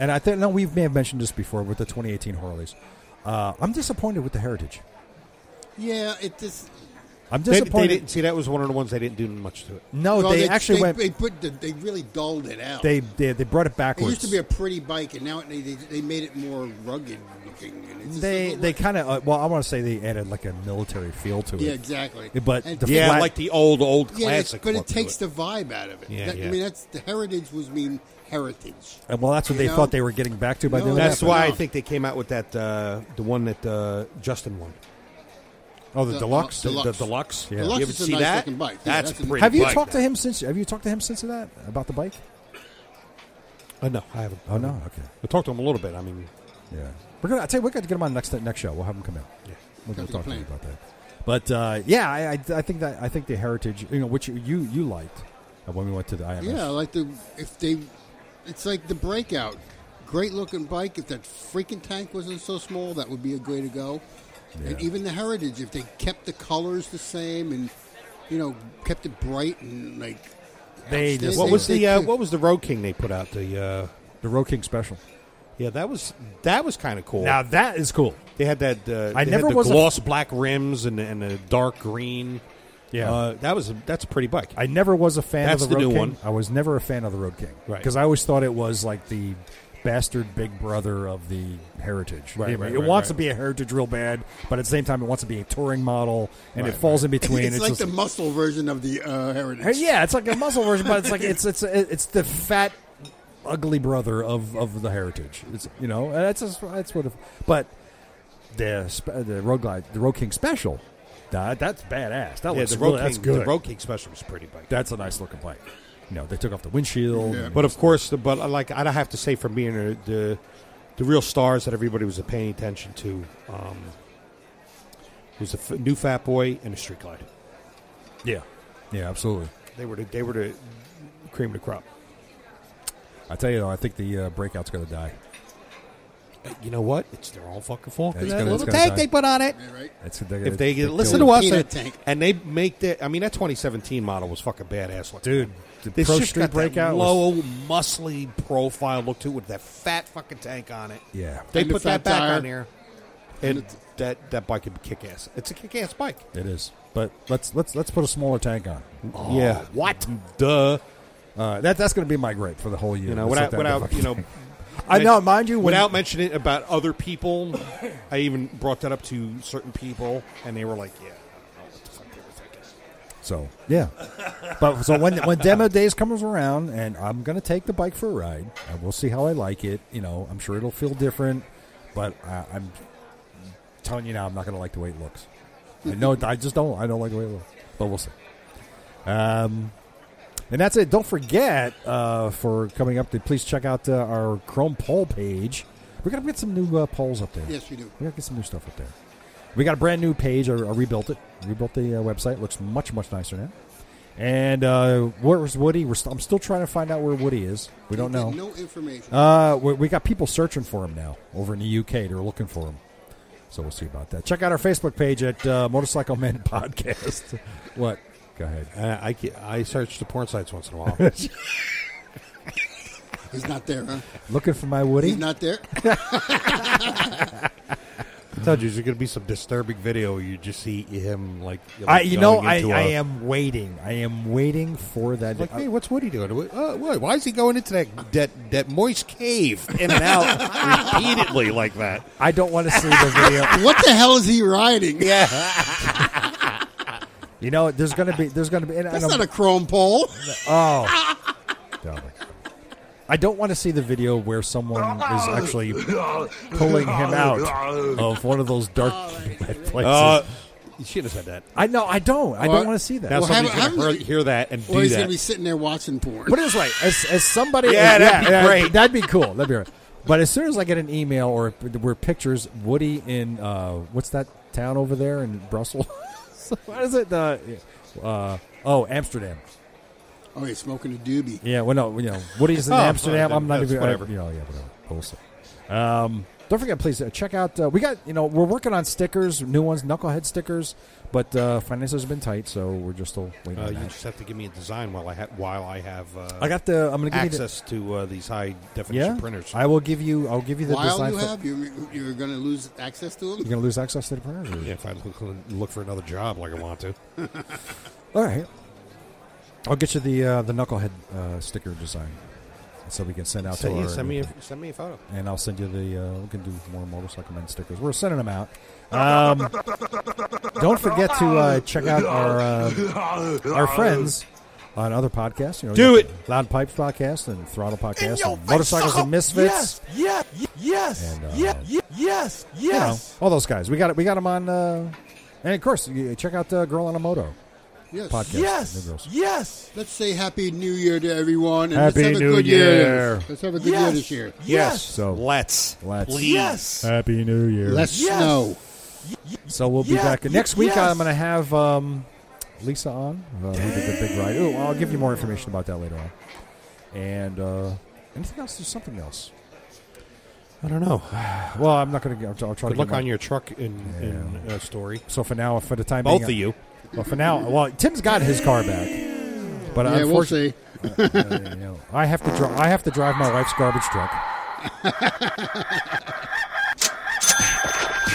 and I think no, we may have mentioned this before with the 2018 Harleys. Uh, I'm disappointed with the Heritage. it. Yeah, it just. I'm They, disappointed. they didn't see that was one of the ones they didn't do much to it. no, well, Oh, they, actually they, went. They put. The, they really dulled it out. They, they they brought it It backwards. used to be a pretty bike, and now it, they, they they made it more rugged looking. And it just they doesn't they look- kind of uh, well, I want to say they added like a military feel to it. yeah, exactly. But And- the Yeah, flat- like the old old yeah, it's- classic. but it look to takes the vibe out of it. Yeah, That- yeah. I mean, that's the heritage was mean heritage. And, well, that's what You they know? thought they were getting back to by No, doing That's that. Yeah, why but I no. think they came out with that uh, the one that uh, Justin won. Oh, the, The- deluxe. uh, The- Deluxe. The deluxe. Yeah. Deluxe you ever is a see nice that? looking bike. Yeah, That's, that's a- pretty. Have you bike. talked to him since? Have you talked to him since of that about the bike? Uh, no, I haven't. Oh no, okay, I talked to him a little bit. I mean, yeah. We're gonna. I tell you, we're gonna get him on next next show. We'll have him come in. yeah. We'll, we'll Sounds talk like a to him plan. about that. But uh, yeah, I, I, I think that I think the heritage, you know, which you you, you liked uh, when we went to the IMS. Yeah, like the if they, it's like the breakout. Great looking bike. If that freaking tank wasn't so small, that would be a way to go. Yeah. And even the heritage, if they kept the colors the same and you know kept it bright and like They just- What was they- the uh, they- What was the Road King they put out? The uh, the Road King special. yeah, that was that was kind of cool. Now that is cool. they had that. Uh, I they never had the was a- gloss black rims and and the dark green. Yeah. uh, that was a, that's a pretty bike. I never was a fan That's of the, the Road new King. one. I was never a fan of the Road King Right. because I always thought it was like the bastard big brother of the heritage. Right, it, right, it right, wants to right. be a heritage real bad, but at the same time, it wants to be a touring model, and Right, it falls in between. it's, like just- the muscle version of the uh, heritage. Hey, yeah, it's like a muscle version, but it's like it's it's it's the fat, ugly brother of of the heritage. It's you know, and that's just, that's what. If, but the sp- the road glide, the road king special, that that's badass. That yeah, looks the really, Road King. that's good. The Road King special was a pretty bike. that's a nice looking bike. You know, they took off the windshield. Yeah. But of course, the, but uh, like I have to say, from being the, the the real stars that everybody was paying attention to, um, was the f- new Fat Boy and the Street Glide. yeah, yeah, absolutely. They were the, they were the cream of the crop. I tell you though, I think the uh, breakout's going to die. Uh, You know what? It's their own fucking fault. Yeah, 'cause it's that gonna- it's little gonna tank die. they put on it. Yeah, right. It's, they're If they they're get, listen to doing- us, Peanut and, tank. and they make that. I mean, that 2017 model was fucking badass. Looking. dude, the It's pro just street got breakout. that was- low, muscly profile look to it with that fat fucking tank on it. yeah, They And the put that fat back tire. on there, and that that bike could kick ass. It's a kick ass bike. it is. But let's let's let's put a smaller tank on. yeah. Oh, What? Duh. Uh, that that's going to be my gripe for the whole year. You know, It's without like that without fucking you know, thing. I know, mind you, when, without mentioning about other people, I even brought that up to certain people, and they were like, "Yeah, I don't know what the fuck they were thinking." so yeah. But so when when demo days comes around, and I'm going to take the bike for a ride, and we'll see how I like it. You know, I'm sure it'll feel different, but I, I'm telling you now, I'm not going to like the way it looks. I know, I just don't. I don't like the way it looks, but we'll see. Um. And that's it. Don't forget uh, for coming up to please check out uh, our Chrome poll page. We're gonna get some new uh, polls up there. Yes, you do. We gotta get some new stuff up there. We got a brand new page. I, I rebuilt it. Rebuilt the uh, website. Looks much much nicer now. And uh, where was Woody? We're st- I'm still trying to find out where Woody is. We don't There's know. No information. Uh, we, we got people searching for him now over in the UK. They're looking for him. So we'll see about that. Check out our Facebook page at uh, Motorcycle Men Podcast. what? Go ahead. Uh, I ca- I search the porn sites once in a while. He's not there, huh? Looking for my Woody. He's not there. told you, there's going to be some disturbing video. You just see him like. I, you know, I, going into I a- am waiting. I am waiting for that. Like, hey, what's Woody doing? What- Uh, why, why is he going into that, that that moist cave in and out repeatedly like that? I don't want to see the video. What the hell is he riding? Yeah, You know, there's gonna be, there's gonna be. And, that's and not I'm- a chrome pole. Oh. I don't want to see the video where someone is actually pulling Oh, him out of one of those dark places. Uh, you should have said that. I know I don't. I Well, don't want to see that. Now Well, somebody's haven't- going to haven't- hear that and Or do he's that. gonna be sitting there watching porn. But it was like, as, as somebody, Yeah, that'd be great. That'd be cool. That'd be right. But as soon as I get an email or where pictures Woody in uh, what's that town over there in Brussels? what is it? Uh, uh, oh, Amsterdam. Oh, he's smoking a doobie. Yeah, well, no, you know, Woody's in Oh, Amsterdam. fine, I'm not that's even, whatever. I, you know, yeah, whatever. Bullshit. Um, don't forget, please uh, check out. Uh, we got, you know, we're working on stickers, new ones, knucklehead stickers, but uh, finances have been tight, so we're just still waiting. Uh, on you that. just have to give me a design while I ha- while I have uh, I got the. I'm gonna give access to uh, these high you the. definition Yeah, printers. I will give you. I'll give you the While design. you for- have, you're, you're gonna lose access to You're them. gonna lose access to the printers. or- Yeah, if I look, look for another job like I want to. All right. I'll get you the uh, the knucklehead uh, sticker design, so we can send out Send, to you, our, send me a, send me a photo. and I'll send you the. Uh, we can do more motorcycle men stickers. We're sending them out. Um, don't forget to uh, check out our uh, our friends on other podcasts. You know, Do you it. got Loud Pipes podcast and Throttle podcast and Motorcycles and Misfits. Yes, yes, yes, And, uh, ye- ye- yes, You know, yes. all those guys. We got it. We got them on. Uh, and of course, you check out uh, Girl on a Moto Yes. podcast. New Yes, Girls. yes, Let's say Happy New Year to everyone. And Happy let's have a New good Year. Let's have a good year yes, this year. yes, So Let's Let's. please. yes. Happy New Year. Less Yes. snow. so we'll be Yeah, back y- next week. yes. I'm going to have um, Lisa on. Uh, we did the big ride. Ooh, I'll give you more information about that later on. And uh, anything else? There's something else. I don't know. Well, I'm not going to. I'll, I'll try to Good get luck my- on your truck in, in uh, story. So for now, for the time Both being, uh, of you. Well, for now, well, Tim's got his car back, but Yeah, we'll unfortunately, see. you know, I have to. Dri- I have to drive my wife's garbage truck.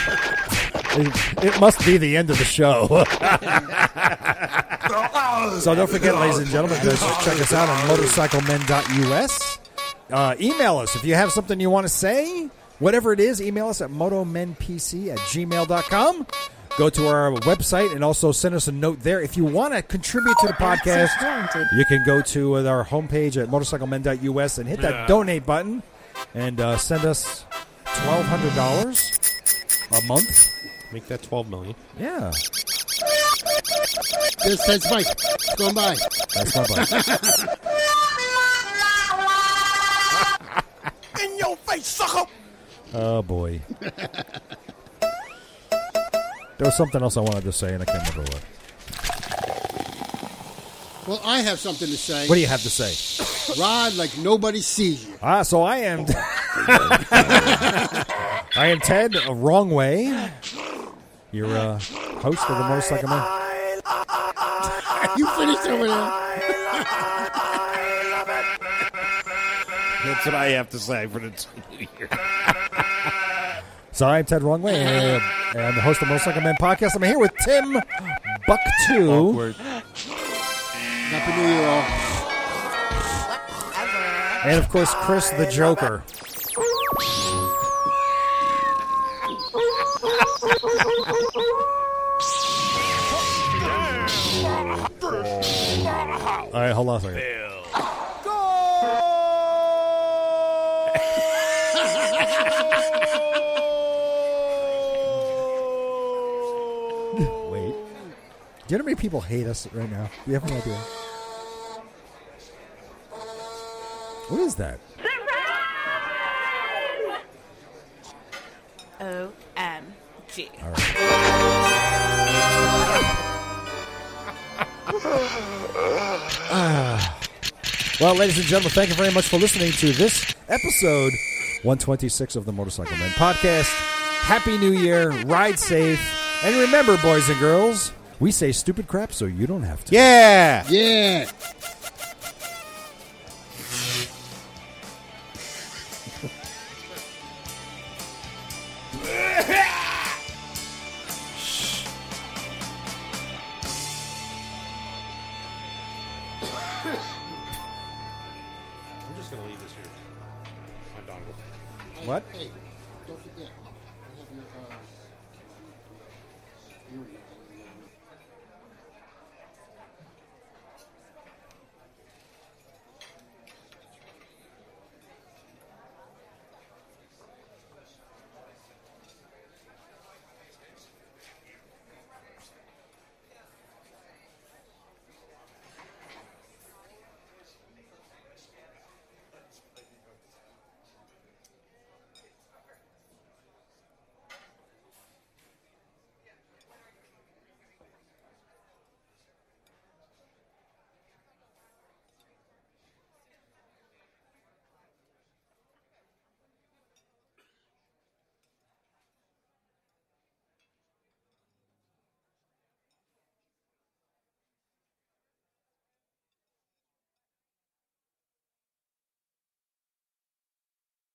it, it must be the end of the show. so don't forget, ladies and gentlemen, to check us out on motorcyclemen.us. Uh, email us if you have something you want to say. Whatever it is, email us at motomenpc at gmail.com. Go to our website and also send us a note there. If you want to contribute to the podcast, you can go to our homepage at motorcyclemen.us and hit that donate button and uh, send us $1,200 a month. Make that twelve million. Yeah, This that's Mike. Going by. that's my bike. In your face, sucker. oh boy. there was something else I wanted to say, and I can't remember what. Well, I have something to say. What do you have to say? Rod like nobody sees you. Ah, so I am. I am Ted. A wrong way. Your uh, host of the Motorcycle Man. You finished over there. That's what I have to say for the new year. So I'm Ted Wrongway, and I'm the host of Motorcycle Man podcast. I'm here with Tim Buck2. Happy New Year all. And of course, Chris the Joker. All right, hold on a second. Wait. Do you know how many people hate us right now? You have no idea. What is that? OMG. Well, ladies and gentlemen, thank you very much for listening to this episode 126 of the Motorcycle Men Podcast. Happy New Year, ride safe, and remember, boys and girls, we say stupid crap so you don't have to. Yeah. Yeah. What? Hey, don't forget. I have your, uh, your